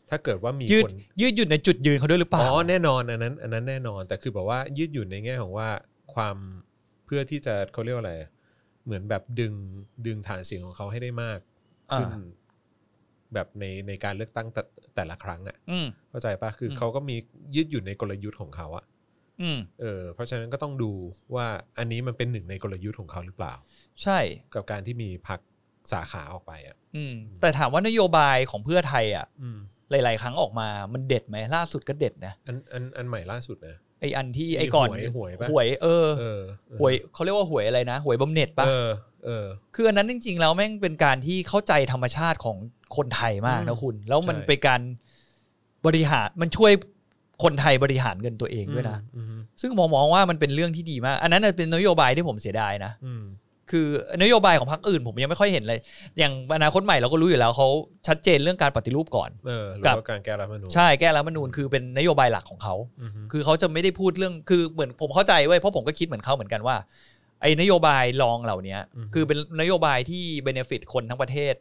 Speaker 1: ถ้าเกิดว่ามี
Speaker 2: ยืด
Speaker 1: คน
Speaker 2: ยืดหยุ่นในจุดยืนเขาด้วยหรือเปล่า
Speaker 1: อ๋อแน่นอนอันนั้นอันนั้นแน่นอนแต่คือแบบว่ายืดหยุ่นในแง่ของว่าความเพื่อที่จะเขาเรียกว่าอะไร เหมือนแบบดึงดึงฐานเสียงของเขาให้ได้มากขึ้น
Speaker 2: อ่า
Speaker 1: แบบในในการเลือกตั้งแต่แต่ละครั้งอ่ะ
Speaker 2: อืม
Speaker 1: เข้าใจปะคืออ
Speaker 2: ม
Speaker 1: เขาก็มียืดหยุ่นในกลยุทธ์ของเขาอ่ะ
Speaker 2: อืม
Speaker 1: เออเพราะฉะนั้นก็ต้องดูว่าอันนี้มันเป็นหนึ่งในกลยุทธ์ของเขาหรือเปล่า
Speaker 2: ใช่
Speaker 1: กับการที่มีพักสาขาออกไปอ่ะ
Speaker 2: อืม
Speaker 1: อืม
Speaker 2: แต่ถามว่านโยบายของเพื่อไทยอ่ะ
Speaker 1: อืม
Speaker 2: หลาย ๆ ครั้งออกมามันเด็ดไหมล่าสุดก็เด็ดนะ
Speaker 1: อันอันอันใหม่ล่าสุดนะ
Speaker 2: ไออันที่ไอก่อน
Speaker 1: หวยหวยปะ
Speaker 2: หวยเออ
Speaker 1: เออเออ
Speaker 2: หวยเขาเรียกว่าหวยอะไรนะ หวยบำเหน็จปะ
Speaker 1: เออเออ
Speaker 2: คืออันนั้นจริง ๆ แล้วแม่งเป็นการที่เข้าใจธรรมชาติของคนไทยมาก
Speaker 1: อื
Speaker 2: นะ
Speaker 1: ม
Speaker 2: คุณ แล้วมัน
Speaker 1: ใช่
Speaker 2: เป็นการบริหารมันช่วยคนไทยบริหารเงินตัวเองด้วยนะ
Speaker 1: อืม
Speaker 2: ซึ่งผมมองว่ามันเป็นเรื่องที่ดีมาก อันนั้นนะเป็นนโยบายที่ผมเสียดายนะ
Speaker 1: อืม
Speaker 2: คือนโยบายของพรรคอื่นผมยังไม่ค่อยเห็นเลย อย่างอนาคตใหม่เราก็รู้อยู่แล้วเขาชัดเจนเรื่องการปฏิรูปก่อน
Speaker 1: เออหรือ
Speaker 2: กับ
Speaker 1: ว่าการแก้รัฐธรรมนูญ
Speaker 2: ใช่แก้รัฐธรรมนูญคือเป็นนโยบายหลักของเขา
Speaker 1: อือฮึ
Speaker 2: คือเขาจะไม่ได้พูดเรื่องคือเหมือนผมเข้าใจเว้ยเพราะผมก็คิดเหมือนเขาเหมือนกันว่าไอ้นโยบายรองเหล่านี้คือเป็นนโยบายที่เบเนฟิตคนทั้งประเทศ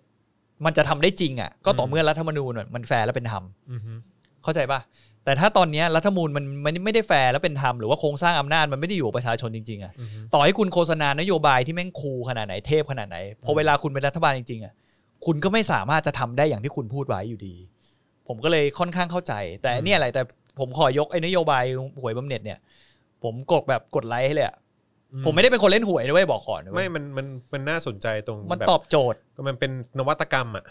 Speaker 2: มันจะทำได้จริงอ่ะก็ต่อเมื่อรัฐธรรมนูญมันแฟร์และเป็นธรรม
Speaker 1: อือฮึ
Speaker 2: เข้าใจป่ะแต่ถ้าตอนเนี้ยรัฐธรรมนูญมันมันไม่ได้แฟร์และเป็นธรรมหรือว่าโครงสร้างอำนาจมันไม่ได้อยู่กับประชาชนจริงๆอ่ะ
Speaker 1: อือฮึ
Speaker 2: ต่อให้คุณโฆษณานโยบายที่แม่งคูลขนาดไหนเทพขนาดไหนพอเวลาคุณเป็นรัฐบาลจริงๆอ่ะคุณก็ไม่สามารถจะทำได้อย่างที่คุณพูดไว้อยู่ดี ผมก็เลยค่อนข้างเข้าใจ แต่
Speaker 1: อืม
Speaker 2: เนี่ยอะไรแต่ผมขอยกไอ้นโยบายหวยบำเหน็จเนี่ย ผมกดแบบกดไลค์ให้เลยอะผมไม่ได้เป็นคนเล่นหวยนะเว้ยบอกก่อนนะเว้
Speaker 1: ไม่
Speaker 2: ย
Speaker 1: มันมันมันน่าสนใจตรง
Speaker 2: มัน
Speaker 1: แบบ
Speaker 2: ตอบโจทย์
Speaker 1: มันเป็นนวัตกรรมอ่ะ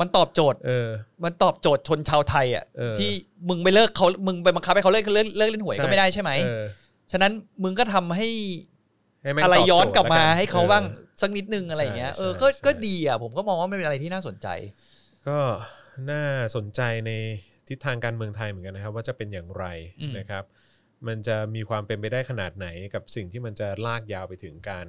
Speaker 2: มันตอบโจทย์
Speaker 1: เออ
Speaker 2: มันตอบโจทย์ชนชาวไทยอ่ะ
Speaker 1: เออ
Speaker 2: ที่มึงไปเลิกเขามึงไปบังคับให้เขาเลิกเลิกเลิกเล่นหวยก็ไม่ได้ใช่ไหม
Speaker 1: เออ
Speaker 2: ฉะนั้นมึงก็ทำให้
Speaker 1: ให้แม่ง
Speaker 2: อะไร
Speaker 1: ตบโจท
Speaker 2: ย้อนกลับมา
Speaker 1: แน
Speaker 2: ให้เขาบ้างสักนิดนึงอะไรอย่างเงี้ย
Speaker 1: ใช่
Speaker 2: เออก็
Speaker 1: ใช่
Speaker 2: ก็ดีอ่ะผมก็มองว่ามันเป็นอะไรที่น่าสนใจ
Speaker 1: ก็น่าสนใจในทิศทางการเมืองไทยเหมือนกันนะครับ ว่าจะเป็นอย่างไร
Speaker 2: อืม
Speaker 1: นะครับ มันจะมีความเป็นไปได้ขนาดไหนกับสิ่งที่มันจะลากยาวไปถึงการ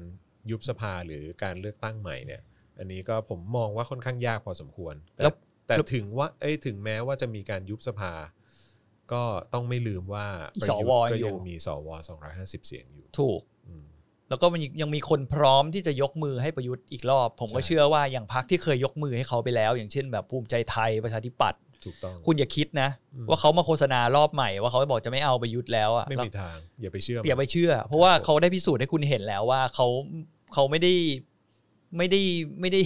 Speaker 1: ยุบสภาหรือการเลือกตั้งใหม่เนี่ย อันนี้ก็ผมมองว่าค่อนข้างยากพอสมควร แต่
Speaker 2: แล้ว
Speaker 1: แต่ถึงว่าเอ้ยถึงแม้ว่าจะมีการยุบสภา ก็ต้องไม่ลืมว่า
Speaker 2: อี
Speaker 1: ประยุทธ์ก็
Speaker 2: สวอยู่
Speaker 1: ยังมีสว250 เสียงอยู่
Speaker 2: ถูก
Speaker 1: อืม
Speaker 2: แล้วก็มันยังยังมีคนพร้อมที่จะยกมือให้ประยุทธ์อีกรอบ ผมก็
Speaker 1: ใช่
Speaker 2: เชื่อว่าอย่างพักที่เคยยกมือให้เขาไปแล้ว อย่างเช่นแบบภูมิใจไทยประชาธิปัตย์
Speaker 1: ถูกต้อง
Speaker 2: คุณอย่าคิดนะ
Speaker 1: อืม
Speaker 2: ว่าเขามาโฆษณารอบใหม่ว่าเขาบอกจะไม่เอาประยุทธ์แล้วอะ
Speaker 1: ไม่
Speaker 2: แล้ว
Speaker 1: มีทาง อย่าไปเชื่อมัน
Speaker 2: อย่าไปเชื่อ เพราะว่า
Speaker 1: ครับผม
Speaker 2: เขาได้พิสูจน์ให้คุณเห็นแล้วว่าเขาเขาไม่ได้ไม่ได้ไม่ได้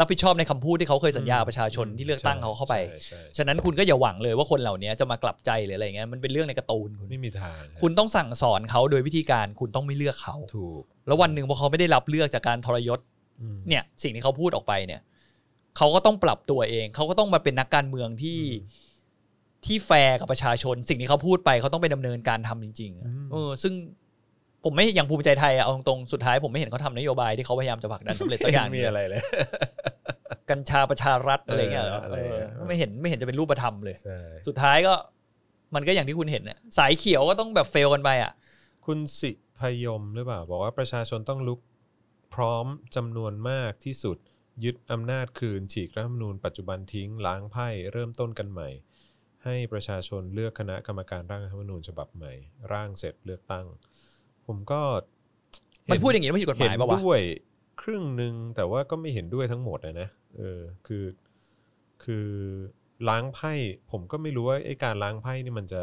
Speaker 2: รับผิดชอบในคำพูดที่เขาเคยสัญญาประชาชนที่เลือกตั้งเขาเข้าไป
Speaker 1: ใช่ใช่ใช่
Speaker 2: ฉะนั้นคุณก็อย่าหวังเลยว่าคนเหล่านี้จะมากลับใจหรืออะไรเงี้ยมันเป็นเรื่องในการ์ตูนคุณ
Speaker 1: ไม่มีทาง
Speaker 2: คุณต้องสั่งสอนเขาโดยวิธีการคุณต้องไม่เลือกเขา
Speaker 1: ถูก
Speaker 2: แล้ววันหนึ่งพอเขาไม่ได้รับเลือกจากการทรยศ
Speaker 1: อืม
Speaker 2: เนี่ยสิ่งที่เขาพูดออกไปเนี่ยเขาก็ต้องปรับตัวเอง เขาก็ต้องมาเป็นนักการเมืองที่
Speaker 1: อืม
Speaker 2: ที่แฟร์กับประชาชน สิ่งที่เขาพูดไปเขาต้องไปดำเนินการทำจริงๆอะ
Speaker 1: อืม
Speaker 2: เออ ซึ่งผมไม่อย่างภูมิใจไทยอะเอาตรงๆสุดท้ายผมไม่เห็นเขาทำนโยบายที่เขาพยายามจะผลักดันสำเร็จสักอย่าง
Speaker 1: ไม่มีอะไรเลย
Speaker 2: กัญชาประชารัฐอะไรเงี้ยเหรอ
Speaker 1: เอออะไรเงี้ย
Speaker 2: เออไม่เห็นไม่เห็นจะเป็นรูปธรรมเลย
Speaker 1: ใช่
Speaker 2: สุดท้ายก็มันก็อย่างที่คุณเห็นน่ะสายเขียวก็ต้องแบบเฟลกันไปอ่ะ
Speaker 1: คุณสิพยมหรือเปล่า บอกว่าประชาชนต้องลุกพร้อมจำนวนมากที่สุด ยึดอำนาจคืน ฉีกรัฐธรรมนูญปัจจุบันทิ้ง ล้างไพ่เริ่มต้นกันใหม่ ให้ประชาชนเลือกคณะกรรมการร่างรัฐธรรมนูญฉบับใหม่ ร่างเสร็จเลือกตั้ง ผมก็เห็
Speaker 2: มันพูดอย่างนี้ไม่ผิดกฎห
Speaker 1: เห็
Speaker 2: มาย
Speaker 1: น
Speaker 2: ปะวะ
Speaker 1: ด้วยครึ่งหนึ่งแต่ว่าก็ไม่เห็นด้วยทั้งหมดอะนะเออคือ คือล้างไพ่ผมก็ไม่รู้ว่าไอ้การล้างไพ่นี่มันจะ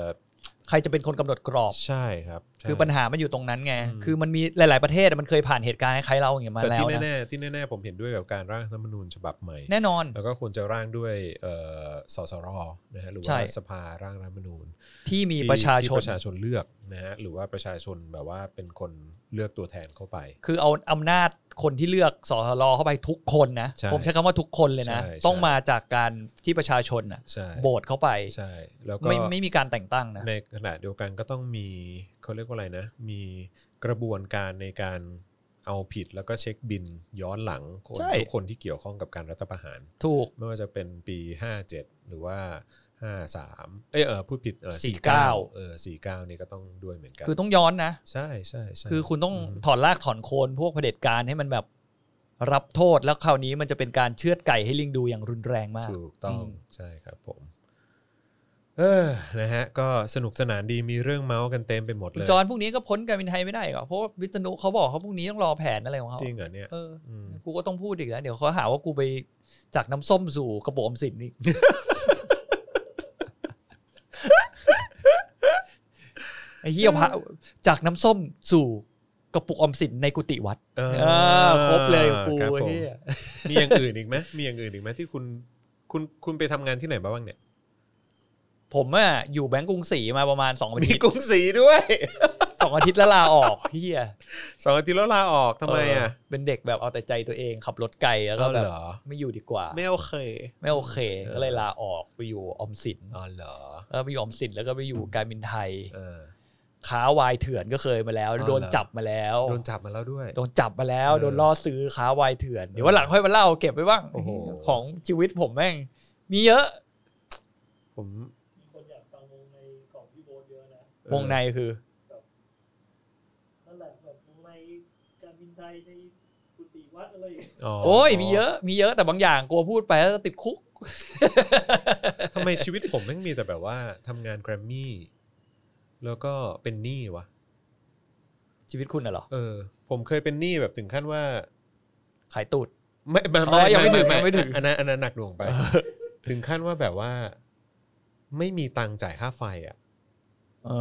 Speaker 2: ใครจะเป็นคนกำหนดกรอบ
Speaker 1: ใช่ครับใช่
Speaker 2: คือปัญหามันอยู่ตรงนั้นไง
Speaker 1: อืม
Speaker 2: คือมันมีหลาย ๆ ประเทศอะมันเคยผ่านเหตุการณ์คล้ายๆเราอย่างเงี้ยมา
Speaker 1: แต่
Speaker 2: แล้ว
Speaker 1: ที่
Speaker 2: นะ
Speaker 1: แน่ๆที่แน่ๆผมเห็นด้วยกับการร่างรัฐธรรมนูญฉบับใหม่
Speaker 2: แน่นอน
Speaker 1: แล้วก็ควรจะร่างด้วยเอ่อสสรนะฮะหรือ
Speaker 2: ใช่
Speaker 1: ว่าสภาร่างรัฐธรรมนูญ
Speaker 2: ที่มี
Speaker 1: ที่
Speaker 2: ประชาช
Speaker 1: ที่
Speaker 2: น
Speaker 1: ประชาชนเลือกนะฮะหรือว่าประชาชนแบบว่าเป็นคนเลือกตัวแทนเข้าไป
Speaker 2: คือเอาอำนาจคนที่เลือกสสรเข้าไปทุกคนนะ
Speaker 1: ใช่
Speaker 2: ผมใช้คำว่าทุกคนเลยนะ
Speaker 1: ใช่ใช่
Speaker 2: ต้องมาจากการที่ประชาชนนะ
Speaker 1: ใช่
Speaker 2: โบตเข้าไป
Speaker 1: ใช่แล้วก็
Speaker 2: ไม่ไม่มีการแต่งตั้งนะ
Speaker 1: ในขณะเดียวกันก็ต้องมีเขาเรียกว่าอะไรนะ มีกระบวนการในการเอาผิดแล้วก็เช็คบินย้อนหลังคน
Speaker 2: ใช่
Speaker 1: ทุกคนที่เกี่ยวข้องกับการรัฐประหาร
Speaker 2: ถูก
Speaker 1: ไม่ว่าจะเป็นปี 57 หรือว่า 53 เอยเออพูดผิดเออ
Speaker 2: 49
Speaker 1: เออ49นี่ก็ต้องด้วยเหมือนกัน
Speaker 2: คือต้องย้อนนะ
Speaker 1: ใช่ใช่ใช่
Speaker 2: คือคุณต้อง
Speaker 1: อืม
Speaker 2: ถอนรากถอนโคนพวกเผด็จการให้มันแบบรับโทษแล้วคราวนี้มันจะเป็นการเชือดไก่ให้ลิงดูอย่างรุนแรงมาก
Speaker 1: ถูกต้อง
Speaker 2: อืม
Speaker 1: ใช่ครับผม เออนะฮะ ก็สนุกสนานดีมีเรื่องเมาส์กันเต็มไปหมดเลย
Speaker 2: จอห์นพวกนี้ก็พ้นการบินไทยไม่ได้หรอกเพราะว่าวิษณุเขาบอกเขาพวกนี้ต้องรอแผนอะไรของเขา
Speaker 1: จริงเหรอเนี่ย
Speaker 2: เอออ
Speaker 1: ม
Speaker 2: กูก็ต้องพูดอีกแล้วเดี๋ยวเขาหาว่ากูไปจากน้ำส้มสู่กระโปรงออมสินนี่ ไอ้เหี้ยพระจากน้ำส้มสู่กระปุกออมสินในกุฏิวัด
Speaker 1: เออ
Speaker 2: เออครบเลยกู
Speaker 1: ครับผม
Speaker 2: เหี้ย
Speaker 1: มีอย่างอื่นอีกไหมมีอย่างอื่นอีกไหมที่คุณคุณคุณไปทำงานที่ไหนมาบ้างเนี่ย
Speaker 2: ผมอะอยู่แบงก์กรุงศรีมาประมาณสองอา
Speaker 1: มี
Speaker 2: ทิตย์
Speaker 1: กรุงศรีด้วย
Speaker 2: สองอาทิตย์แล้วลาออกเฮีย
Speaker 1: สองอาทิตย์แล้วลาออกทำไมอ่ะ
Speaker 2: เเป็นเด็กแบบเอาแต่ใจตัวเองขับรถไกลแล้วก็
Speaker 1: เอา
Speaker 2: แบบ
Speaker 1: เหรอ
Speaker 2: ไม่อยู่ดีกว่า
Speaker 1: ไม่โอเค
Speaker 2: ไม่โอเค ก็เลยลาออกไปอยู่ออมสิน
Speaker 1: อ๋อเหรอ
Speaker 2: แล้วไปอยู่ออมสินแล้วก็ไปอยู่การบินไทย
Speaker 1: เออ
Speaker 2: ค้าวายเถื่อนก็เคยมาแล้ว
Speaker 1: อ๋อเหรอ
Speaker 2: โดนจับมาแล้ว
Speaker 1: โดนจับมาแล้วด้วย
Speaker 2: โดนจับมาแล้ว
Speaker 1: เออ
Speaker 2: โดนล่อซื้อค้าวายเถื่อน เดี๋ยววันหลังค่อยมาเล่าเก็บไว้บ้าง
Speaker 1: โอ้โห
Speaker 2: ของชีวิตผมแม่ง มีเยอะ
Speaker 1: ผม
Speaker 4: มีคนอยากฟังวงในของพี่โบ๊ทเยอะนะ
Speaker 2: วงในคือ
Speaker 4: นั่นแหละแบบวงในการบินไทยในกุฏิวัดอะไรอย่างเงี้ย
Speaker 2: โอ้ยมีเยอะ มีเยอะแต่บางอย่างกลัวพูดไปแล้วจะติดคุก
Speaker 1: ทำไมชีวิตผมแม่งมีแต่แบบว่าทำงานแกรมมี่ แล้วก็เป็นหนี้วะ
Speaker 2: ชีวิตคุณน่ะเหรอ
Speaker 1: เออ ผมเคยเป็นหนี้แบบถึงขั้นว่า
Speaker 2: ขายตูด
Speaker 1: ไม่ไม่
Speaker 2: อ๋อยังไม่ถึงยังไม่ถึง
Speaker 1: อันนั้นอันนั้นหนักหน่วงไป ถึงขั้นว่าแบบว่า ไม่มีตังค์จ่ายค่าไฟอ่ะ
Speaker 2: เอ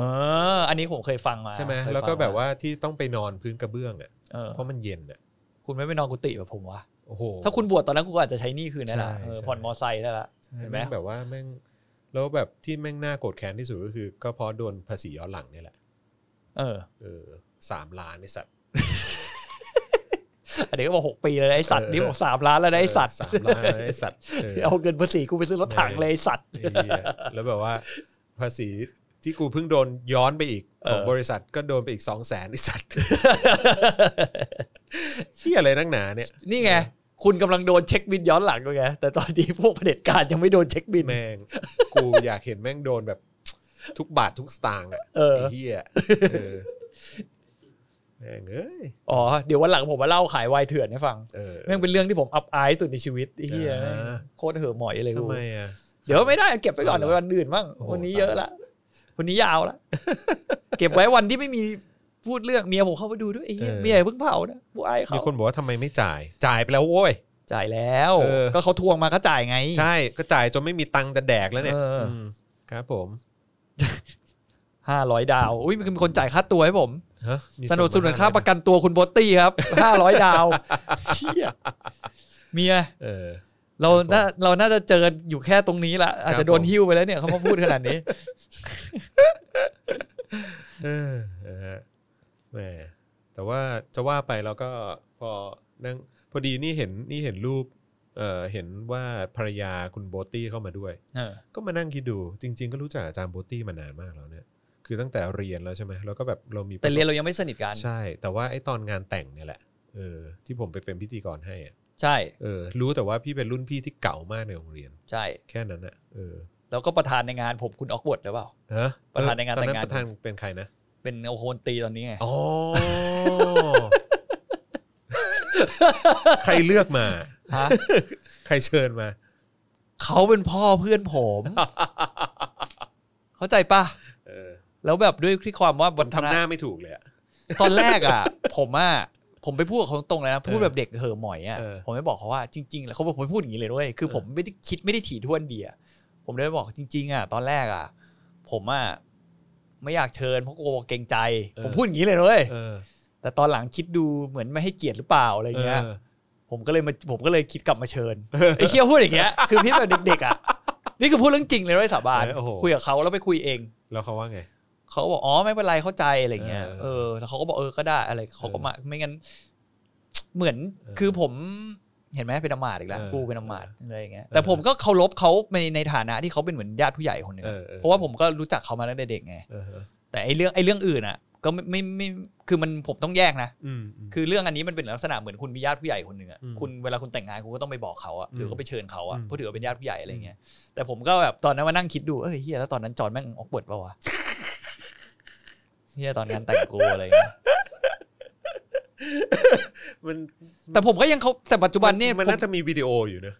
Speaker 2: อ อันนี้ผมเคยฟังมา
Speaker 1: ใช่ไหม
Speaker 2: เคยฟัง
Speaker 1: แล้วก็แบบว่าที่ต้องไปนอนพื้นกระเบื้องอ่ะ
Speaker 2: เออ
Speaker 1: เพราะมันเย็นอ่ะ
Speaker 2: คุณไม่ไปนอนกุฏิแบบผมวะ
Speaker 1: โอ้โห
Speaker 2: ถ้าคุณบวชตอนนั้นคุณก็อาจจะใช้หนี่คืนนั่นแหละ
Speaker 1: ใช่
Speaker 2: เออ
Speaker 1: ใช่
Speaker 2: ผ่อนมอไซค์ได้ละ
Speaker 1: ใช่
Speaker 2: เห็นไหม
Speaker 1: แม่งแบบว่าแม่งแล้วแบบที่แม่งน่าโกรธแค้นที่สุดก็คือ ก็เพราะโดนภาษีย้อนหลังเนี่ยแหละ
Speaker 2: เออ
Speaker 1: เออสามล้านไอสัตว์
Speaker 2: อันนี้ก็บอกหกปีเลยนะไอสัตว์
Speaker 1: เออ
Speaker 2: นี่บอกสามล้านแล้วนะไอสัตว์
Speaker 1: สามล้านไอสัตว์เออ
Speaker 2: เอาเงินภาษีกูไปซื้อรถถังเลยไอ้สัตว์
Speaker 1: ไอ้เหี้ยแล้วแบบว่าภาษีที่กูเพิ่งโดนย้อนไปอีก
Speaker 2: เออ
Speaker 1: ของบริษัทก็โดนไปอีกสองแสนไอสัตว์ เฮียอะไรนักหนาเนี่ย
Speaker 2: นี่ไง คุณกำลังโดนเช็คบินย้อนหลังด้วยไง แต่ตอนนี้พวกเผด็จการยังไม่โดน เช็คบิน
Speaker 1: แม่ง กูอยากเห็นแม่งโดนแบบ ทุกบาททุกสตางค์อะ
Speaker 2: เออ
Speaker 1: ไอ้เฮียเออแม่งเอ้ย
Speaker 2: อ๋อ เดี๋ยววันหลังผมมาเล่าขายวายเถื่อนให้ฟัง
Speaker 1: เออ
Speaker 2: แม่งเป็นเรื่องที่ผมอับอายที่สุดในชีวิตไอ้เหี้ย
Speaker 1: อ่า
Speaker 2: โคตรเห่อะหมอยเลยกู
Speaker 1: ทำไมอ่ะ
Speaker 2: เดี๋ยวไม่ได้เก็บไปก่อน
Speaker 1: เอาเหร
Speaker 2: เดี๋ย
Speaker 1: อ
Speaker 2: ววันอื่นบ้าง
Speaker 1: โอ้โห
Speaker 2: วันนี้เยอะละวันนี้ยาวละ เก็บไว้วันที่ไม่มีพูดเรื่องเมียผมเข้ามาดูด้วยไอ้เหี้ยเมียเพิ่งเผานะผู้อายเขา
Speaker 1: มีคนบอกว่าทำไมไม่จ่าย จ่ายไปแล้วโว้ย
Speaker 2: จ่ายแล้ว
Speaker 1: เออ
Speaker 2: ก็เขาทวงมาก็จ่ายไง
Speaker 1: ใช่ก็จ่ายจนไม่มีตังค์จะแดกแล้วเนี่ย
Speaker 2: เอออื
Speaker 1: มครับผม
Speaker 2: ห้าร้อยดาวอุ้ยมันมีคนจ่ายค่าตัวให้ผม
Speaker 1: ฮะมี
Speaker 2: สนับสนุน
Speaker 1: งม
Speaker 2: ค่าประกันตัวคุณโบตตี้ครับห้าร้อยดาวเชี่ยเมีย
Speaker 1: เออ
Speaker 2: เราน่าเราน่าจะเจออยู่แค่ตรงนี้ละอาจ
Speaker 1: ครั
Speaker 2: จะ
Speaker 1: บ
Speaker 2: โดนหิ้วไปแล้วเนี่ยเขามาพูดขนาดนี้
Speaker 1: เออนะฮะแหมแต่ว่าจะว่าไปเราก็พอนั่งพอดีนี่เห็นนี่เห็นรูปเออเห็นว่าภรรยาคุณโบตี้เข้ามาด้วย
Speaker 2: เออ
Speaker 1: ก็มานั่งคิดดู จริง ๆ ก็รู้จักอาจารย์โบตี้มานานมากแล้วเนี่ย คือตั้งแต่เรียนแล้วใช่ไหมแล้วก็แบบเรามี
Speaker 2: แต่เรียน
Speaker 1: ประส
Speaker 2: เรายังไม่สนิทกับ น
Speaker 1: ใช่ แต่ว่าไอ้ตอนงานแต่งเนี่ยแหละเออที่ผมไปเป็นพิธีกรให้อะ
Speaker 2: ใช่
Speaker 1: เออรู้แต่ว่าพี่เป็นรุ่นพี่ที่เก่ามากในโรงเรียน
Speaker 2: ใช่
Speaker 1: แค่นั้นอะเออ
Speaker 2: แล้วก็ประธานในงานผมคุณออกบทหรือเปล่า
Speaker 1: ฮะ
Speaker 2: ประธานในงาน
Speaker 1: ตอนนั้น
Speaker 2: แต่งงาน
Speaker 1: ประธานเป็นใครนะ
Speaker 2: เป็นโอโคนตีตอนนี้ไง
Speaker 1: อ๋อ ใครเลือกมา
Speaker 2: ฮะ
Speaker 1: ใครเชิญมา
Speaker 2: เขาเป็นพ่อเพื่อนผม เข้าใจปะ
Speaker 1: เออ
Speaker 2: แล้วแบบด้วยที่ความว่า
Speaker 1: ผม
Speaker 2: วัฒน
Speaker 1: ทำหน้าไม่ถูกเลยอะ
Speaker 2: ตอนแรกอ่ะ ผมอ่ะผมไปพูดกับเขาตรงๆเลยนะพูดแบบเด็กเห่อะหมอยอ่ะ
Speaker 1: เออ
Speaker 2: ผมไม่บอกเขาว่าจริงๆแล้วเขาบอกผมไม่พูดอย่างนี้เลยด้วยคือผมไม่ได้คิดไม่ได้ถี่ถ้วนเดียผมเลยบอกจริง ๆ อ่ะ ตอนแรกอ่ะ ผมอ่ะไม่อยากเชิญเพราะกลัวเกรงใจ ผมพูดอย่างนี้เลยด้วย
Speaker 1: เออ
Speaker 2: แต่ตอนหลังคิดดูเหมือนไม่ให้เกียรติหรือเปล่าอะไรเงี้ย
Speaker 1: เออ
Speaker 2: ผมก็เลยมาผมก็เลยคิดกลับมาเชิญ ไอ้เคี้ยวพูดอย่างเงี้ยคือพี่แบบเด็กๆอ่ะ นี่คือพูดเรื่องจริงเลยด้วยสาบาน
Speaker 1: เออโอ้โห
Speaker 2: คุยกับเขาแล้วไปคุยเอง
Speaker 1: แล้วเขาว่าไง
Speaker 2: เขาบอกอ๋อไม่เป็นไรเข้าใจอะไรเงี้ย
Speaker 1: เออ
Speaker 2: เออแล้วเขาก็บอกเออก็ได้อะไรเขาก็มาไม่งั้น เหมือนคือผมเห็นไหมเป็นอำมาตย์อีกแล้ว
Speaker 1: เออ
Speaker 2: กูเป็นอำมาตย์อะไรอย่างเงี้ย
Speaker 1: เออ
Speaker 2: แต่ผมก็เคารพเขาในในฐานะที่เขาเป็นเหมือนญาติผู้ใหญ่คนหนึ่ง
Speaker 1: เอ
Speaker 2: อะ
Speaker 1: อออ
Speaker 2: เพราะว่าผมก็รู้จักเขามาตั้งแต่เด็กไง
Speaker 1: เออเออ
Speaker 2: แต่ไอ้เรื่องไอ้เรื่องอื่นอ่ะ ก็ไม่ไม่ไม่คือมันผมต้องแยกนะ
Speaker 1: อืมอืม
Speaker 2: คือเรื่องอันนี้มันเป็นลักษณะเหมือนคุณมีญาติผู้ใหญ่คนหนึ่งอะ
Speaker 1: อืม
Speaker 2: คุณเวลาคุณแต่งงานคุณก็ต้องไปบอกเขาอะหรือก็ไปเชิญเขาอะ
Speaker 1: อืม
Speaker 2: เพราะถือว่าเป็นญาติผู้ใหญ่อะไรเงี้ยแต่ผมก็แบบตอนนั้นมานั่งคิดดูเอ้ยเฮียแล้วตอนนั้นจอนแม่งออกบทเปล่าวะ เฮียตอนงานแต่งกูอะไรเงี้ ย
Speaker 1: มัน
Speaker 2: แต่ผมก็ยังเขาแต่ปัจจุบันเนี่ย
Speaker 1: มัน
Speaker 2: ผม
Speaker 1: น่าจะมีวิดีโออยู่นะ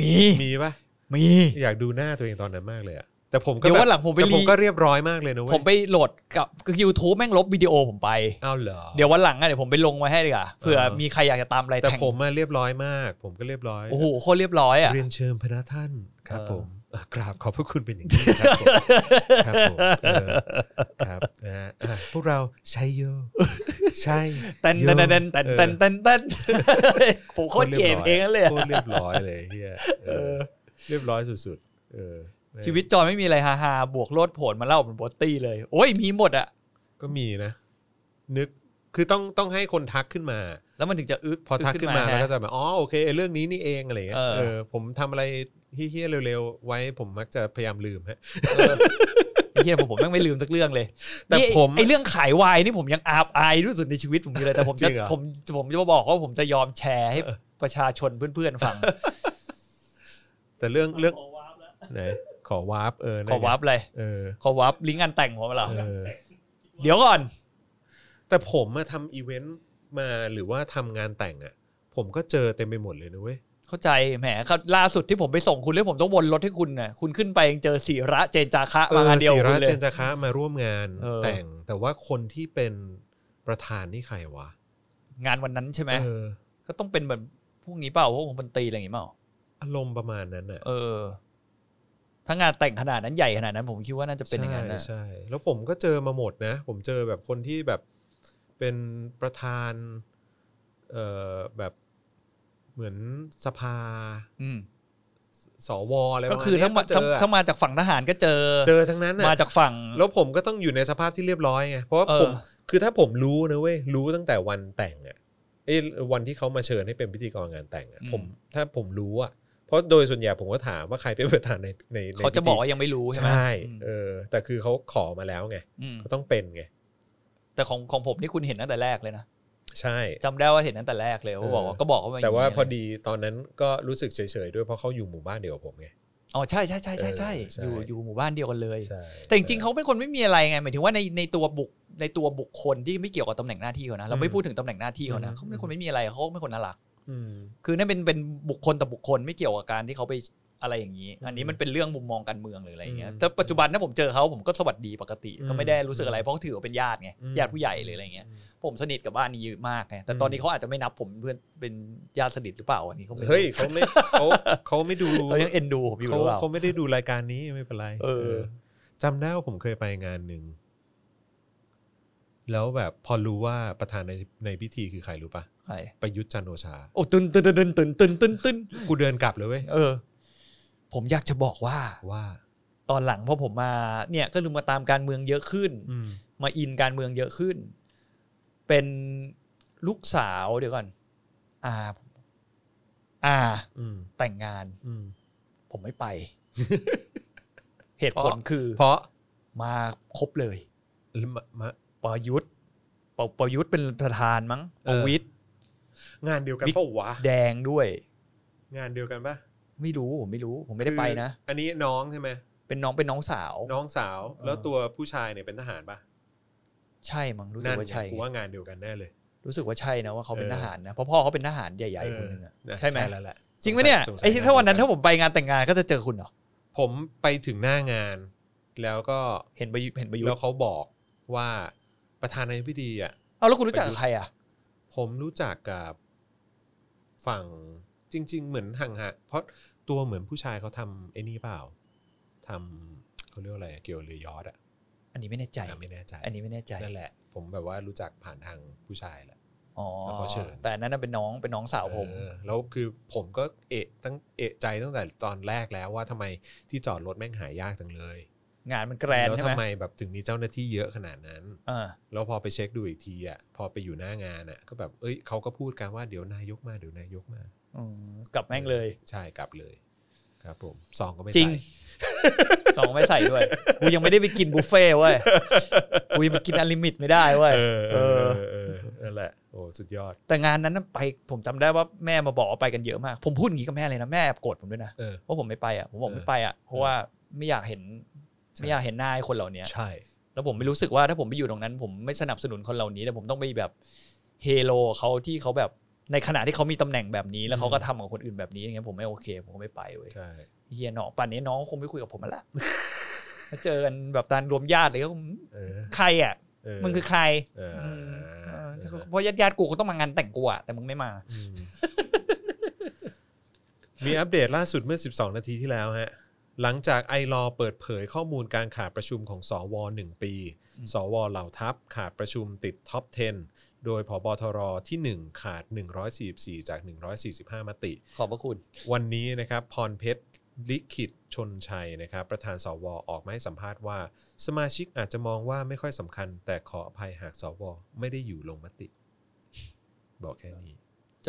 Speaker 2: มี
Speaker 1: มีปะ
Speaker 2: มี
Speaker 1: อยากดูหน้าตัวเองตอนนั้นมากเลยอะแต่ผมก็
Speaker 2: เดี๋ยว
Speaker 1: แบ
Speaker 2: วั
Speaker 1: บ
Speaker 2: นหลังผมไป
Speaker 1: แต่ผ
Speaker 2: รี
Speaker 1: มก็เรียบร้อยมากเลยนะเว้
Speaker 2: ผ
Speaker 1: ย
Speaker 2: มไปโหลดกับคือ YouTube แม่งลบวิดีโอผมไป
Speaker 1: เอาเหรอ
Speaker 2: เดี๋ยววันหลังอะเดี๋ยวผมไปลงไว้ให้ดีกว่าเผื่อ
Speaker 1: เออ
Speaker 2: มีใครอยากจะตามอะไร
Speaker 1: แต่
Speaker 2: แต่ง
Speaker 1: ผมมาเรียบร้อยมาก ผมก็เรียบร้อย
Speaker 2: โอ้โหโคตรเรียบร้อยอะ
Speaker 1: เรียนเชิญพระท่านครับ
Speaker 2: เออ
Speaker 1: ผมเอ่อกราบขอบพระคุณเป็นอย่างยิ่งครับผมครับผมเออครับนะฮะอ่ะพวกเราใช่โยใช่
Speaker 2: เต้นเต้นเต้นเต้นเต้นเต้นเต้นผมโคตรเกลียดเพลงนั้นเลยอะ
Speaker 1: โคตรเรียบร้อยเลยเฮียเออเรียบร้อยสุดๆเออ
Speaker 2: ชีวิตจอยไม่มีอะไรฮาฮาๆบวกโลดโผลมาเล่าเป็นโบทตี้เลย โอ้ยมีหมดอะ
Speaker 1: ก็มีนะ นึกคือต้องต้องให้คนทักขึ้นมา
Speaker 2: แล้วมันถึงจะอึก
Speaker 1: พอทักขึ้นมาแล้วก็
Speaker 2: จะ
Speaker 1: จะแบบอ๋อโอเคเรื่องนี้นี่เองอะไรเงี้ย
Speaker 2: เออ
Speaker 1: เออผมทำอะไรเฮี้ยๆเร็วๆไว้ผมมักจะพยายามลืมฮะ
Speaker 2: ไอ้เหี้ย ผมผมแม่งไม่ลืมสักเรื่องเลย
Speaker 1: แต่
Speaker 2: นี่ไอ้
Speaker 1: ผม
Speaker 2: ไอ้เรื่องขายวายนี่ผมยังอาบอายที่สุดในชีวิตผมอยู่เลยแต่ผม
Speaker 1: จ
Speaker 2: จะ
Speaker 1: ริงเหรอ
Speaker 2: ผมผมจะมาบอกว่าผมจะยอมแชร์ให้ประชาชนเพื่อนๆฟัง
Speaker 1: แต่เรื่องเรื่อง
Speaker 4: ขอวาร์ปแล้ว
Speaker 1: ไหนขอวาร์ปเออนั่น
Speaker 2: ข
Speaker 1: ไง
Speaker 2: อวับเลย
Speaker 1: เออ
Speaker 2: ขอวับลิงก์งานแต่งผมเหรอ
Speaker 1: เออ
Speaker 2: เดี๋ยวก่อน
Speaker 1: แต่ผมมาทำอีเวนต์มาหรือว่าทำงานแต่งอะ่ะ ผมก็เจอเต็มไปหมดเลยนะเว้ย
Speaker 2: เข้าใจแหมครับล่าสุดที่ผมไปส่งคุณแล้วผมต้องวนรถให้คุณน่ะคุณขึ้นไปยังเจอศิระเจนจาคะ
Speaker 1: เออง
Speaker 2: มาานเดียว
Speaker 1: ศิ
Speaker 2: กับคุ
Speaker 1: ระ
Speaker 2: ณเล
Speaker 1: เจ
Speaker 2: ย
Speaker 1: นจาคะมาร่วมงาน
Speaker 2: เออ
Speaker 1: แต่ง แต่ว่าคนที่เป็นประธานนี่ใครวะ
Speaker 2: งานวันนั้นใช่ไหม
Speaker 1: เออ
Speaker 2: ก็ต้องเป็นแบบพวกนี้เปล่าพวกคนตรีอะไรอย่างงี้เปล่า
Speaker 1: อารมณ์ประมาณนั้นอ่ะ
Speaker 2: เออ ถ้างานแต่งขนาดนั้นใหญ่ขนาดนั้น ผมคิดว่าน่าจะเป็นอย่างนั้นนะ
Speaker 1: ใช่ใช่แล้วผมก็เจอมาหมดนะ ผมเจอแบบคนที่แบบเป็นประธาน เอ่อแบบเหมือนสภา
Speaker 2: อืม
Speaker 1: สวอะไร
Speaker 2: ก็คือถ้ามา
Speaker 1: เจ
Speaker 2: ถ้า
Speaker 1: อ
Speaker 2: ถ้ามาจากฝั่งทหารก็เจอ
Speaker 1: เจอทั้งนั้นน่ะ
Speaker 2: มาจากฝั่ง
Speaker 1: แล้วผมก็ต้องอยู่ในสภาพที่เรียบร้อยไง เพราะว่า
Speaker 2: เออ
Speaker 1: ผม คือถ้าผมรู้นะเว้ย รู้ตั้งแต่วันแต่งอะ เอ้ยวันที่เขามาเชิญให้เป็นพิธีกรงานแต่งอะ
Speaker 2: อืม
Speaker 1: ผมถ้าผมรู้อะเพราะโดยส่วนใหญ่ผมก็ถามว่าใครเป็นประธานในในใน
Speaker 2: เขาจะบอก
Speaker 1: พิ
Speaker 2: ว่ายังไม่รู้
Speaker 1: ธี
Speaker 2: ใช่ไหม
Speaker 1: ใช่
Speaker 2: อืม
Speaker 1: เออแต่คือเขาขอมาแล้วไง
Speaker 2: ม
Speaker 1: ก็ต้องเป็นไง
Speaker 2: แต่ของของผมนี่คุณเห็นตั้งแต่แรกเลยนะ
Speaker 1: ใช่
Speaker 2: จำได้ว่าเห็นตั้งแต่แรกเลยว่าบอกว่า
Speaker 1: เออ
Speaker 2: ก็บอกว่ามันย่
Speaker 1: แต่
Speaker 2: งนี้
Speaker 1: ว่าพอ
Speaker 2: เลย
Speaker 1: ดีตอนนั้นก็รู้สึกเฉยๆด้วยเพราะเขาอยู่หมู่บ้านเดียวกับผมไง
Speaker 2: อ๋อใช่ใช่ใช่ใช่ใช่
Speaker 1: เออใช่
Speaker 2: อยู่อยู่หมู่บ้านเดียวกันเลย
Speaker 1: ใช่
Speaker 2: แต่จริงๆเขาเป็นคนไม่มีอะไรไงหมายถึงว่าในในตัวบุคในตัวบุคคลที่ไม่เกี่ยวกับตำแหน่งหน้าที่เขานะเราไม่พูดถึงตำแหน่งหน้าที่เขานะเขาเป็นคนไม่มีอะไรเขาเป็นคนน่ารัก
Speaker 1: อืม
Speaker 2: คือนั่นเป็นเป็นบุคคลต่อบุคคลไม่เกี่ยวกับการที่เขาไปอะไรอย่างนี้ อันนี้มันเป็นเรื่องมุมมองการเมืองหรืออะไรอย่างเงี้ย
Speaker 1: อืม
Speaker 2: แต่ปัจจุบันถ้าผมเจอเขาผมก็สวัสดีปกติ
Speaker 1: อืม
Speaker 2: ก็ไม่ได้รู้สึกอะไรเพราะถือว่าเป็นญาติไง
Speaker 1: อืม
Speaker 2: ญาติผู้ใหญ่หรืออะไรเงี้ยผมสนิทกับบ้านนี้เยอะมากไงแต่ตอนนี้เขาอาจจะไม่นับผมเป็นเพื่อนเป็นญาติสนิทหรือเปล่าอันนี้เขาไม่รู้
Speaker 1: เฮ้ยเขาไม่เขาเขาไม่ดู
Speaker 2: เขายังเอ็นดูผมอยู่ห
Speaker 1: เขา
Speaker 2: รือเปล่า
Speaker 1: เขาไม่ได้ดูรายการนี้ไม่เป็นไร
Speaker 2: เออ
Speaker 1: จำได้ว่าผมเคยไปงานหนึ่งแล้วแบบพอรู้ว่าประธานในในพิธีคือใครรู้ปะ
Speaker 2: ใช่
Speaker 1: ประยุทธ์จันทร์โอชา
Speaker 2: โอ้ตึนตึนตึนตึนตึนตึนตึน
Speaker 1: กูเดินกลับเลยเว้ย
Speaker 2: เออ ผมอยากจะบอกว่า
Speaker 1: ว่า
Speaker 2: ตอนหลังพอผมมาเนี่ยก็ลืมมาตามการเมืองเยอะขึ้น
Speaker 1: อืม
Speaker 2: มาอินการเมืองเยอะขึ้น เป็นลูกสาวเดี๋ยวก่อนอาอา
Speaker 1: อืม
Speaker 2: แต่งงาน
Speaker 1: อืม
Speaker 2: ผมไม่ไป เหตุ
Speaker 1: เพ
Speaker 2: ผ
Speaker 1: ราะ
Speaker 2: ลคือ
Speaker 1: เพราะ
Speaker 2: มาครบเลย
Speaker 1: มะมะ
Speaker 2: ประยุทธ์ปประยุทธ์เป็นประธานมั้ง
Speaker 1: เอ
Speaker 2: ป
Speaker 1: อ
Speaker 2: ระวิทย์
Speaker 1: งานเดียวกัน
Speaker 2: บิ๊ก
Speaker 1: เปล่าวะ
Speaker 2: แดงด้วย
Speaker 1: งานเดียวกันปะ
Speaker 2: ไม่รู้ผมไม่รู้ ผมไม่ได้ไปนะ
Speaker 1: คืออันนี้น้องใช่ไหม
Speaker 2: เป็นน้องเป็นน้องสาว
Speaker 1: น้องสาว
Speaker 2: เออ
Speaker 1: แล้วตัวผู้ชายเนี่ยเป็นทหารปะ
Speaker 2: ใช่มั้งรู้สึก
Speaker 1: นั่น
Speaker 2: ว่า
Speaker 1: ไง
Speaker 2: ใช่
Speaker 1: กูว่างานเดียวกันแน่เลย
Speaker 2: รู้สึกว่าใช่นะว่าเขาเป็น
Speaker 1: เออ
Speaker 2: ทหารนะเพราะพ่อเขาเป็นทหารใหญ่ๆคนหนึงอะ
Speaker 1: นะ
Speaker 2: ใช่ไหม
Speaker 1: แล้วแหละ
Speaker 2: จริงไหมเนี่ย
Speaker 1: สสั
Speaker 2: ไอ้ที่ถ้าวันนั้น
Speaker 1: ส
Speaker 2: ถ้าง
Speaker 1: สัย
Speaker 2: ผมไปงานแต่งงานก็จะเจอคุณเหรอ
Speaker 1: ผมไปถึงหน้างาน แล้วก็
Speaker 2: เห็นประยุทธ์เห็นประยุท
Speaker 1: แล้ว
Speaker 2: ธ์
Speaker 1: เขาบอกว่าประธานาธิบดีอ่ะ
Speaker 2: เอาแล้วคุณรู้จักกับใครอ่ะ
Speaker 1: ผมรู้จักกับฝั่งจริง ๆ เหมือนห่างฮะเพราะตัวเหมือนผู้ชายเขาทำไอ้นี่เปล่าทำเขาเรียกว่าอะไรเกี่ยวกับเรือยอทอะ
Speaker 2: อันนี้ไม่แน่ใจ
Speaker 1: อ่ะไม่แน่ใจ
Speaker 2: อันนี้ไม่แน่ใจ
Speaker 1: นั่นแหละ ผมแบบว่ารู้จักผ่านทางผู้ชายแหละ
Speaker 2: อ๋อ
Speaker 1: แล้วเขาเชิญ
Speaker 2: แต่อันนั้นนะเป็นน้องเป็นน้องสาวผม
Speaker 1: เออแล้วคือผมก็เอะตั้งเอะใจตั้งแต่ตอนแรกแล้วว่าทำไมที่จอดรถแม่งหายากจังเลย
Speaker 2: งานมันแกรน
Speaker 1: แล้ว
Speaker 2: ใช่
Speaker 1: ทำ
Speaker 2: ไห
Speaker 1: ไม
Speaker 2: ม
Speaker 1: แบบถึงมีเจ้าหน้าที่เยอะขนาดนั้น
Speaker 2: เออ
Speaker 1: แล้วพอไปเช็คดูอีกทีอ่ะพอไปอยู่หน้างานอ่ะ ก็แบบเอ้ยเขาก็พูดกันว่าเดี๋ยวนายกมาเดี๋ยวนายกมา
Speaker 2: อืมกลับแม่งเลย
Speaker 1: ใช่กลับเลย ครับผมซองก็ไม่
Speaker 2: จริง
Speaker 1: ใส่
Speaker 2: สองไม่ใส่ด้วยกูยังไม่ได้ไปกินบุฟเฟ่ต์เว้ยกูยังไปกินอลิมิตไม่ได้เว้ย
Speaker 1: เออเอ
Speaker 2: เอ
Speaker 1: อ
Speaker 2: อ
Speaker 1: เออนั่นแหละโอ้สุดยอด
Speaker 2: แต่งานนั้นนะไปผมจำได้ว่าแม่มาบอกว่าไปกันเยอะมาก ผมพูดอย่างนี้กับแม่เลยนะแม่แอบโกรธผมด้วยนะ
Speaker 1: เออ
Speaker 2: ว่าผมไม่ไปอ่ะผมบอก
Speaker 1: เออ
Speaker 2: ไม่ไปอ่ะเพราะว่าไม่อยากเห็น
Speaker 1: ใช่
Speaker 2: ไม่อยากเห็นหน้าไอ้คนเหล่านี้
Speaker 1: ใช่
Speaker 2: แล้วผมไม่รู้สึกว่าถ้าผมไปอยู่ตรงนั้น ผมไม่สนับสนุนคนเหล่านี้แต่ผมต้องไปแบบเฮโลเขาที่เขาแบบในขณะที่เขามีตำแหน่งแบบนี้แล้วเขาก็ทำกับคนอื่นแบบนี้อย่างเงี้ยผมไม่โอเค ผมก็ไม่ไปเว้ย
Speaker 1: ใช่
Speaker 2: เฮียน้องป่านนี้น้องคงไม่คุยกับผมแล้วล่ะ ถ้าเจอกันแบบตารรวมญาติเลยก็คง
Speaker 1: เออ
Speaker 2: ใครอ่ะ
Speaker 1: เ
Speaker 2: มึงคือใคร
Speaker 1: เออ
Speaker 2: อืม
Speaker 1: เออ
Speaker 2: เออเพราะญาติญาติๆกูก็ต้องมางานแต่งกูอ่ะแต่มึงไม่มา
Speaker 1: อืม มีอัปเดตล่าสุดเมื่อ 12 นาทีที่แล้วฮะ หลังจากไอรอเปิดเผยข้อมูลการขาดประชุมของสวหนึ่งปี
Speaker 2: อืม
Speaker 1: สวเหล่าทัพขาดประชุมติดท็อป 10 โดยผบทรทีหนึ่1 ขาด 144 จาก 145 มติ
Speaker 2: ขอบพระคุณ
Speaker 1: วันนี้นะครับพรเพชรลิขิตชนชัยนะครับ ประธานสวออกมาให้สัมภาษณ์ว่า สมาชิกอาจจะมองว่าไม่ค่อยสำคัญ แต่ขออภัยหากสวไม่ได้อยู่ลงมติ บอกแค่นี้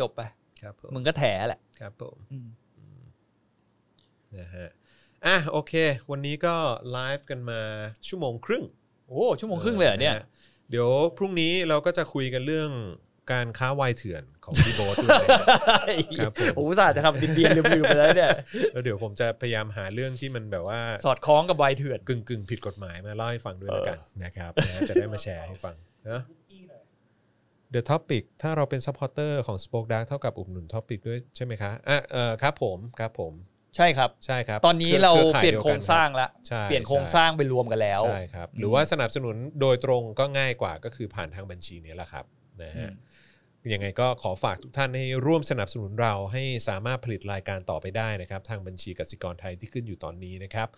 Speaker 2: จบไป
Speaker 1: ครับผม
Speaker 2: มึงก็แถแหละ
Speaker 1: ครับผม
Speaker 2: อืม
Speaker 1: อืมนะฮะอ่ะโอเค วันนี้ก็ไลฟ์กันมาชั่วโมงครึ่ง
Speaker 2: โอ้ชั่วโมงครึ่งเลยเหรอเนี่ย
Speaker 1: ะฮะเดี๋ยวพรุ่งนี้เราก็จะคุยกันเรื่องการค้าวายเถื่อนของพี่โบ๊ทด้วยนะครับค รับผม
Speaker 2: โอ้สาห์จะทำดีๆลืมๆไปแล้ว เนี่ย
Speaker 1: แล้วเดี๋ยวผมจะพยายามหาเรื่องที่มันแบบว่า
Speaker 2: สอดคล้องกับใบเถื่อน
Speaker 1: กึ่งกึ่งๆผิดกฎหมายมาเล่าให้ฟังด้วยแล้วกัน นะครับนะจะได้มาแชร์ให้ฟังนะ
Speaker 4: คุกกี้หน่อย
Speaker 1: The Topic ถ้าเราเป็นซัพพอร์เตอร์ของ Spoke Dark เท่ากับอุดหนุน Topic ด้วยใช่ไหมคะอ่ะเออครับผมครับผม
Speaker 2: ใช่ครับ
Speaker 1: ใช่ครับ
Speaker 2: ตอนนี้
Speaker 1: ค
Speaker 2: เรา
Speaker 1: อข่
Speaker 2: เปลี่ยนโครงสร้างละ
Speaker 1: ใช่
Speaker 2: เปลี่ยนโครงสร้างไปรวมกันแล้ว
Speaker 1: ใช่ครับ
Speaker 2: อืม
Speaker 1: หรือว่าสนับสนุนโดยตรงก็ง่ายกว่าก็คือผ่านทางบัญชีนี้แหละครับนะ
Speaker 2: อื
Speaker 1: ฮะ
Speaker 2: ม
Speaker 1: ยังไงก็ขอฝากทุกท่านให้ร่วมสนับสนุนเราให้สามารถผลิตรายการต่อไปได้นะครับ ทางบัญชีกสิกรไทยที่ขึ้นอยู่ตอนนี้นะครับ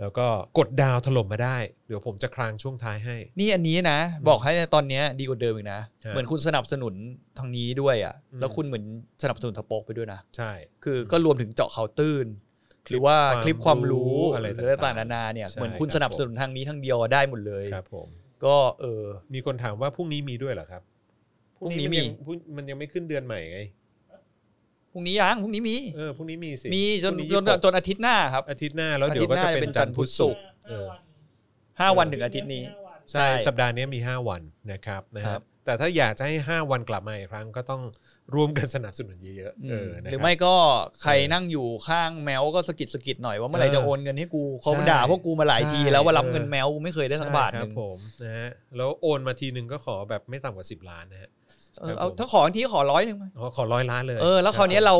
Speaker 1: แล้วก็กดดาวถล่มมาได้ เดี๋ยวผมจะครางช่วงท้ายให้
Speaker 2: นี่อันนี้นะ บอกให้ตอนเนี้ยดีกว่าเดิมอีกนะ
Speaker 1: ใช่
Speaker 2: เหมือนคุณสนับสนุนทางนี้ด้วยอ่ะ
Speaker 1: อืม
Speaker 2: แล้วคุณเหมือนสนับสนุนทปกไปด้วยนะ
Speaker 1: ใช่
Speaker 2: คือก็รวมถึงเจาะเขาวตื้น
Speaker 1: คลิป
Speaker 2: หรือว่า
Speaker 1: ความ
Speaker 2: คลิปความรู้
Speaker 1: รู้อะไร
Speaker 2: หรือ
Speaker 1: ต่า
Speaker 2: ต่าง
Speaker 1: ๆ
Speaker 2: งๆนานาเนี่ย
Speaker 1: ใช่
Speaker 2: เหมือนคุณ
Speaker 1: ครับ
Speaker 2: สนับสนุนทางนี้ทางเดียวได้หมดเลย
Speaker 1: ครับผม
Speaker 2: ก็เออ
Speaker 1: มีคนถามว่าพรุ่งนี้มีด้วยเหรอครับ พรุ่งนี้มันยังพรุ่งมันยังไม่ขึ้นเดือนใหม่ไง
Speaker 2: พรุ่งนี้ยังพรุ่งนี้มี
Speaker 1: เออพรุ่งนี้มีสิ
Speaker 2: มีจน
Speaker 1: พรุ่ง
Speaker 2: จน
Speaker 1: ยี่สิบหก
Speaker 2: จนอาทิตย์หน้าครับ
Speaker 1: อาทิตย์หน้าแล้วเดี๋ยวก็จะ
Speaker 2: อาทิตย์หน้าจะเป็
Speaker 1: เป็น น
Speaker 2: จั
Speaker 1: จั
Speaker 2: น
Speaker 1: นท
Speaker 2: ทร์
Speaker 1: ร์
Speaker 2: พุ
Speaker 1: พุ
Speaker 2: ธ
Speaker 1: ธ
Speaker 2: ศุ
Speaker 1: ศุ
Speaker 2: ก
Speaker 1: ก
Speaker 2: ร์
Speaker 1: ร์
Speaker 4: ห้า
Speaker 2: ห้า
Speaker 4: วัน
Speaker 2: วันถึงอาทิตย์นี้
Speaker 4: ห้าวัน
Speaker 1: ใช่
Speaker 2: ใช่
Speaker 1: สัปดาห์นี้มี 5 วันนะครับนะค
Speaker 2: ครั
Speaker 1: รับบ แต่ถ้าอยากจะให้ 5 วันกลับมาอีกครั้งก็ต้องร่วมกันสนับสนุนเยอะๆเออนะคบ
Speaker 2: หรือไม่ก็ใคร
Speaker 1: เออ
Speaker 2: นั่งอยู่ข้างแมวก็สะกิดสะกิดหน่อยว่าเมื่อไหร่
Speaker 1: เออ
Speaker 2: จะโอนเงินให้กูเขา
Speaker 1: ใช่
Speaker 2: ด่าพวกกูมาหลาย
Speaker 1: ใช่
Speaker 2: ทีแล้วว่ารับ
Speaker 1: เออ
Speaker 2: เงินแมวกูไม่เคยได้สัก
Speaker 1: ใช่
Speaker 2: บาท
Speaker 1: ค
Speaker 2: ห
Speaker 1: รั
Speaker 2: นึ่ง
Speaker 1: ผมนะฮะแล้วโอนมาทีหนึ่งก็ขอแบบไม่ต่ำกว่า 10 ล้านนะฮะ
Speaker 2: เออเอา
Speaker 1: ครับผม
Speaker 2: ถ้าขอทีขอร้อยหนึ่งมา
Speaker 1: ขอขอร้อยล้านเลย
Speaker 2: เออแล้วคราวนี้เรา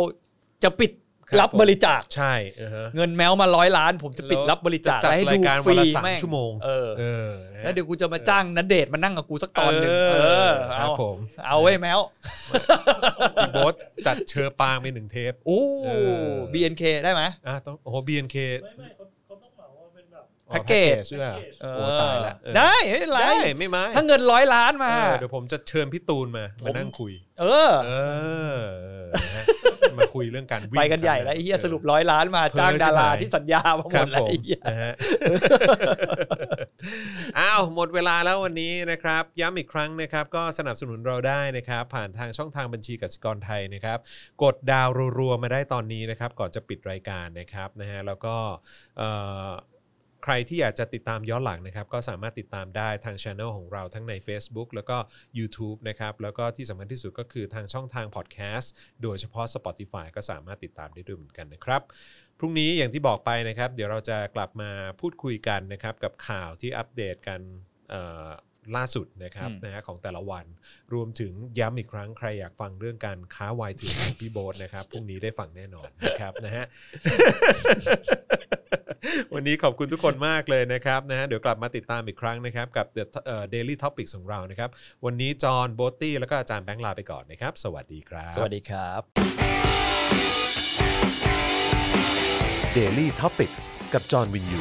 Speaker 2: จะปิดรับบริจาค
Speaker 1: ใช่เออฮะ
Speaker 2: เงินแมวมาร้อยล้าน ผมจะปิดรับบริจาค
Speaker 1: จะจัด
Speaker 2: และให้ดู
Speaker 1: รายการ
Speaker 2: ฟ
Speaker 1: วัน
Speaker 2: รี
Speaker 1: ละสาม
Speaker 2: แม่ง
Speaker 1: ชั่วโมง
Speaker 2: เออ
Speaker 1: เออนะฮะ
Speaker 2: แล้วเดี๋ยวกูจะมาจ้างนัดเดทมานั่งกับกูสักตอนหนึ่งเออ
Speaker 1: ครับ
Speaker 2: เอา
Speaker 1: ผม
Speaker 2: เอาไว้ยแมว
Speaker 1: คุณโบ๊ทจัดเชอปางไปหนึ่งเทป
Speaker 2: โอ้
Speaker 1: เออ
Speaker 2: BNK ได้ไหม
Speaker 1: อ่ะต้องโอ้โห BNK
Speaker 4: ไม่ไม่เขาเขาต้องเหมาว่าเป็นแบบ
Speaker 1: อ๋อ
Speaker 2: Package
Speaker 1: ใช่ไหม
Speaker 4: แพ็กเกจ
Speaker 2: เอ
Speaker 1: โอ้
Speaker 2: อ
Speaker 1: ตายละเออ
Speaker 2: ได้ไม่เป็นไร
Speaker 1: ได้ไม่ไม่
Speaker 2: ถ้าเงินร้อยล้านมา
Speaker 1: เออเดี๋ยวผมจะเชิญพี่ตูนมา
Speaker 2: ผม
Speaker 1: มานั่งคุย
Speaker 2: เออ
Speaker 1: เออนะฮะมาคุยเรื่องการวิ่ง
Speaker 2: ไปกันใหญ่แล้วไอ้เหี้ย
Speaker 1: ออ
Speaker 2: สรุปร้อยล้านมา
Speaker 1: เพ้อ
Speaker 2: จ้างดารา
Speaker 1: ใช่ไหม
Speaker 2: ที่สัญญามาห
Speaker 1: ครั
Speaker 2: ม
Speaker 1: บ
Speaker 2: ดแล้ว
Speaker 1: ผม
Speaker 2: ไอ้เหี้ย
Speaker 1: นะฮะ อ้าวหมดเวลาแล้ววันนี้นะครับ ย้ำอีกครั้งนะครับ ก็สนับสนุนเราได้นะครับ ผ่านทางช่องทางบัญชีกสิกรไทยนะครับ กดดาวรัวๆมาได้ตอนนี้นะครับ ก่อนจะปิดรายการนะครับนะฮะแล้วก็เอ่อใครที่อยากจะติดตามย้อนหลังนะครับ ก็สามารถติดตามได้ทางช anel ของเราทั้งใน Facebook แล้วก็ YouTube นะครับ แล้วก็ที่สำคัญที่สุดก็คือทางช่องทางพอดแคสต์โดยเฉพาะ Spotify ก็สามารถติดตามได้ด้วยเหมือนกันนะครับ พรุ่งนี้อย่างที่บอกไปนะครับ เดี๋ยวเราจะกลับมาพูดคุยกันนะครับ กับข่าวที่อัปเดตกันเอ่อล่าสุดนะครับนะฮะของแต่ละวัน รวมถึงย้ำอีกครั้งใครอยากฟังเรื่องการค้าวายเถื่อนของพี่โบ๊ทนะครับพรุ่งนี้ได้ฟังแน่นอนนะครับนะฮะ วันนี้ขอบคุณทุกคนมากเลยนะครับนะฮะเดี๋ยวกลับมาติดตามอีกครั้งนะครับ กับ The เอ่อ Daily Topics ของเรานะครับ วันนี้จอห์นโบตตี้แล้วก็อาจารย์แบงค์ลาไปก่อนนะครับ สวัสดีครับ
Speaker 2: สวัสดีครับ
Speaker 1: Daily Topics กับจอห์นวินยู